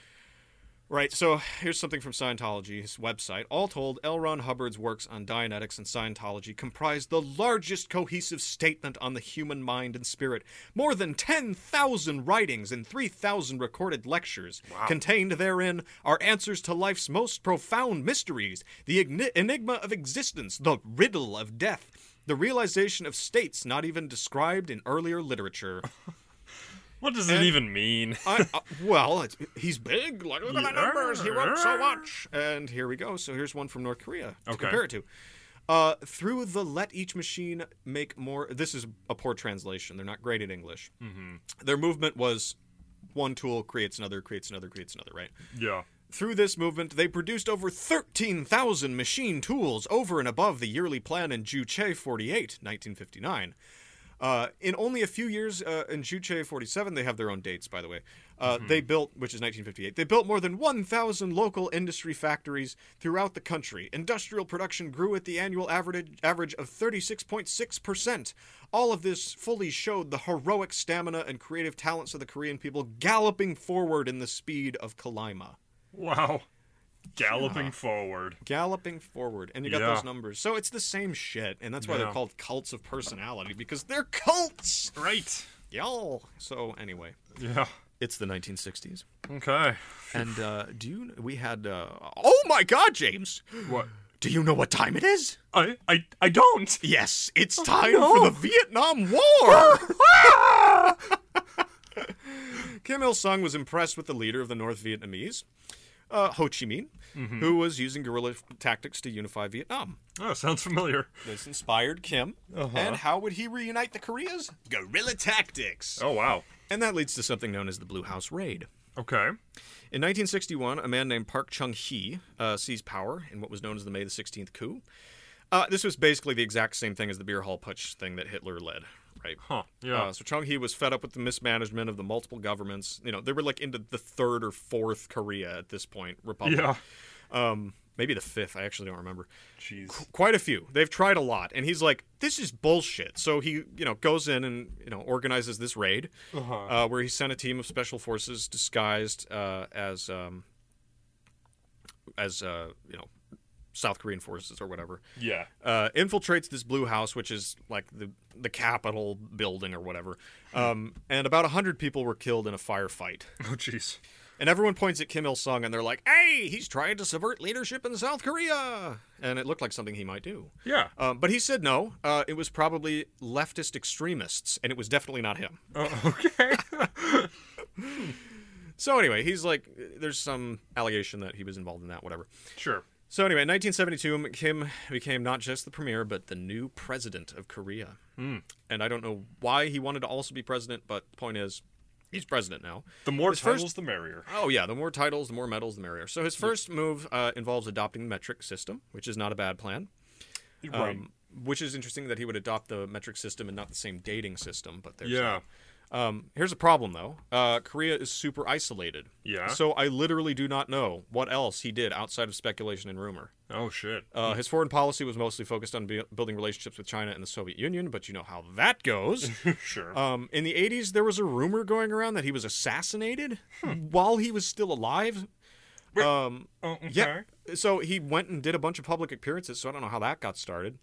right, so here's something from Scientology's website. All told, L. Ron Hubbard's works on Dianetics and Scientology comprise the largest cohesive statement on the human mind and spirit. More than 10,000 writings and 3,000 recorded lectures contained therein are answers to life's most profound mysteries, the igni- enigma of existence, the riddle of death, the realization of states not even described in earlier literature.
What does it even mean?
I, uh, well, it's, he's big. Like, look at the
Yeah.
numbers. He wrote so much. And here we go. So here's one from North Korea to
Okay.
compare it to. Uh, through the let each machine make more. This is a poor translation. They're not great at English. Mm-hmm. Their movement was one tool creates another, creates another, creates another, right?
Yeah.
Through this movement, they produced over 13,000 machine tools over and above the yearly plan in Juche 48, 1959. Uh, in only a few years, uh, in Juche 47, they have their own dates, by the way. Uh, They built, which is 1958, they built more than 1,000 local industry factories throughout the country. Industrial production grew at the annual average, average of 36.6%. All of this fully showed the heroic stamina and creative talents of the Korean people galloping forward in the speed of Kalima
Wow. Galloping forward.
galloping forward and you got
Yeah.
those numbers so it's the same shit and that's why they're
Yeah.
called cults of personality because they're cults
Right.
y'all so anyway
Yeah.
it's the 1960s
Okay.
and uh do you we had uh oh my god james
What?
do you know what time it is
I I I don't.
yes it's time
no.
for the vietnam war Kim Il sung was impressed with the leader of the North Vietnamese, uh, Ho Chi Minh,
Mm-hmm.
who was using guerrilla tactics to unify Vietnam.
Oh, sounds familiar.
This inspired Kim. And how would he reunite the Koreas? Guerrilla tactics.
Oh wow.
And that leads to something known as the Blue House Raid.
Okay.
In 1961, a man named Park Chung Hee uh, seized power in what was known as the May the 16th coup. Uh, this was basically the exact same thing as the beer hall putsch thing that Hitler led, right?
Huh. Yeah.
Uh, so Chung Hee was fed up with the mismanagement of the multiple governments. You know, they were like into the third or fourth Korea at this point, Republic. Um,
yeah.
Maybe the fifth. I actually don't remember.
Jeez.
quite a few. They've tried a lot, and he's like, "This is bullshit." So he, you know, goes in and you know organizes this raid, uh where he sent a team of special forces disguised uh, as um, as uh, you know South Korean forces or whatever.
Yeah.
Uh, infiltrates this blue house, which is like the the Capitol building or whatever, um, and about hundred people were killed in a firefight.
Oh jeez.
And everyone points at Kim Il Sung, and they're like, "Hey, he's trying to subvert leadership in South Korea," and it looked like something he might do.
Yeah.
Um, but he said no. Uh, it was probably leftist extremists, and it was definitely not him.
Oh, okay.
So anyway, he's like, there's some allegation that he was involved in that, whatever.
Sure.
So anyway, in 1972, Kim became not just the premier, but the new president of Korea. And I don't know why he wanted to also be president, but the point is, he's president now.
The more
His first-
titles, the merrier.
Oh yeah, the more titles, the more medals, the merrier. So his first move uh, involves adopting the metric system, which is not a bad plan.
right.
Um, which is interesting that he would adopt the metric system and not the same dating system. But there's
Yeah.
um, here's a problem though. Uh, Korea is super isolated.
Yeah.
So I literally do not know what else he did outside of speculation and rumor.
Oh shit.
Uh, his foreign policy was mostly focused on bu- building relationships with China and the Soviet Union, but you know how that goes.
Uh, sure.
Um, in the 80s, there was a rumor going around that he was assassinated while he was still alive. Um,
oh, okay.
yeah. So he went and did a bunch of public appearances, so I don't know how that got started.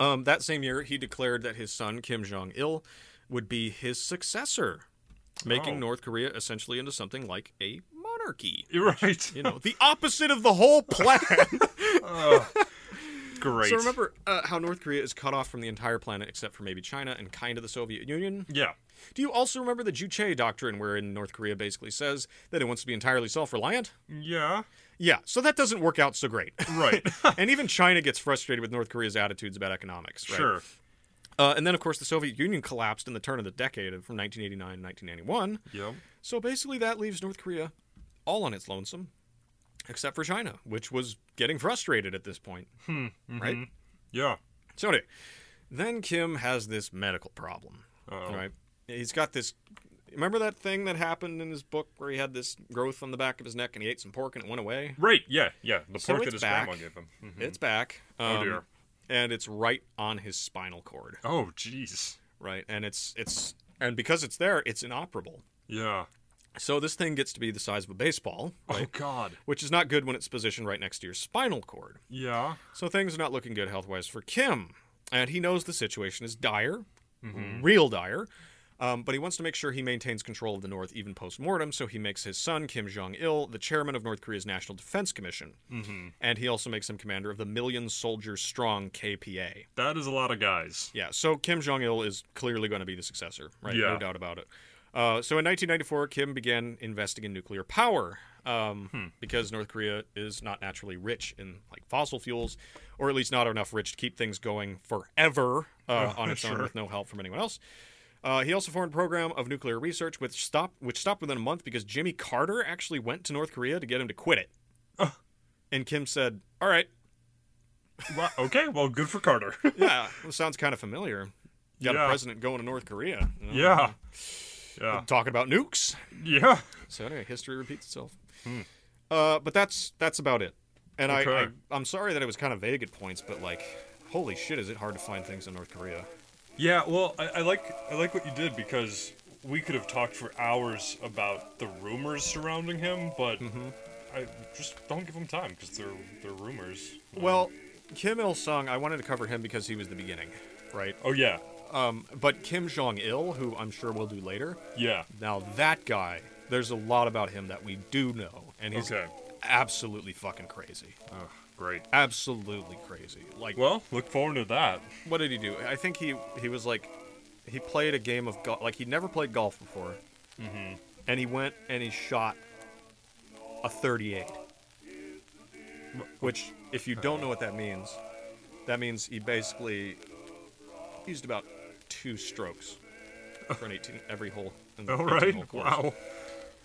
Um, that same year, he declared that his son, Kim Jong il, would be his successor, making
Oh.
North Korea essentially into something like a monarchy.
You're right.
You know, the opposite of the whole plan.
Great.
so remember uh, how North Korea is cut off from the entire planet except for maybe China and kind of the Soviet Union?
Yeah.
Do you also remember the Juche doctrine, wherein North Korea basically says that it wants to be entirely self reliant?
Yeah.
Yeah, so that doesn't work out so great.
Right.
and even China gets frustrated with North Korea's attitudes about economics, right?
Sure.
Uh, and then, of course, the Soviet Union collapsed in the turn of the decade of- from 1989 to 1991.
Yep.
So basically, that leaves North Korea all on its lonesome, except for China, which was getting frustrated at this point,
Hmm, mm-hmm.
right?
Yeah.
So anyway, then Kim has this medical problem.
Uh-oh.
Right? He's got this. Remember that thing that happened in his book where he had this growth on the back of his neck and he ate some pork and it went away?
Right. Yeah. Yeah. The
So
pork
it's
that his
back.
grandma gave him. Mhm.
It's back. Um,
dear.
And it's right on his spinal cord,
Oh jeez.
right? And it's it's and because it's there, it's inoperable.
Yeah.
So this thing gets to be the size of a baseball,
Oh
right?
god.
Which is not good when it's positioned right next to your spinal cord.
Yeah.
So things are not looking good health wise for Kim. And he knows the situation is dire, real dire. Um, but he wants to make sure he maintains control of the North even post mortem, so he makes his son, Kim Jong il, the chairman of North Korea's National Defense Commission. Mm-hmm. And he also makes him commander of the million soldier strong KPA.
That is a lot of guys.
Yeah, so Kim Jong il is clearly going to be the successor, right?
Yeah.
No doubt about it. Uh, so in 1994, Kim began investing in nuclear power um,
Hmm.
because North Korea is not naturally rich in like fossil fuels, or at least not enough rich to keep things going forever uh, on its own
Oh, sure.
with no help from anyone else. Uh, he also formed a program of nuclear research, which stopped which stopped within a month because Jimmy Carter actually went to North Korea to get him to quit it, and Kim said, "All right,
Well, okay. Well, good for Carter.
yeah, well, sounds kind of familiar. Got a
Yeah.
president going to North Korea. you know?
yeah. Yeah.
talking about nukes.
Yeah.
So anyway, history repeats itself. Uh, but that's that's about it. And I, I
Hmm. Okay.
I'm sorry that it was kind of vague at points, but like, holy shit, is it hard to find things in North Korea?
Yeah, well, I, I like I like what you did because we could have talked for hours about the rumors surrounding him, but I just don't give them time because they're they're rumors.
Well, Kim Il Sung, I wanted to cover him because he was the beginning, right?
Oh yeah,
Um, but Kim Jong Il, who I'm sure we'll do later,
yeah,
now that guy, there's a lot about him that we do know, and he's
Okay.
absolutely fucking crazy,
great.
absolutely crazy. Like,
Well, look forward to that.
what did he do? I think he he was like he played a game of golf. Like he'd never played golf before, mm-hmm. and he went and he shot a 38. Which, if you don't know what that means, that means he basically used about two strokes for an 18 every hole. In the
All
18
right.
hole course,
Wow.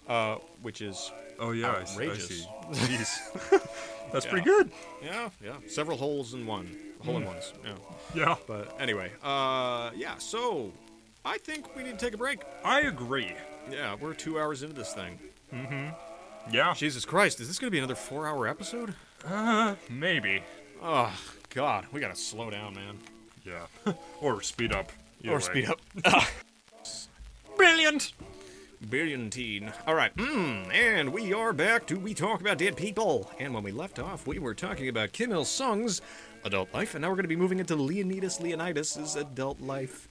Uh, which is
Oh yeah, I s- I
Outrageous.
see. Jeez, that's pretty good.
yeah, yeah, several holes in one, hole
Mm.
in ones. Yeah.
Yeah,
But anyway, uh, yeah. So I think we need to take a break.
I agree.
Yeah, we're two hours into this thing.
Yeah,
Jesus Christ, is this going to be another four hour episode?
maybe.
Oh, God, we got to slow down, man.
Yeah, or speed up. Either way.
up.
Brilliant.
Billiontine. All right, mm, and we are back to We Talk About Dead People. And when we left off, we were talking about Kim Il sung's adult life, and now we're going to be moving into Leonidas Leonidas' adult life.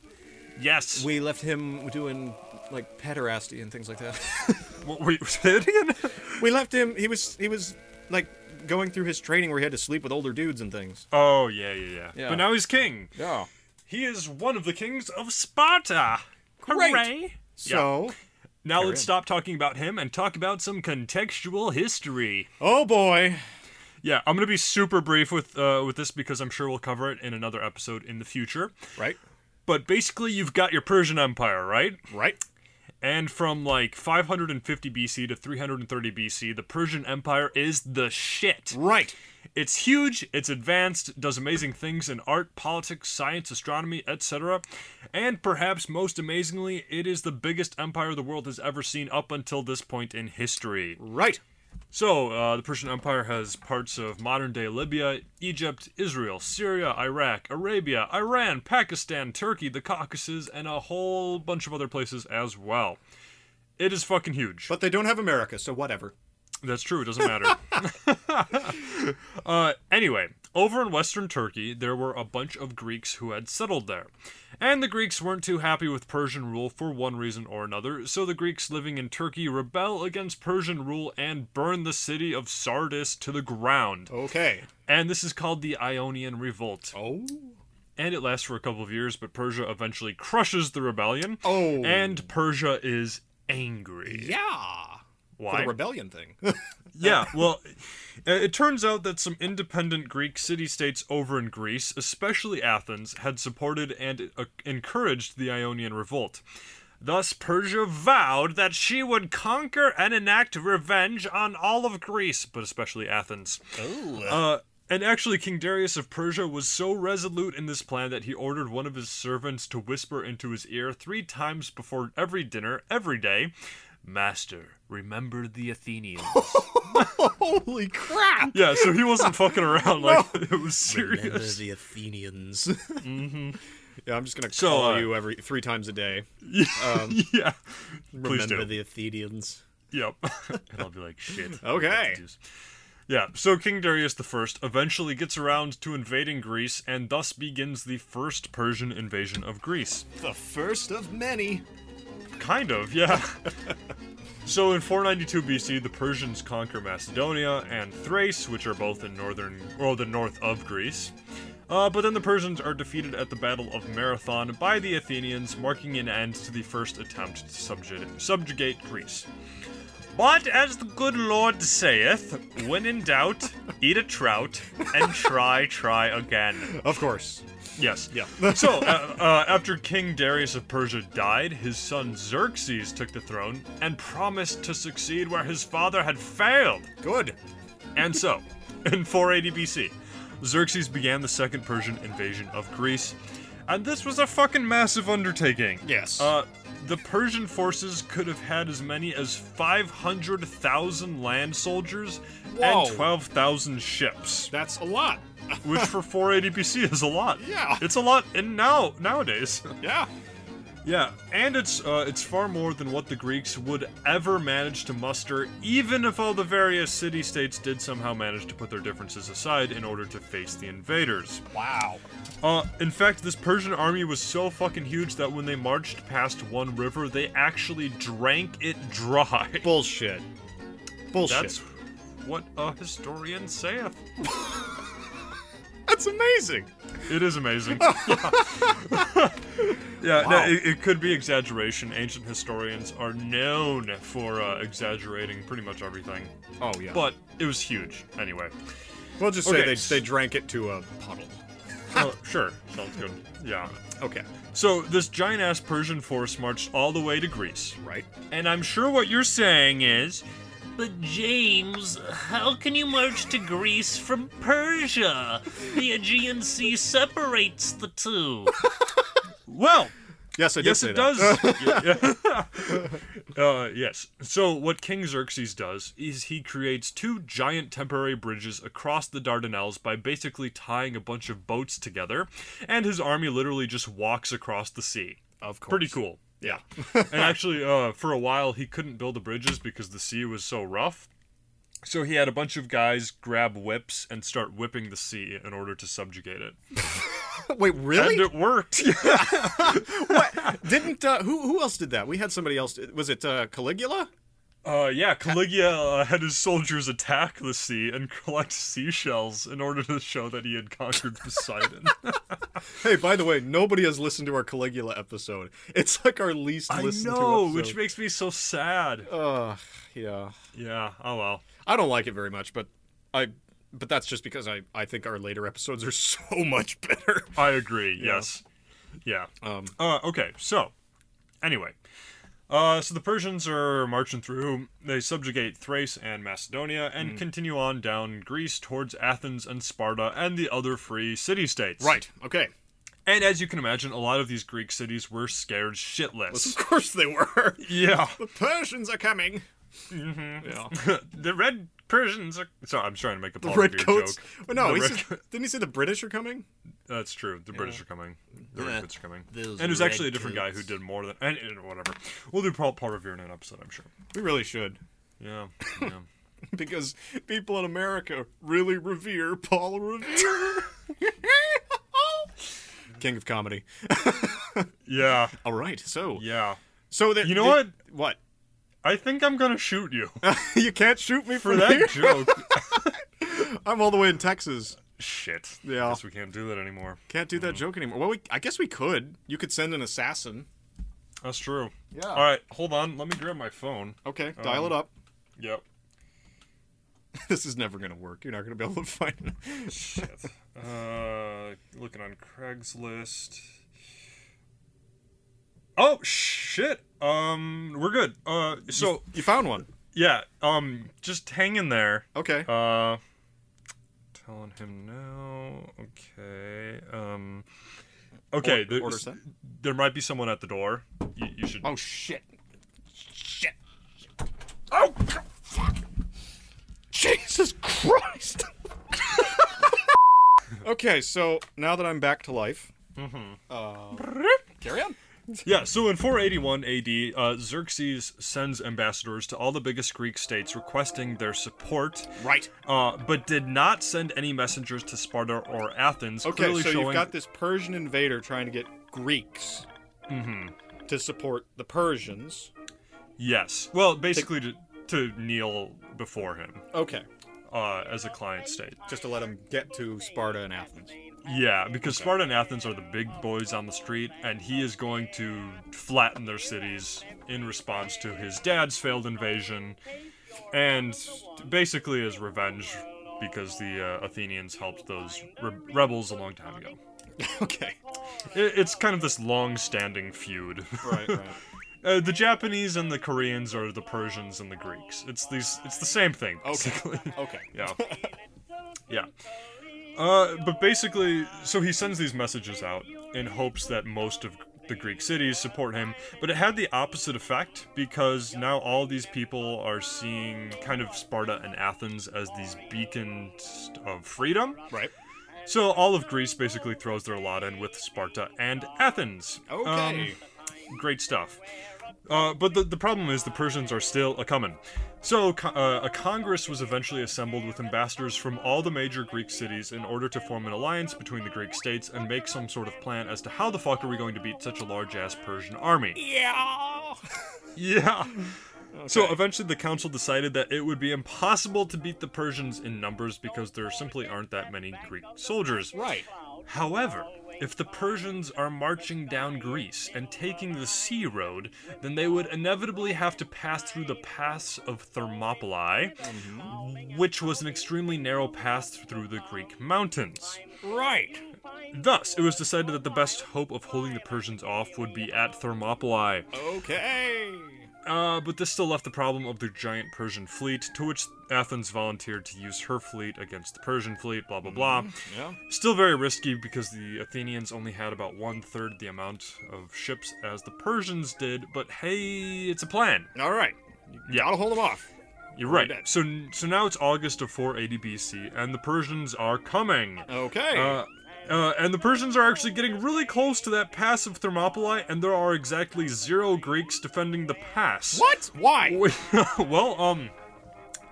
Yes.
We left him doing, like, pederasty and things like that.
W- wait, say it again.
we left him, he was, he was, like, going through his training where he had to sleep with older dudes and things.
Oh yeah, yeah, yeah.
Yeah.
But now he's king.
Yeah.
He is one of the kings of Sparta.
Great.
Hooray!
So,
Now let's stop talking about him and talk about some contextual history.
Oh boy.
Yeah, I'm gonna be super brief with uh, with this because I'm sure we'll cover it in another episode in the future.
Right.
But basically, you've got your Persian Empire, right?
Right.
And from like 550 BC to 330 BC, the Persian Empire is the shit.
Right.
It's huge, it's advanced, does amazing things in art, politics, science, astronomy, etc. And perhaps most amazingly, it is the biggest empire the world has ever seen up until this point in history.
Right.
So, uh, the Persian Empire has parts of modern day Libya, Egypt, Israel, Syria, Iraq, Arabia, Iran, Pakistan, Turkey, the Caucasus, and a whole bunch of other places as well. It is fucking huge.
But they don't have America, so whatever.
That's true. It doesn't matter. uh, anyway, over in Western Turkey, there were a bunch of Greeks who had settled there. And the Greeks weren't too happy with Persian rule for one reason or another, so the Greeks living in Turkey rebel against Persian rule and burn the city of Sardis to the ground.
Okay.
And this is called the Ionian Revolt.
Oh.
And it lasts for a couple of years, but Persia eventually crushes the rebellion.
Oh.
And Persia is angry.
Yeah.
Why?
For the rebellion thing.
Yeah, well, uh, it turns out that some independent Greek city states over in Greece, especially Athens, had supported and uh, encouraged the Ionian revolt. Thus, Persia vowed that she would conquer and enact revenge on all of Greece, but especially Athens. Uh, and actually, King Darius of Persia was so resolute in this plan that he ordered one of his servants to whisper into his ear three times before every dinner, every day, Master, remember the Athenians.
Holy crap.
Yeah, so he wasn't fucking around. Like it was
Remember
serious.
the Athenians.
Yeah, I'm just gonna
So,
call
uh,
you every three times a day.
yeah. Please
Remember
do.
the Athenians.
Yep. and I'll be like, shit.
Okay.
Yeah, so King Darius I eventually gets around to invading Greece, and thus begins the first Persian invasion of Greece.
The first of many.
Kind of, yeah. so in 492 BC, the Persians conquer Macedonia and Thrace, which are both in northern or the north of Greece. Uh, but then the Persians are defeated at the Battle of Marathon by the Athenians, marking an end to the first attempt to subjugate, subjugate Greece. But as the good Lord saith, when in doubt, eat a trout and try, try again.
Of course.
Yes.
Yeah.
so, uh, uh, after King Darius of Persia died, his son Xerxes took the throne and promised to succeed where his father had failed.
Good.
And so, in 480 BC, Xerxes began the second Persian invasion of Greece. And this was a fucking massive undertaking.
Yes.
Uh, the Persian forces could have had as many as 500,000 land soldiers
Whoa.
and 12,000 ships
That's a lot.
which for 480 BC is a lot.
Yeah.
it's a lot, and now nowadays,
Yeah.
yeah, and it's uh, it's far more than what the Greeks would ever manage to muster, even if all the various city states did somehow manage to put their differences aside in order to face the invaders.
Wow.
Uh, in fact, this Persian army was so fucking huge that when they marched past one river, they actually drank it dry.
Bullshit. Bullshit.
That's what a historian saith.
That's amazing.
It is amazing. yeah, Yeah, no,
Wow.
it, it could be exaggeration. Ancient historians are known for uh, exaggerating pretty much everything,
Oh yeah.
but it was huge anyway.
we'll just
okay.
say they, they drank it to a puddle.
Oh, sure, sounds good. Yeah.
Okay.
So this giant ass Persian force marched all the way to Greece,
Right.
and I'm sure what you're saying is,
But James, how can you march to Greece from Persia? The Aegean Sea separates the two.
well,
Yes, I did
Yes,
say
it
that.
does. Yeah. uh, yes. So what King Xerxes does is he creates two giant temporary bridges across the Dardanelles by basically tying a bunch of boats together, and his army literally just walks across the sea.
Of course.
Pretty cool.
Yeah.
and actually, uh, for a while, he couldn't build the bridges because the sea was so rough. So he had a bunch of guys grab whips and start whipping the sea in order to subjugate it.
Wait, really?
And it worked.
Didn't uh, who who else did that? We had somebody else. Was it uh, Caligula?
Uh, yeah, Caligula uh, had his soldiers attack the sea and collect seashells in order to show that he had conquered Poseidon.
Hey, by the way, nobody has listened to our Caligula episode. It's like our least
I
listened
know,
to
which
episode.
makes me so sad.
Ugh, yeah.
Uh, yeah, oh well.
I don't like it very much, but I but that's just because I I think our later episodes are so much better.
I agree. Yes. Yeah. Um. Uh, okay. So, anyway, uh, so the Persians are marching through. They subjugate Thrace and Macedonia and continue on down Greece towards Athens and Sparta and the other free city-states.
Right. Okay.
And as you can imagine, a lot of these Greek cities were scared
Of
shitless.
course they were.
Yeah.
The Persians are coming.
Mm-hmm. the red Persians are. Sorry, I'm trying to make a Paul Revere
Redcoats.
joke.
Well, no,
The
he
red
said,
coat-
didn't he say the British are coming?
That's true. The British are coming. The
Yeah,
Redcoats are coming.
those
and it was actually a different guy who
redcoats.
did more than and, and whatever. We'll do Paul, Paul Revere in an episode, I'm sure.
We really should.
Yeah. yeah.
Because people in America really revere Paul Revere. King of comedy.
yeah.
All right, so
Yeah.
so there,
You know
there-
what?
What?
I think I'm gonna shoot you
you can't shoot me
for
from here.
that joke.
I'm all the way in Texas.
Shit.
Yeah.
Guess we can't do that anymore.
Can't do
Mm.
that joke anymore. Well, we, I guess we could. You could send an assassin.
That's true.
Yeah.
All right. Hold on. Let me grab my phone.
Okay, dial it up.
Yep.
This is never gonna work. You're not gonna be able to find. it.
Shit. uh, looking on Craigslist. Oh shit. Um, we're good. Uh, so
You found one.
yeah. Um, just hang in there.
Okay.
Uh, telling him no. Okay. Um. Okay.
Or-
there-
order sent?
there might be someone at the door. You, you should.
oh shit! Shit!
Oh,
Jesus Christ! okay, so now that I'm back to life, Mm-hmm. uh, carry on.
Yeah, so in 481 AD, uh, Xerxes sends ambassadors to all the biggest Greek states requesting their support,
Right.
uh, but did not send any messengers to Sparta or Athens.
Okay,
clearly
so
showing
you've got this Persian invader trying to get Greeks
Mm-hmm.
to support the Persians.
yes. Well, basically to, to kneel before him
Okay,
uh, as a client state.
just to let them get to Sparta and Athens.
Yeah, because Sparta and Athens are the big boys on the street, and he is going to flatten their cities in response to his dad's failed invasion, and basically as revenge because the uh, Athenians helped those re- rebels a long time ago.
Okay.
It- it's kind of this long-standing feud.
Right. Right.
uh, the Japanese and the Koreans are the Persians and the Greeks. It's these. It's the same thing. Basically.
Okay.
Yeah. yeah. Uh, but basically, so he sends these messages out in hopes that most of the Greek cities support him, but it had the opposite effect because now all these people are seeing kind of Sparta and Athens as these beacons of freedom.
Right.
So all of Greece basically throws their lot in with Sparta and Athens. Um,
Okay.
great stuff. Uh, but the, the problem is the Persians are still a coming. So co- uh, a congress was eventually assembled with ambassadors from all the major Greek cities in order to form an alliance between the Greek states and make some sort of plan as to how the fuck are we going to beat such a large ass Persian army.
yeah.
Yeah. So eventually, the council decided that it would be impossible to beat the Persians in numbers because there simply aren't that many Greek soldiers.
Right.
However, if the Persians are marching down Greece and taking the sea road, then they would inevitably have to pass through the pass of Thermopylae, which was an extremely narrow pass through the Greek mountains.
Right.
Thus, it was decided that the best hope of holding the Persians off would be at Thermopylae.
Okay.
Uh, but this still left the problem of the giant Persian fleet, to which Athens volunteered to use her fleet against the Persian fleet, blah blah blah.
Yeah.
Still very risky because the Athenians only had about one third the amount of ships as the Persians did, but hey, it's a plan.
All right. You
Yeah.
gotta hold them off.
You're right.
dead.
So so now it's August of 480 BC, and the Persians are coming.
Okay.
Uh, uh, and the Persians are actually getting really close to that pass of Thermopylae, and there are exactly zero Greeks defending the pass.
what? Why?
We- well, um,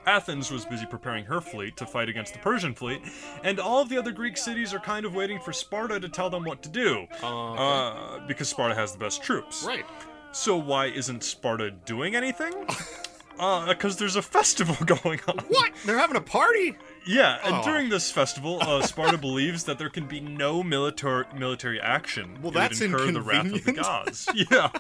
Athens was busy preparing her fleet to fight against the Persian fleet, and all of the other Greek cities are kind of waiting for Sparta to tell them what to do, uh, because Sparta has the best troops.
Right.
So why isn't Sparta doing anything? because there's a festival going on.
What? They're having a party?
Yeah, and
Oh.
during this festival, uh, Sparta believes that there can be no military military action.
Well,
It would
that's
incur the wrath of the
inconvenient.
gods. Yeah. Uh,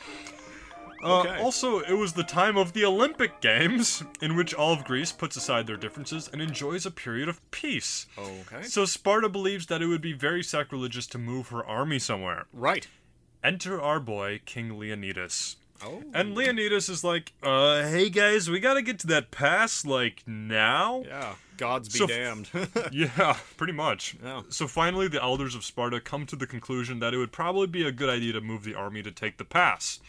Okay.
Also, it was the time of the Olympic Games, in which all of Greece puts aside their differences and enjoys a period of peace.
Okay.
So Sparta believes that it would be very sacrilegious to move her army somewhere.
Right.
Enter our boy, King Leonidas.
Oh.
And Leonidas is like, uh, hey guys, we gotta get to that pass, like, now?
Yeah. Gods be
So-
damned.
Yeah, pretty much.
Yeah.
So finally, the elders of Sparta come to the conclusion that it would probably be a good idea to move the army to take the pass.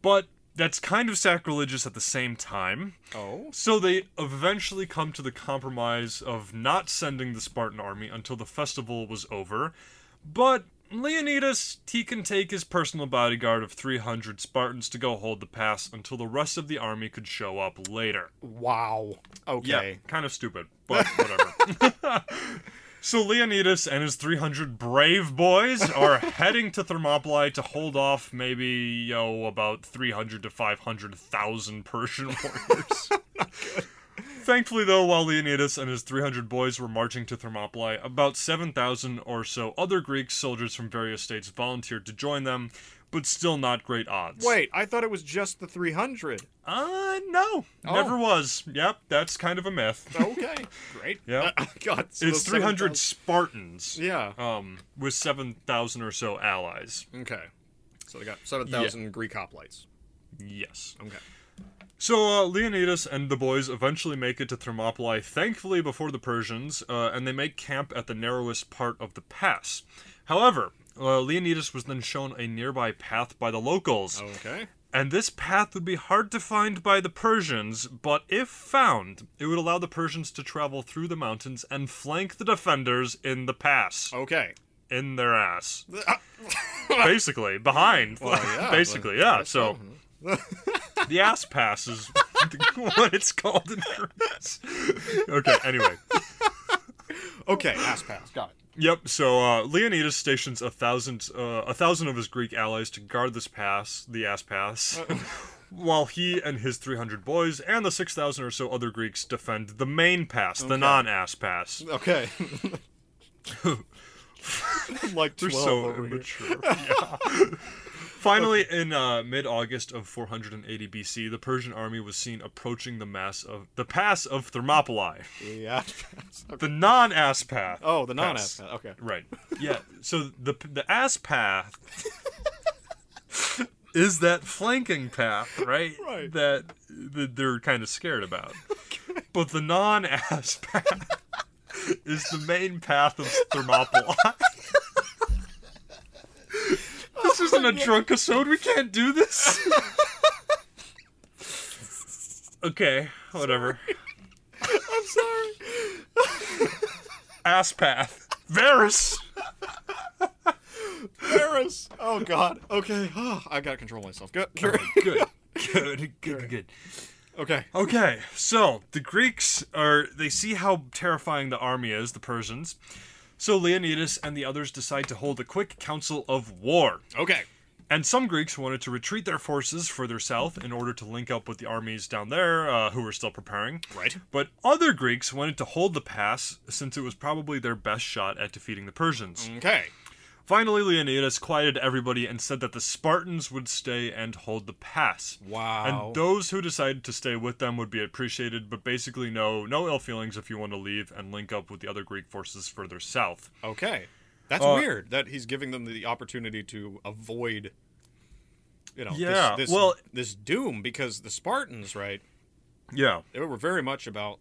But that's kind of sacrilegious at the same time.
oh.
So they eventually come to the compromise of not sending the Spartan army until the festival was over. But Leonidas, he can take his personal bodyguard of 300 Spartans to go hold the pass until the rest of the army could show up later.
Wow. Okay.
Yeah, kind of stupid, but whatever. so Leonidas and his 300 brave boys are heading to Thermopylae to hold off maybe, yo, about 300 to 500,000 Persian warriors. Thankfully, though, while Leonidas and his 300 boys were marching to Thermopylae, about 7,000 or so other Greek soldiers from various states volunteered to join them, but still not great odds.
Wait, I thought it was just the 300.
Uh, no.
Oh.
Never was. Yep, that's kind of a myth.
Okay. Great.
Yeah.
Uh, God. so
It's
those 7,000
300 Spartans.
Yeah.
Um, with 7,000 or so allies.
Okay. So they got 7,000 Greek hoplites.
Yes.
Okay.
So uh, Leonidas and the boys eventually make it to Thermopylae, thankfully before the Persians, uh, and they make camp at the narrowest part of the pass. However, uh, Leonidas was then shown a nearby path by the locals,
Okay.
and this path would be hard to find by the Persians, but if found, it would allow the Persians to travel through the mountains and flank the defenders in the pass.
Okay.
in their ass. basically, behind.
yeah,
basically, yeah. So the ass pass is what it's called in Greece. Okay, anyway.
Okay. Ass pass. Got it.
Yep, so uh, Leonidas stations a thousand, uh, a thousand of his Greek allies to guard this pass, the ass pass, while he and his 300 boys and the 6,000 or so other Greeks defend the main pass, the non-ass pass.
Okay. like 12
They're so
over here.
immature. Yeah. Finally, in uh, mid-August of 480 BC, the Persian army was seen approaching the mass of the pass of Thermopylae,
The ass pass. Okay.
the non-ass path.
Oh, the non-ass pass. Okay.
Right. Yeah. So the the ass path is that flanking path, right?
Right.
That, that they're kind of scared about. But the non-ass path is the main path of Thermopylae. this isn't a drunk episode. We can't do this. okay. Whatever.
I'm sorry.
Ass path. Varus.
Paris. Oh, God. Okay. Ah, I got to control myself. Good.
Good. Good. Good. Good.
Okay.
Okay, so the Greeks are they see how terrifying the army is, the Persians. So Leonidas and the others decide to hold a quick council of war.
Okay.
And some Greeks wanted to retreat their forces further south in order to link up with the armies down there uh, who were still preparing.
Right.
But other Greeks wanted to hold the pass since it was probably their best shot at defeating the Persians.
Mm.
Okay.
Finally, Leonidas quieted everybody and said that the Spartans would stay and hold the pass.
Wow.
And those who decided to stay with them would be appreciated, but basically, no, no ill feelings if you want to leave and link up with the other Greek forces further south.
Okay. That's
Uh,
weird that he's giving them the opportunity to avoid you know
Yeah,
this, this
well-
this doom because the Spartans, right,
Yeah,
they were very much about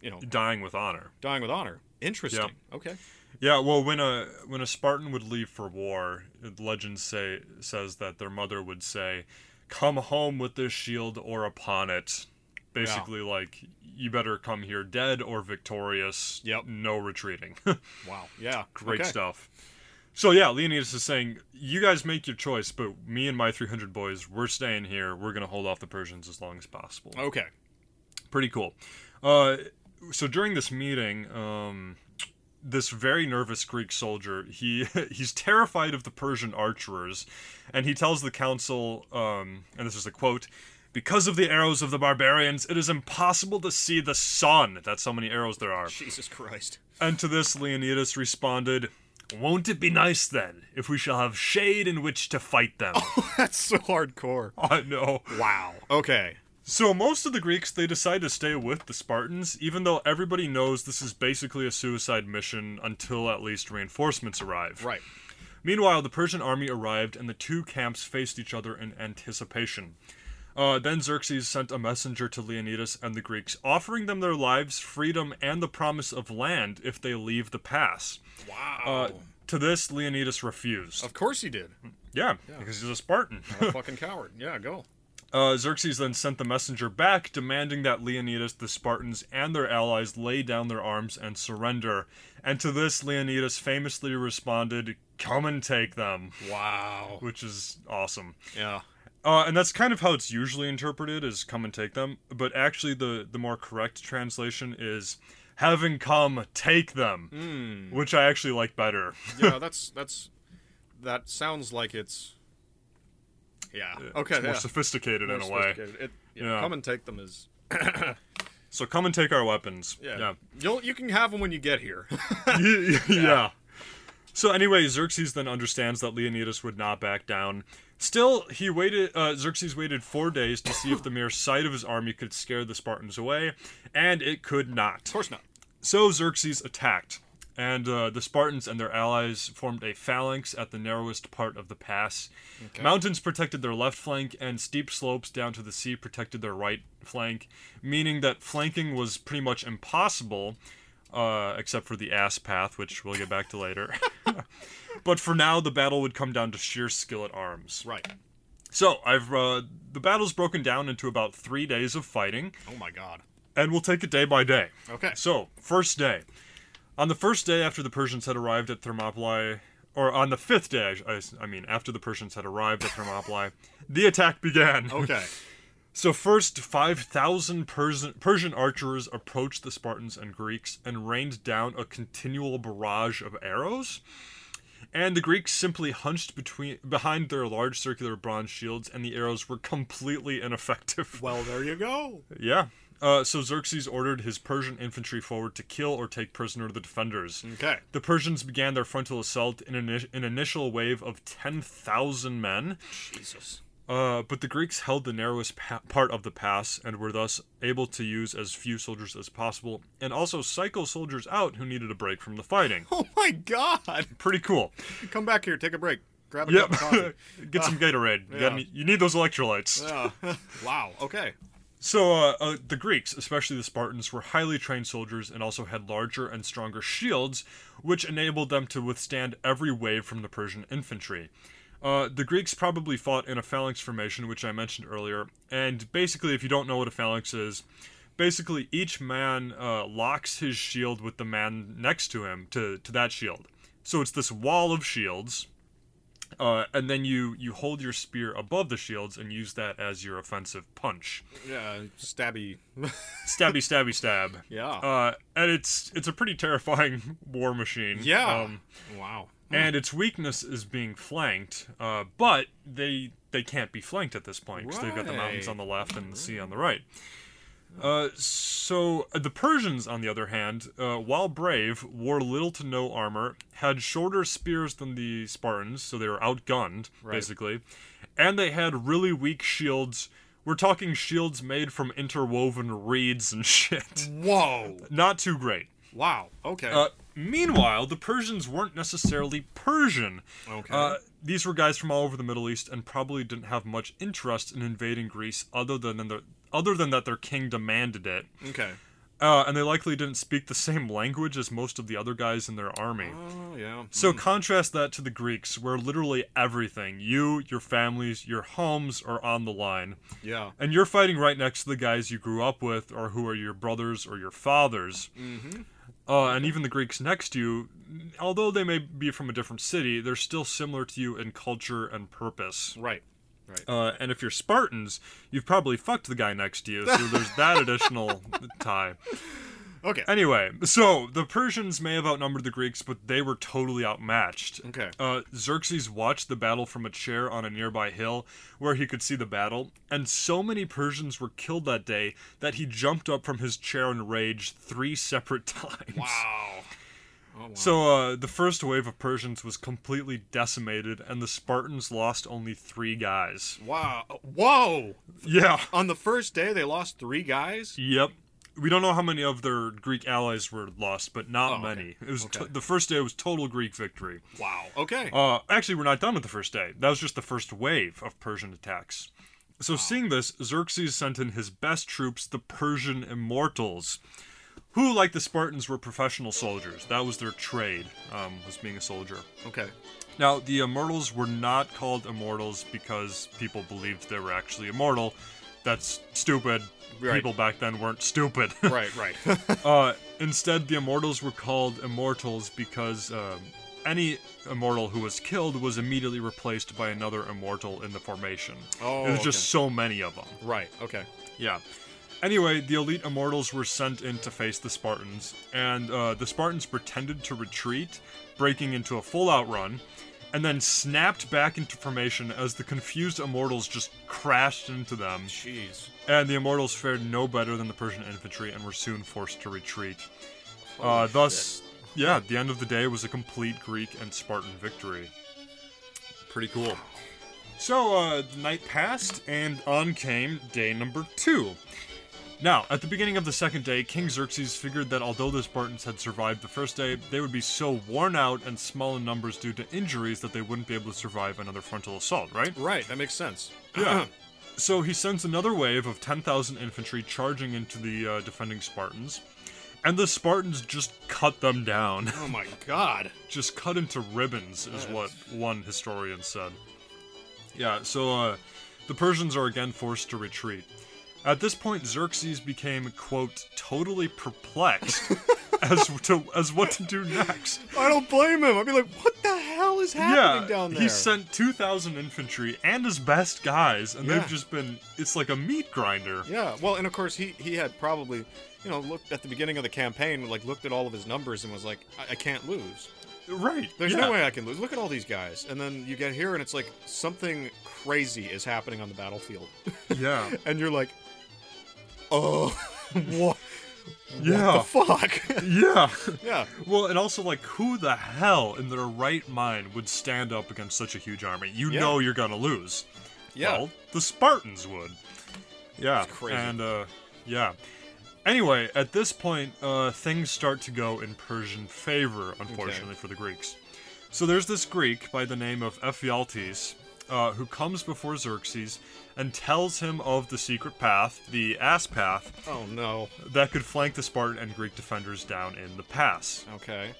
you know
dying with honor.
dying with honor. Interesting. Okay.
Yeah, well, when a when a Spartan would leave for war, legend say says that their mother would say, "Come home with this shield or upon it." Basically, like you better come here dead or victorious.
Yep.
No retreating.
Wow. Yeah.
Great
okay.
stuff. So yeah, Leonidas is saying, you guys make your choice, but me and my 300 boys, we're staying here. We're gonna hold off the Persians as long as possible.
Oh.
Okay.
Pretty cool. Uh, so during this meeting, um, this very nervous Greek soldier, he he's terrified of the Persian archers, and he tells the council, um, and this is a quote. Because of the arrows of the barbarians, it is impossible to see the sun. That's how many arrows there are.
Jesus Christ.
And to this, Leonidas responded, Won't it be nice then, if we shall have shade in which to fight them?
That's so hardcore.
Oh, I know.
Wow. Okay.
So most of the Greeks they decide to stay with the Spartans, even though everybody knows this is basically a suicide mission until at least reinforcements arrive.
Right.
Meanwhile, the Persian army arrived, and the two camps faced each other in anticipation. Uh, then Xerxes sent a messenger to Leonidas and the Greeks, offering them their lives, freedom, and the promise of land if they leave the pass. Wow. Uh, to this, Leonidas refused.
Of course he did.
Yeah, because he's a Spartan.
Fucking coward. Yeah, go.
Uh, Xerxes then sent the messenger back, demanding that Leonidas, the Spartans, and their allies lay down their arms and surrender. And to this, Leonidas famously responded, Come and take them,
Wow.
which is awesome.
Yeah.
Uh, and that's kind of how it's usually interpreted is come and take them, but actually the, the more correct translation is having come take them,
Hmm.
which I actually like better.
Yeah, that's that's that sounds like it's Yeah. Okay.
it's more
yeah.
sophisticated
More
in a way.
sophisticated. It, yeah,
Yeah.
Come and take them as
So come and take our weapons.
yeah.
yeah.
You'll you can have them when you get here.
yeah. yeah. So anyway, Xerxes then understands that Leonidas would not back down. Still, he waited. Uh, Xerxes waited four days to see if the mere sight of his army could scare the Spartans away, and it could not.
of course not.
So Xerxes attacked, and uh, the Spartans and their allies formed a phalanx at the narrowest part of the pass. Mountains protected their left flank, and steep slopes down to the sea protected their right flank, meaning that flanking was pretty much impossible, uh, except for the ass path, which we'll get back to later. but for now, the battle would come down to sheer skill at arms.
Right.
So I've uh, the battle's broken down into about three days of fighting,
Oh my god.
and we'll take it day by day.
Okay.
So, first day. On the first day after the Persians had arrived at Thermopylae, or on the fifth day, I, I- I mean, after the Persians had arrived at Thermopylae, the attack began.
Oh.
Okay.
So, first, 5,000 Persian, Persian archers approached the Spartans and Greeks and rained down a continual barrage of arrows. And the Greeks simply hunched between behind their large circular bronze shields, and the arrows were completely ineffective.
well, there you go.
Yeah. Uh, so Xerxes ordered his Persian infantry forward to kill or take prisoner the defenders.
Okay.
The Persians began their frontal assault in an, an initial wave of 10,000 men.
Jesus.
Uh, but the Greeks held the narrowest pa- part of the pass and were thus able to use as few soldiers as possible and also cycle soldiers out who needed a break from the fighting.
Oh my god.
Pretty cool.
Come back here, take a break. Grab a
Yep.
cup of coffee.
Get some Gatorade. You, got
yeah.
any- you need those electrolytes.
Yeah. Oh. wow. Okay.
So uh, uh, the Greeks, especially the Spartans, were highly trained soldiers and also had larger and stronger shields, which enabled them to withstand every wave from the Persian infantry. Uh, the Greeks probably fought in a phalanx formation, which I mentioned earlier. And basically, if you don't know what a phalanx is, basically each man uh, locks his shield with the man next to him to to that shield. So it's this wall of shields. Uh, and then you, you hold your spear above the shields and use that as your offensive punch
Yeah, stabby.
stabby stabby stab.
Yeah.
Uh, and it's it's a pretty terrifying war machine.
yeah.
Um,
wow.
and its weakness is being flanked, uh, but they they can't be flanked at this point because they've got the mountains
Right.
on the left and the sea on the right. Uh, so uh, the Persians, on the other hand, uh, while brave, wore little to no armor, had shorter spears than the Spartans, so they were outgunned basically, and they had really weak shields. We're talking shields made from interwoven reeds and shit.
Mm.
Whoa.
Not too great.
Wow. Okay.
Uh, meanwhile, the Persians weren't necessarily Persian.
okay.
Uh, these were guys from all over the Middle East and probably didn't have much interest in invading Greece, other than their, other than that their king demanded it,
okay.
uh, and they likely didn't speak the same language as most of the other guys in their army.
Oh yeah.
So contrast that to the Greeks, where literally everything—you, your families, your homes—are on the line.
Yeah.
And you're fighting right next to the guys you grew up with, or who are your brothers or your fathers. Mm-hmm. Uh, and even the Greeks next to you, although they may be from a different city, they're still similar to you in culture and purpose.
Right.
Uh, and if you're Spartans, you've probably fucked the guy next to you, so there's that additional tie.
Okay.
Anyway, so the Persians may have outnumbered the Greeks, but they were totally outmatched.
Okay.
Uh, Xerxes watched the battle from a chair on a nearby hill where he could see the battle, and so many Persians were killed that day that he jumped up from his chair in rage three separate times.
Wow.
So uh, the first wave of Persians was completely decimated, and the Spartans lost only three guys.
Wow. Uh, Whoa.
Yeah.
On the first day, they lost three guys.
Yep. We don't know how many of their Greek allies were lost, but not
Oh, okay.
many. It was to- the first day was total Greek victory.
Wow. Okay.
Uh, actually, we're not done with the first day. That was just the first wave of Persian attacks. So, seeing this, Xerxes sent in his best troops, the Persian immortals, who, like the Spartans, were professional soldiers. That was their trade, um, was being a soldier.
okay.
Now, the immortals were not called immortals because people believed they were actually immortal. That's stupid.
Right.
People back then weren't stupid.
Right. Right.
Uh, instead, the immortals were called immortals because um, any immortal who was killed was immediately replaced by another immortal in the formation.
Oh,
There's
okay.
just so many of them.
right. Okay.
Yeah. Anyway, the elite immortals were sent in to face the Spartans, and uh, the Spartans pretended to retreat, breaking into a full out run, and then snapped back into formation as the confused immortals just crashed into them.
Jeez.
And the Immortals fared no better than the Persian infantry and were soon forced to retreat. Uh, thus, yeah, at the end of the day was a complete Greek and Spartan victory. Pretty cool. So, uh, the night passed, and on came day number two. Now, at the beginning of the second day, King Xerxes figured that although the Spartans had survived the first day, they would be so worn out and small in numbers due to injuries that they wouldn't be able to survive another frontal assault, right?
Right. That makes sense.
Yeah. so he sends another wave of 10,000 infantry charging into the uh, defending Spartans, and the Spartans just cut them down.
Oh my God.
just cut into ribbons, is what one historian said. Yeah, so uh, the Persians are again forced to retreat. At this point, Xerxes became, quote, totally perplexed as to as what to do next.
I don't blame him. I'd be like, what the hell is happening
yeah,
down there?
he sent 2,000 infantry and his best guys, and
Yeah.
they've just been, it's like a meat grinder.
Yeah, well, and of course he he had probably, you know, looked at the beginning of the campaign, like looked at all of his numbers and was like, I, I can't lose.
Right.
There's
yeah.
no way I can lose. Look at all these guys, and then you get here and it's like something crazy is happening on the battlefield,
Yeah.
and you're like, oh, what,
Yeah.
what the fuck?
yeah.
yeah,
Well, and also, like, who the hell in their right mind would stand up against such a huge army? You
Yeah.
know you're gonna lose.
yeah.
Well, the Spartans would. Yeah.
crazy.
And, uh, yeah. Anyway, at this point, uh, things start to go in Persian favor, unfortunately, for the Greeks. So there's this Greek by the name of Ephialtes uh, who comes before Xerxes and tells him of the secret path, the ass path,
oh no.
that could flank the Spartan and Greek defenders down in the pass.
Okay.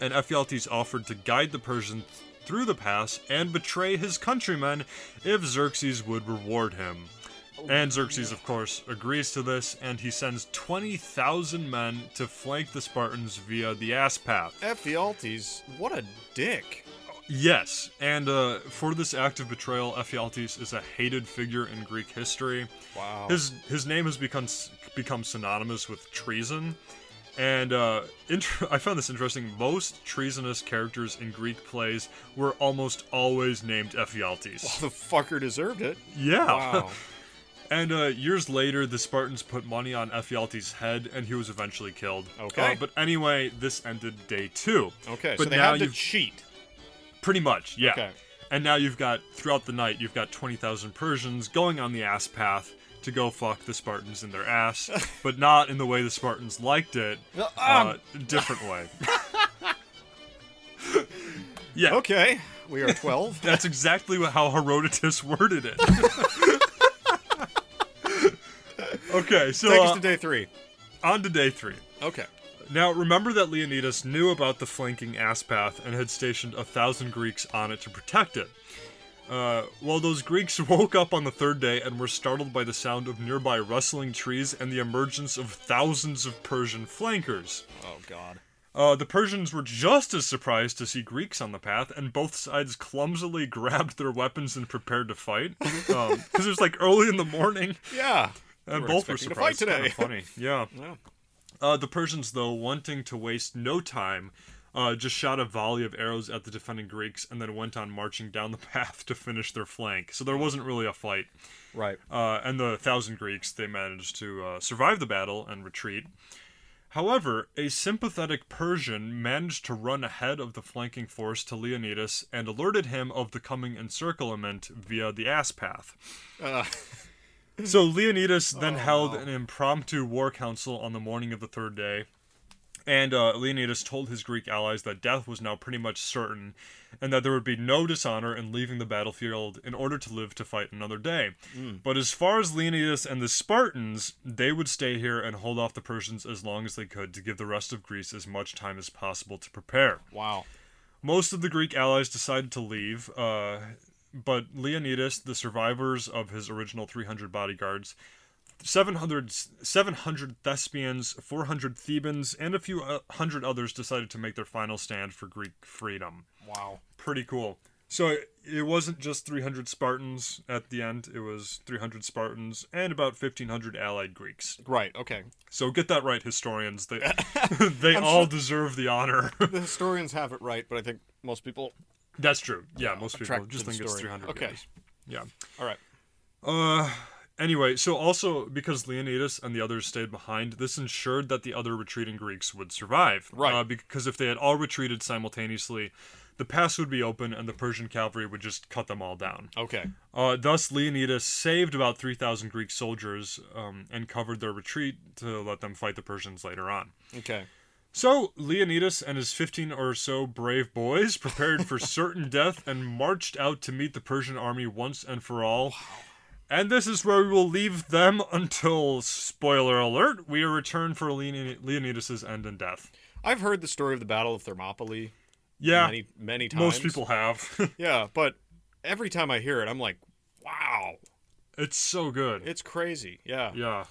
And Ephialtes offered to guide the Persians through the pass and betray his countrymen if Xerxes would reward him. And Xerxes, of course, agrees to this, and he sends 20,000 men to flank the Spartans via the ass path.
Ephialtes, E what a dick.
Yes, and uh, for this act of betrayal, Ephialtes is a hated figure in Greek history.
Wow.
His his name has become s- become synonymous with treason, and uh, int- I found this interesting. Most treasonous characters in Greek plays were almost always named Ephialtes.
the fucker deserved it.
Yeah.
Wow.
And uh, years later, the Spartans put money on Ephialtes' head, and he was eventually killed.
Okay.
Uh, but anyway, this ended day two.
Okay,
But
so they
now
had to
you've-
cheat.
Pretty much, yeah.
Okay.
And now you've got throughout the night, you've got twenty thousand Persians going on the ass path to go fuck the Spartans in their ass, but not in the way the Spartans liked it, uh,
um.
different way. yeah,
Okay, we are twelve.
that's exactly wha- how Herodotus worded it. okay, so
Take
uh,
us to day three.
on to day three.
Okay.
Now, remember that Leonidas knew about the flanking ass path and had stationed a thousand Greeks on it to protect it. Uh, well, those Greeks woke up on the third day and were startled by the sound of nearby rustling trees and the emergence of thousands of Persian flankers.
Oh God.
Uh, the Persians were just as surprised to see Greeks on the path, and both sides clumsily grabbed their weapons and prepared to fight. Because it was like early in the morning,
Yeah.
and
were
both were
expecting to fight
surprised. Kinda
today.
funny, yeah.
Well,
Uh, the Persians, though, wanting to waste no time, uh, just shot a volley of arrows at the defending Greeks and then went on marching down the path to finish their flank. So there wasn't really a fight.
Right.
Uh, and the thousand Greeks, they managed to uh, survive the battle and retreat. However, a sympathetic Persian managed to run ahead of the flanking force to Leonidas and alerted him of the coming encirclement via the ass path. So Leonidas then held an impromptu war council on the morning of the third day. And uh, Leonidas told his Greek allies that death was now pretty much certain, and that there would be no dishonor in leaving the battlefield in order to live to fight another day. But as far as Leonidas and the Spartans, they would stay here and hold off the Persians as long as they could to give the rest of Greece as much time as possible to prepare.
Wow.
Most of the Greek allies decided to leave, uh, but Leonidas, the survivors of his original 300 bodyguards, 700, 700 Thespians, 400 Thebans, and a few uh, hundred others decided to make their final stand for Greek freedom.
Wow.
Pretty cool. So it- it wasn't just 300 Spartans at the end, it was 300 Spartans and about 1,500 allied Greeks.
Right. Okay.
So get that right, historians. They, they all deserve the honor.
The historians have it right, but I think most people.
That's true. Yeah, most people
attracted
just
to the
think it's
story.
300.
Okay.
years. Yeah.
All right.
Uh, anyway, so also because Leonidas and the others stayed behind, this ensured that the other retreating Greeks would survive.
Right.
Uh, because if they had all retreated simultaneously, the pass would be open and the Persian cavalry would just cut them all down.
Okay.
Uh, thus, Leonidas saved about 3,000 Greek soldiers um, and covered their retreat to let them fight the Persians later on.
Okay.
So Leonidas and his fifteen or so brave boys prepared for certain death and marched out to meet the Persian army once and for all. And this is where we will leave them until spoiler alert, we return for Leoni- Leonidas's end and death.
I've heard the story of the Battle of Thermopylae
Yeah,
many many times.
most people have.
Yeah, but every time I hear it, I'm like, wow,
it's so good.
it's crazy. Yeah.
yeah.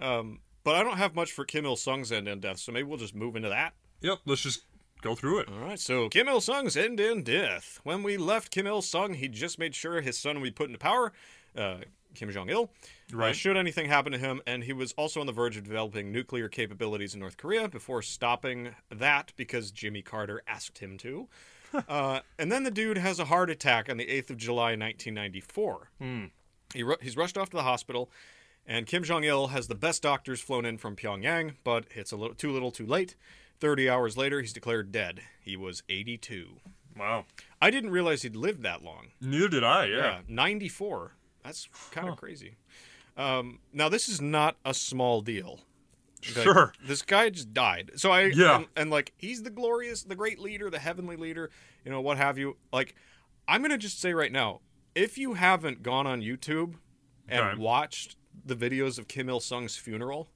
Um, but I don't have much for Kim Il Sung's end in death, so maybe we'll just move into that.
Yep. Let's just go through it.
All right, so Kim Il sung's end in death. When we left Kim Il sung, he just made sure his son would be put into power, uh, Kim Jong il,
Right.
should anything happen to him, and he was also on the verge of developing nuclear capabilities in North Korea before stopping that because Jimmy Carter asked him to. uh, and then the dude has a heart attack on the 8th of July, 1994. He ru- he's rushed off to the hospital, and Kim Jong il has the best doctors flown in from Pyongyang, but it's a little too little too late. 30 hours later, he's declared dead. He was 82.
Wow.
I didn't realize he'd lived that long.
Neither did I. Yeah.
Yeah, 94. Uh, That's kind of crazy. Um, now, this is not a small deal. Like,
Sure.
This guy just died. So I
Yeah.
and, and, like he's the glorious, the great leader, the heavenly leader, you know, what have you. Like I'm going to just say right now, if you haven't gone on YouTube and
Okay.
watched the videos of Kim Il Sung's funeral,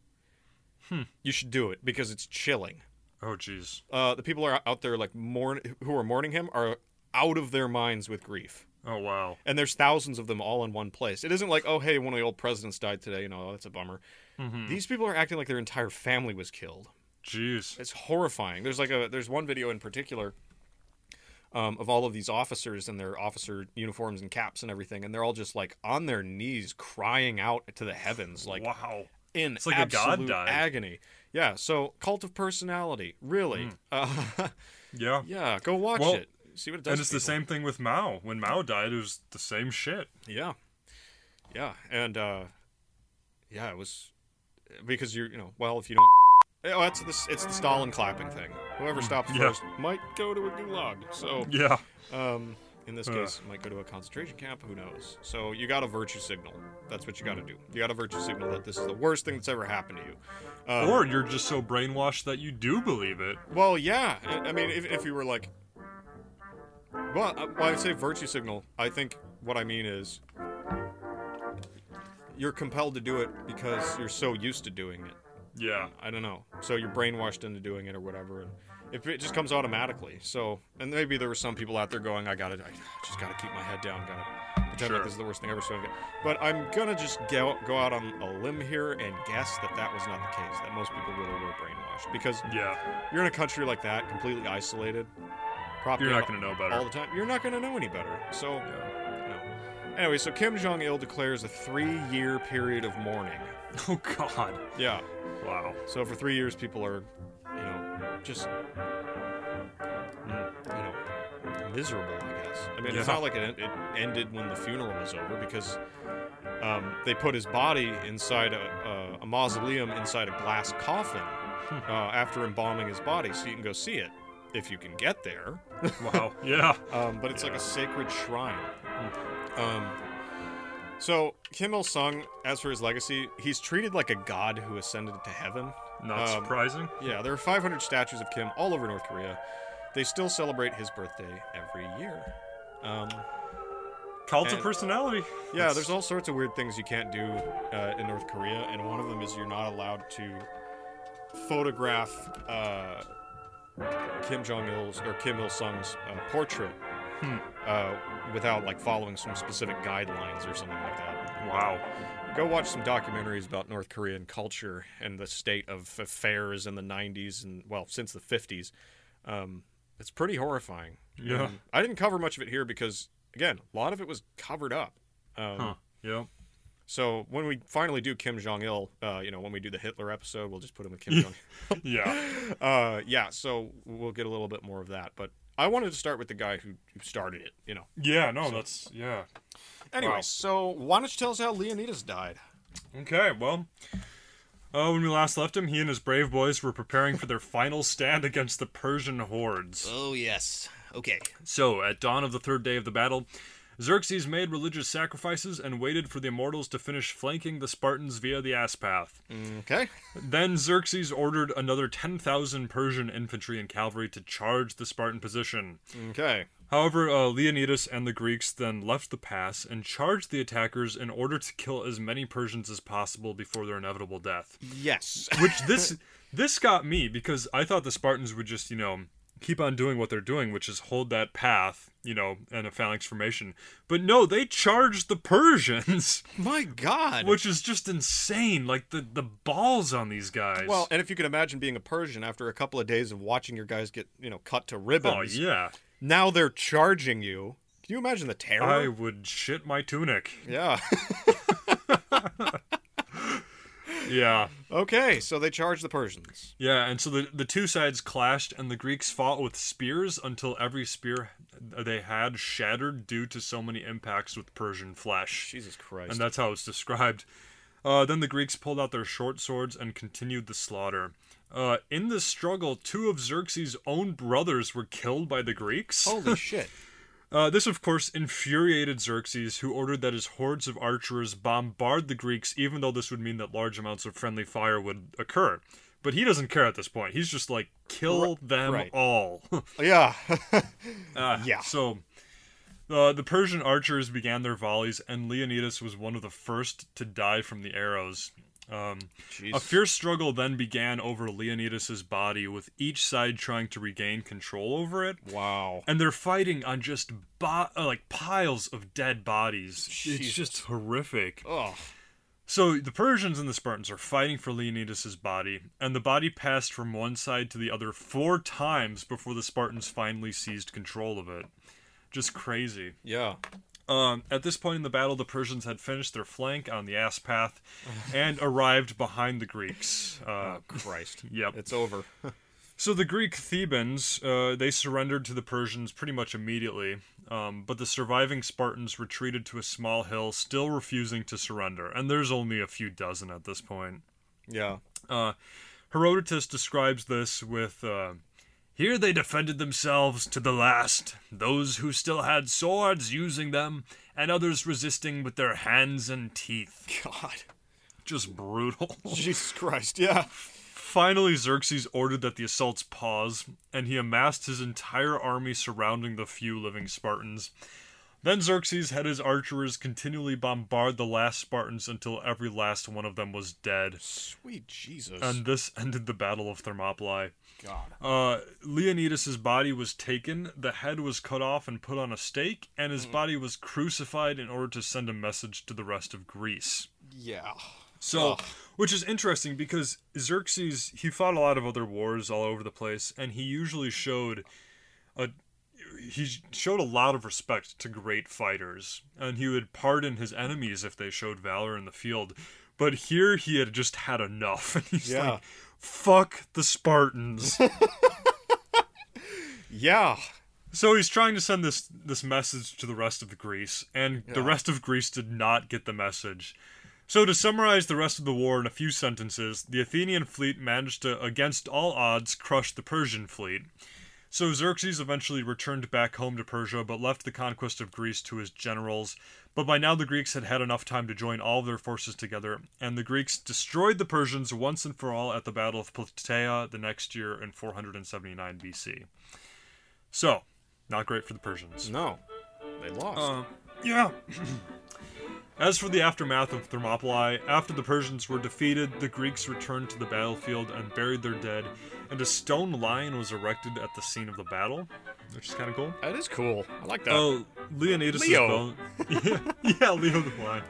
Hmm.
you should do it because it's chilling.
Oh, jeez.
Uh, the people are out there like mourn who are mourning him are out of their minds with grief.
Oh, wow.
And there's thousands of them all in one place. It isn't like, oh, hey, one of the old presidents died today. You know, oh, that's a bummer.
Mm-hmm.
These people are acting like their entire family was killed
Jeez.
it's horrifying. There's like a there's one video in particular um, of all of these officers in their officer uniforms and caps and everything, and they're all just like on their knees crying out to the heavens, like
wow.
in
like a god
absolute
died.
agony. Yeah. So cult of personality, really. Uh,
Yeah.
yeah. Go watch
Hmm. Well,
it. See what it does.
And
to
it's the
people.
same thing with Mao. When Mao died, it was the same shit.
Yeah. Yeah. And uh yeah, it was because you're you know, well if you don't Oh, that's this it's the Stalin clapping thing. Whoever stops
yeah.
first might go to a gulag. So
Yeah.
um in this
Ugh.
case might go to a concentration camp, who knows. So you got a virtue signal. That's what you gotta do. You gotta virtue signal that this is the worst thing that's ever happened to you. Um,
Or you're just so brainwashed that you do believe it.
Well, yeah. I I mean, if, if you were like, well, uh, when I say virtue signal, I think what I mean is you're compelled to do it because you're so used to doing it.
Yeah.
I don't know. So you're brainwashed into doing it or whatever. And if it just comes automatically. So, and maybe there were some people out there going, I gotta, I just gotta keep my head down, gotta pretend
Sure.
like this is the worst thing ever. So, I get-" but I'm gonna just go, go out on a limb here and guess that that was not the case. That most people really were brainwashed because
Yeah.
you're in a country like that, completely isolated. Propaganda
You're not going to know
all
better.
the time. You're not going to know any better. So,
Yeah.
you know. Anyway, so Kim Jong Il declares a three-year period of mourning.
Oh, God.
Yeah.
Wow.
So for three years, people are, you know, just, mm, you know, miserable. I guess. I mean, it's
Yeah.
not like it, it ended when the funeral was over because um, they put his body inside a, a, a mausoleum inside a glass coffin
Hmm.
uh, after embalming his body, so you can go see it if you can get there.
Wow. yeah. Hmm.
Um, but it's like a sacred shrine. Um, so Kim Il Sung, as for his legacy, he's treated like a god who ascended to heaven.
Not
Um,
surprising.
Yeah, there are 500 statues of Kim all over North Korea. They still celebrate his birthday every year. Um,
Cult of
and-
personality.
yeah, there's all sorts of weird things you can't do uh, in North Korea, and one of them is you're not allowed to photograph uh, Kim Jong Il's or Kim Il Sung's uh, portrait uh, without like following some specific guidelines or something like that.
Wow.
Go watch some documentaries about North Korean culture and the state of affairs in the 90s and, well, since the 50s. Um, it's pretty horrifying.
Yeah.
Um, I didn't cover much of it here because, again, a lot of it was covered up. Um,
Huh. Yeah.
So when we finally do Kim Jong Il, uh, you know, when we do the Hitler episode, we'll just put him with Kim Jong.
Yeah.
Uh, yeah. So we'll get a little bit more of that. But I wanted to start with the guy who, who started it. You know.
Yeah. No, that's yeah.
Anyway,
Wow.
so why don't you tell us how Leonidas died?
Okay, well, uh, when we last left him, he and his brave boys were preparing for their final stand against the Persian hordes.
Oh, yes. Okay.
So, at dawn of the third day of the battle, Xerxes made religious sacrifices and waited for the immortals to finish flanking the Spartans via the ass path.
Mm, Okay.
Then Xerxes ordered another 10,000 Persian infantry and cavalry to charge the Spartan position.
Okay.
However, uh, Leonidas and the Greeks then left the pass and charged the attackers in order to kill as many Persians as possible before their inevitable death.
Yes.
Which this this got me because I thought the Spartans would just you know keep on doing what they're doing, which is hold that path, you know, and a phalanx formation. But no, they charged the Persians,
My God.
which is just insane. Like the the balls on these guys.
well, and if you can imagine being a Persian after a couple of days of watching your guys get, you know, cut to ribbons,
oh yeah,
now they're charging you. Can you imagine the terror?
I would shit my tunic.
Yeah.
Yeah.
okay, so they charged the Persians.
Yeah, and so the, the two sides clashed, and the Greeks fought with spears until every spear they had shattered due to so many impacts with Persian flesh.
Jesus Christ.
And that's how it's described. Uh, then the Greeks pulled out their short swords and continued the slaughter. Uh, in this struggle, two of Xerxes' own brothers were killed by the Greeks.
Holy shit.
Uh, this, of course, infuriated Xerxes, who ordered that his hordes of archers bombard the Greeks, even though this would mean that large amounts of friendly fire would occur. But he doesn't care at this point. He's just like, kill them
right.
all.
Yeah.
yeah. So. Uh, the Persian archers began their volleys, and Leonidas was one of the first to die from the arrows. Um, a fierce struggle then began over Leonidas's body, with each side trying to regain control over it
wow.
and they're fighting on just bo- uh, like piles of dead bodies. It's just horrific.
Oh.
So the Persians and the Spartans are fighting for Leonidas's body, and the body passed from one side to the other four times before the Spartans finally seized control of it. Just crazy.
Yeah.
Um, at this point in the battle, the Persians had finished their flank on the ass path and arrived behind the Greeks. Uh,
Christ.
yep.
It's over.
So the Greek Thebans, uh, they surrendered to the Persians pretty much immediately, um, but the surviving Spartans retreated to a small hill, still refusing to surrender, and there's only a few dozen at this point.
Yeah.
Herodotus describes this with uh, Here they defended themselves to the last, those who still had swords using them, and others resisting with their hands and teeth.
God.
Just brutal.
Jesus Christ. Yeah.
Finally, Xerxes ordered that the assaults pause, and he amassed his entire army surrounding the few living Spartans. Then Xerxes had his archers continually bombard the last Spartans until every last one of them was dead,
Sweet Jesus.
and this ended the Battle of Thermopylae.
God.
Uh, Leonidas's body was taken, the head was cut off and put on a stake, and his body was crucified in order to send a message to the rest of Greece.
Yeah.
So, which is interesting because Xerxes he fought a lot of other wars all over the place, and he usually showed a he showed a lot of respect to great fighters, and he would pardon his enemies if they showed valor in the field. But here he had just had enough, and he's
Yeah.
like, "Fuck the Spartans."
Yeah.
so he's trying to send this this message to the rest of Greece, and the rest of Greece did not get the message. So to summarize the rest of the war in a few sentences, the Athenian fleet managed to, against all odds, crush the Persian fleet. So Xerxes eventually returned back home to Persia, but left the conquest of Greece to his generals. But by now the Greeks had had enough time to join all of their forces together, and the Greeks destroyed the Persians once and for all at the Battle of Plataea the next year in 479 BC. So, not great for the Persians.
No. They lost.
Uh, Yeah. As for the aftermath of Thermopylae, after the Persians were defeated, the Greeks returned to the battlefield and buried their dead, and a stone lion was erected at the scene of the battle, which is kind of cool.
that is cool. I like that.
Oh, Leonidas's
Leo.
bone. yeah, yeah, Leo the lion.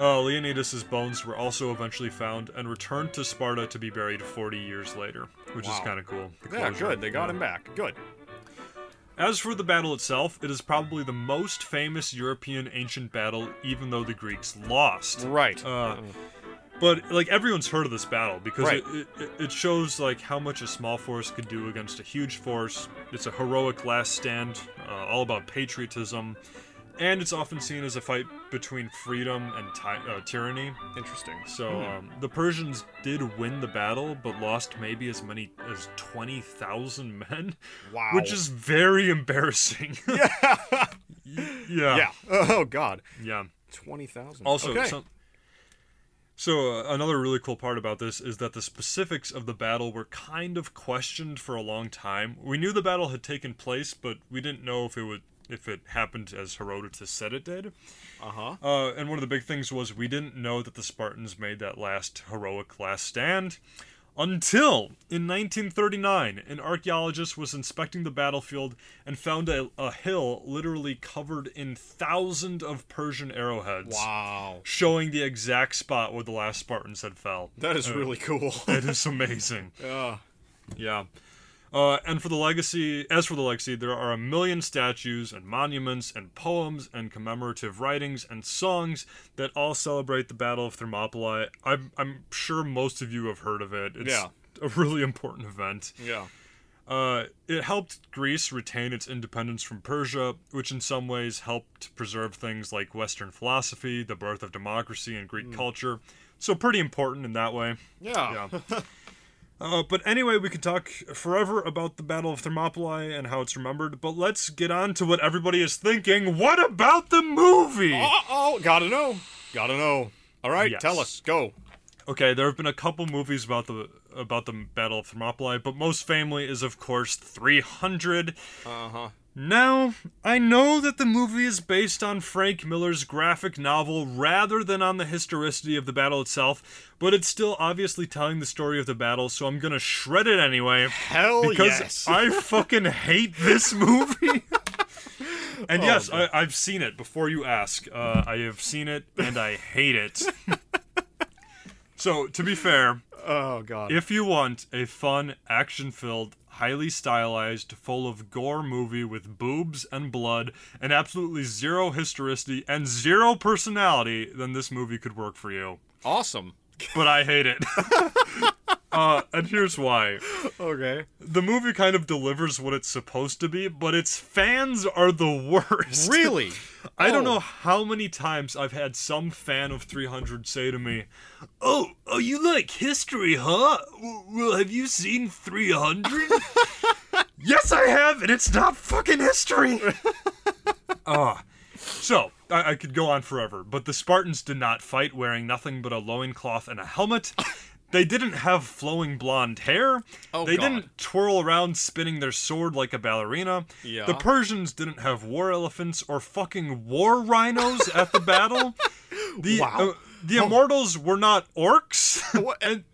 Uh, Leonidas's bones were also eventually found and returned to Sparta to be buried 40 years later, which is
Wow.
kind of cool. the
yeah,
closure.
good. They got
Yeah.
him back. Good.
As for the battle itself, it is probably the most famous European ancient battle, even though the Greeks lost.
Right.
Uh, but like everyone's heard of this battle because
Right.
it, it, it shows like how much a small force could do against a huge force. It's a heroic last stand, uh, all about patriotism, and it's often seen as a fight between freedom and ty- uh, tyranny.
Interesting.
So um, the Persians did win the battle, but lost maybe as many as twenty thousand men,
Wow.
which is very embarrassing. yeah. yeah.
Yeah. Oh God.
Yeah.
Twenty thousand.
uh, Also,
okay.
some- so uh, another really cool part about this is that the specifics of the battle were kind of questioned for a long time. We knew the battle had taken place, but we didn't know if it would if it happened as Herodotus said it did. Uh-huh. and one of the big things was we didn't know that the Spartans made that last heroic last stand until in 1939 an archaeologist was inspecting the battlefield and found a, a hill literally covered in thousands of Persian arrowheads
wow.
showing the exact spot where the last Spartans had fell.
That is really cool.
It is amazing. Yeah. Yeah. Uh, and for the legacy, as for the legacy, there are a million statues and monuments and poems and commemorative writings and songs that all celebrate the Battle of Thermopylae. I'm, I'm sure most of you have heard of it. It's
Yeah.
a really important event.
yeah.
Uh, it helped Greece retain its independence from Persia, which in some ways helped preserve things like Western philosophy, the birth of democracy, and Greek culture. So, pretty important in that way.
Yeah.
Yeah. Uh, but anyway, we could talk forever about the Battle of Thermopylae and how it's remembered, but let's get on to what everybody is thinking. What about the movie?
Uh oh. Gotta know. Gotta know. All right.
Yes.
Tell us. Go.
Okay, there have been a couple movies about the about the Battle of Thermopylae, but most family is of course 300. Uh-huh. Now, I know that the movie is based on Frank Miller's graphic novel rather than on the historicity of the battle itself, but it's still obviously telling the story of the battle, so I'm going to shred it anyway
Oh,
Hell
because
yes.
I fucking hate this movie. and yes, I, I've seen it before you ask. Uh, I have seen it and I hate it. so, to be fair,
oh God.
if you want a fun, action filled, highly stylized, full of gore movie with boobs and blood and absolutely zero historicity and zero personality, then this movie could work for you.
awesome.
But I hate it. uh, and here's why
Okay.
the movie kind of delivers what it's supposed to be, but its fans are the worst.
Really.
I don't
Oh.
know how many times I've had some fan of 300 say to me, "Oh, oh, you like history, huh? W- Well, have you seen 300?" yes, I have, and it's not fucking history. Ah. So, I-, I could go on forever, but the Spartans did not fight wearing nothing but a loincloth and a helmet. They didn't have flowing blonde hair.
Oh,
they
God.
didn't twirl around spinning their sword like a ballerina.
Yeah.
The Persians didn't have war elephants or fucking war rhinos at the battle. The,
Wow.
uh, the immortals were not orcs.
What?
and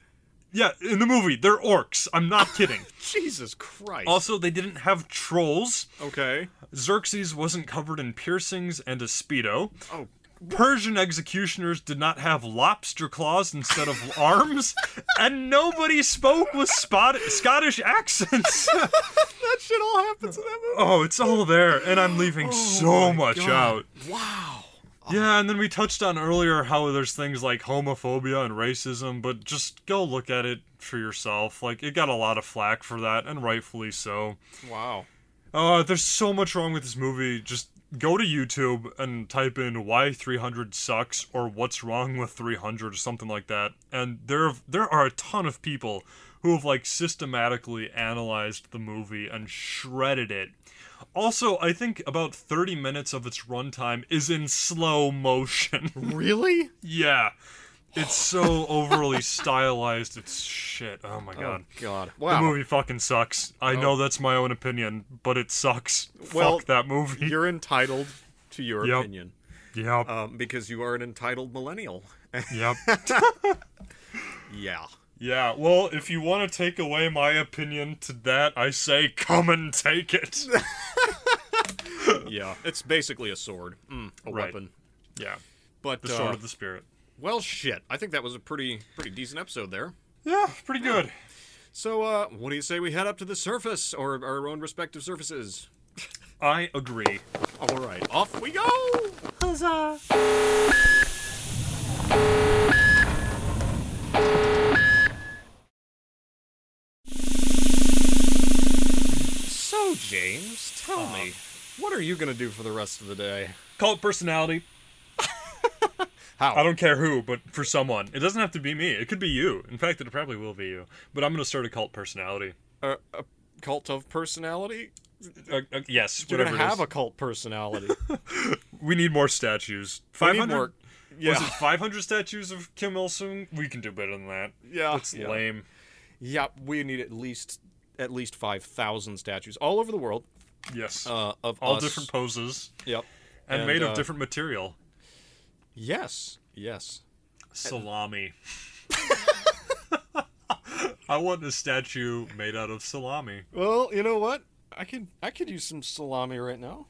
yeah, in the movie, they're orcs. I'm not kidding.
Jesus Christ.
also, they didn't have trolls.
okay.
Xerxes wasn't covered in piercings and a speedo.
Oh.
Persian executioners did not have lobster claws instead of arms, and nobody spoke with spot- Scottish accents.
That shit all happens in that movie.
oh, it's all there, and I'm leaving so much out.
Wow.
Yeah, and then we touched on earlier how there's things like homophobia and racism, but just go look at it for yourself. Like, it got a lot of flack for that, and rightfully so.
Wow.
Uh, there's so much wrong with this movie. Just go to YouTube and type in why 300 sucks or what's wrong with 300 or something like that. And there there are a ton of people who have like systematically analyzed the movie and shredded it. Also, I think about 30 minutes of its runtime is in slow motion.
Really?
yeah. It's so overly stylized. It's shit. Oh my god.
God.
The
Wow. Oh.
movie fucking sucks. I know that's my own opinion, but it sucks.
Well,
Fuck that movie.
You're entitled to your
Yep.
opinion
Yep.
um, because you are an entitled millennial.
yep.
yeah.
yeah. Well, if you want to take away my opinion to that, I say come and take it.
Yeah. It's basically a sword, mm, a
Right.
weapon.
yeah.
But
The
uh,
sword of the spirit.
well, shit. I think that was a pretty pretty decent episode there.
Yeah, pretty good.
So, uh, what do you say we head up to the surface or our own respective surfaces?
I agree.
All right, off we go. So, James, tell
Ah.
me, what are you gonna do for the rest of the day?
Call it personality.
How?
I don't care who, but for someone. It doesn't have to be me. It could be you. In fact, it probably will be you. But I'm going to start a cult personality.
A, a cult of personality?
Uh, uh, yes,
You're
whatever
gonna have
it
a
is.
cult personality.
we need more statues.
We need
500
more-
Was
Yeah,
it 500 statues of Kim Il Sung? We can do better than that.
Yeah,
That's
yeah.
lame.
yeah. We need at least at least five thousand statues all over the world
Yes.
uh, of
All
us.
different poses
Yep.
and,
And,
made
uh,
of different material.
Yes. Yes.
Salami. I want a statue made out of salami.
Well, you know what? I could I could use some salami right now.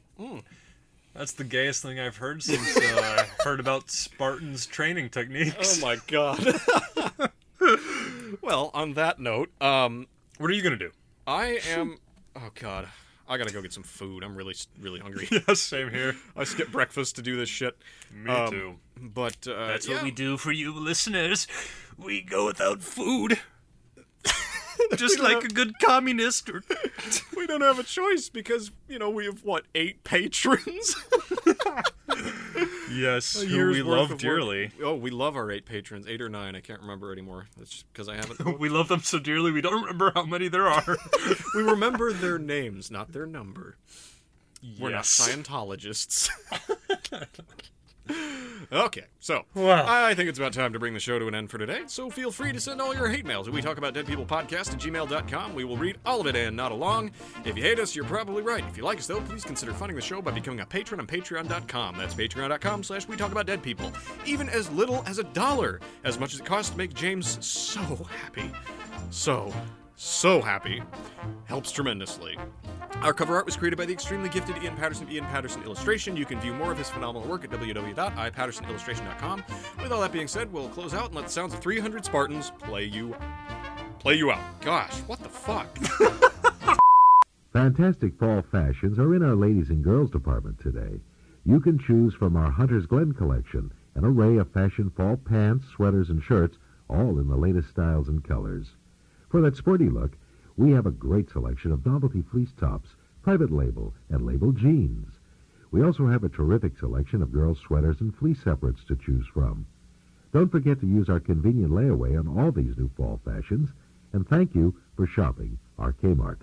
That's the gayest thing I've heard since uh, I heard about Spartans training techniques.
Oh my god. well, on that note, um
what are you going to do?
I am oh god. I got to go get some food. I'm really really hungry.
Yeah, same here.
I skipped breakfast to do this shit.
Me
Um,
too.
But uh
That's what
yeah.
we do for you listeners. We go without food. Just like a good communist. Or...
we don't have a choice because, you know, we have what, 8 patrons.
Yes, who
Year's worth
we
of
love
work.
dearly.
Oh, we love our 8 patrons, 8 or 9, I can't remember anymore. That's just cuz I haven't
We love them so dearly, we don't remember how many there are.
We remember their names, not their number. We're
Yes.
not Scientologists. okay, so
Wow.
I think it's about time to bring the show to an end for today. So feel free to send all your hate mails. We talk about dead people podcast at gmail.com. We will read all of it and not along. If you hate us, you're probably right. If you like us though, please consider funding the show by becoming a patron on patreon.com. That's patreon.com slash we talk about dead people. Even as little as a dollar, as much as it costs to make James so happy. So, so happy. Helps tremendously. Our cover art was created by the extremely gifted Ian Patterson of Ian Patterson Illustration. You can view more of his phenomenal work at www.ipattersonillustration.com. With all that being said, we'll close out and let the sounds of 300 Spartans play you play you out. Gosh, what the fuck?
Fantastic fall fashions are in our ladies and girls department today. You can choose from our Hunter's Glen collection an array of fashion fall pants, sweaters, and shirts, all in the latest styles and colors. For that sporty look, we have a great selection of novelty fleece tops, private label, and label jeans. We also have a terrific selection of girls' sweaters and fleece separates to choose from. Don't forget to use our convenient layaway on all these new fall fashions, and thank you for shopping our Kmart.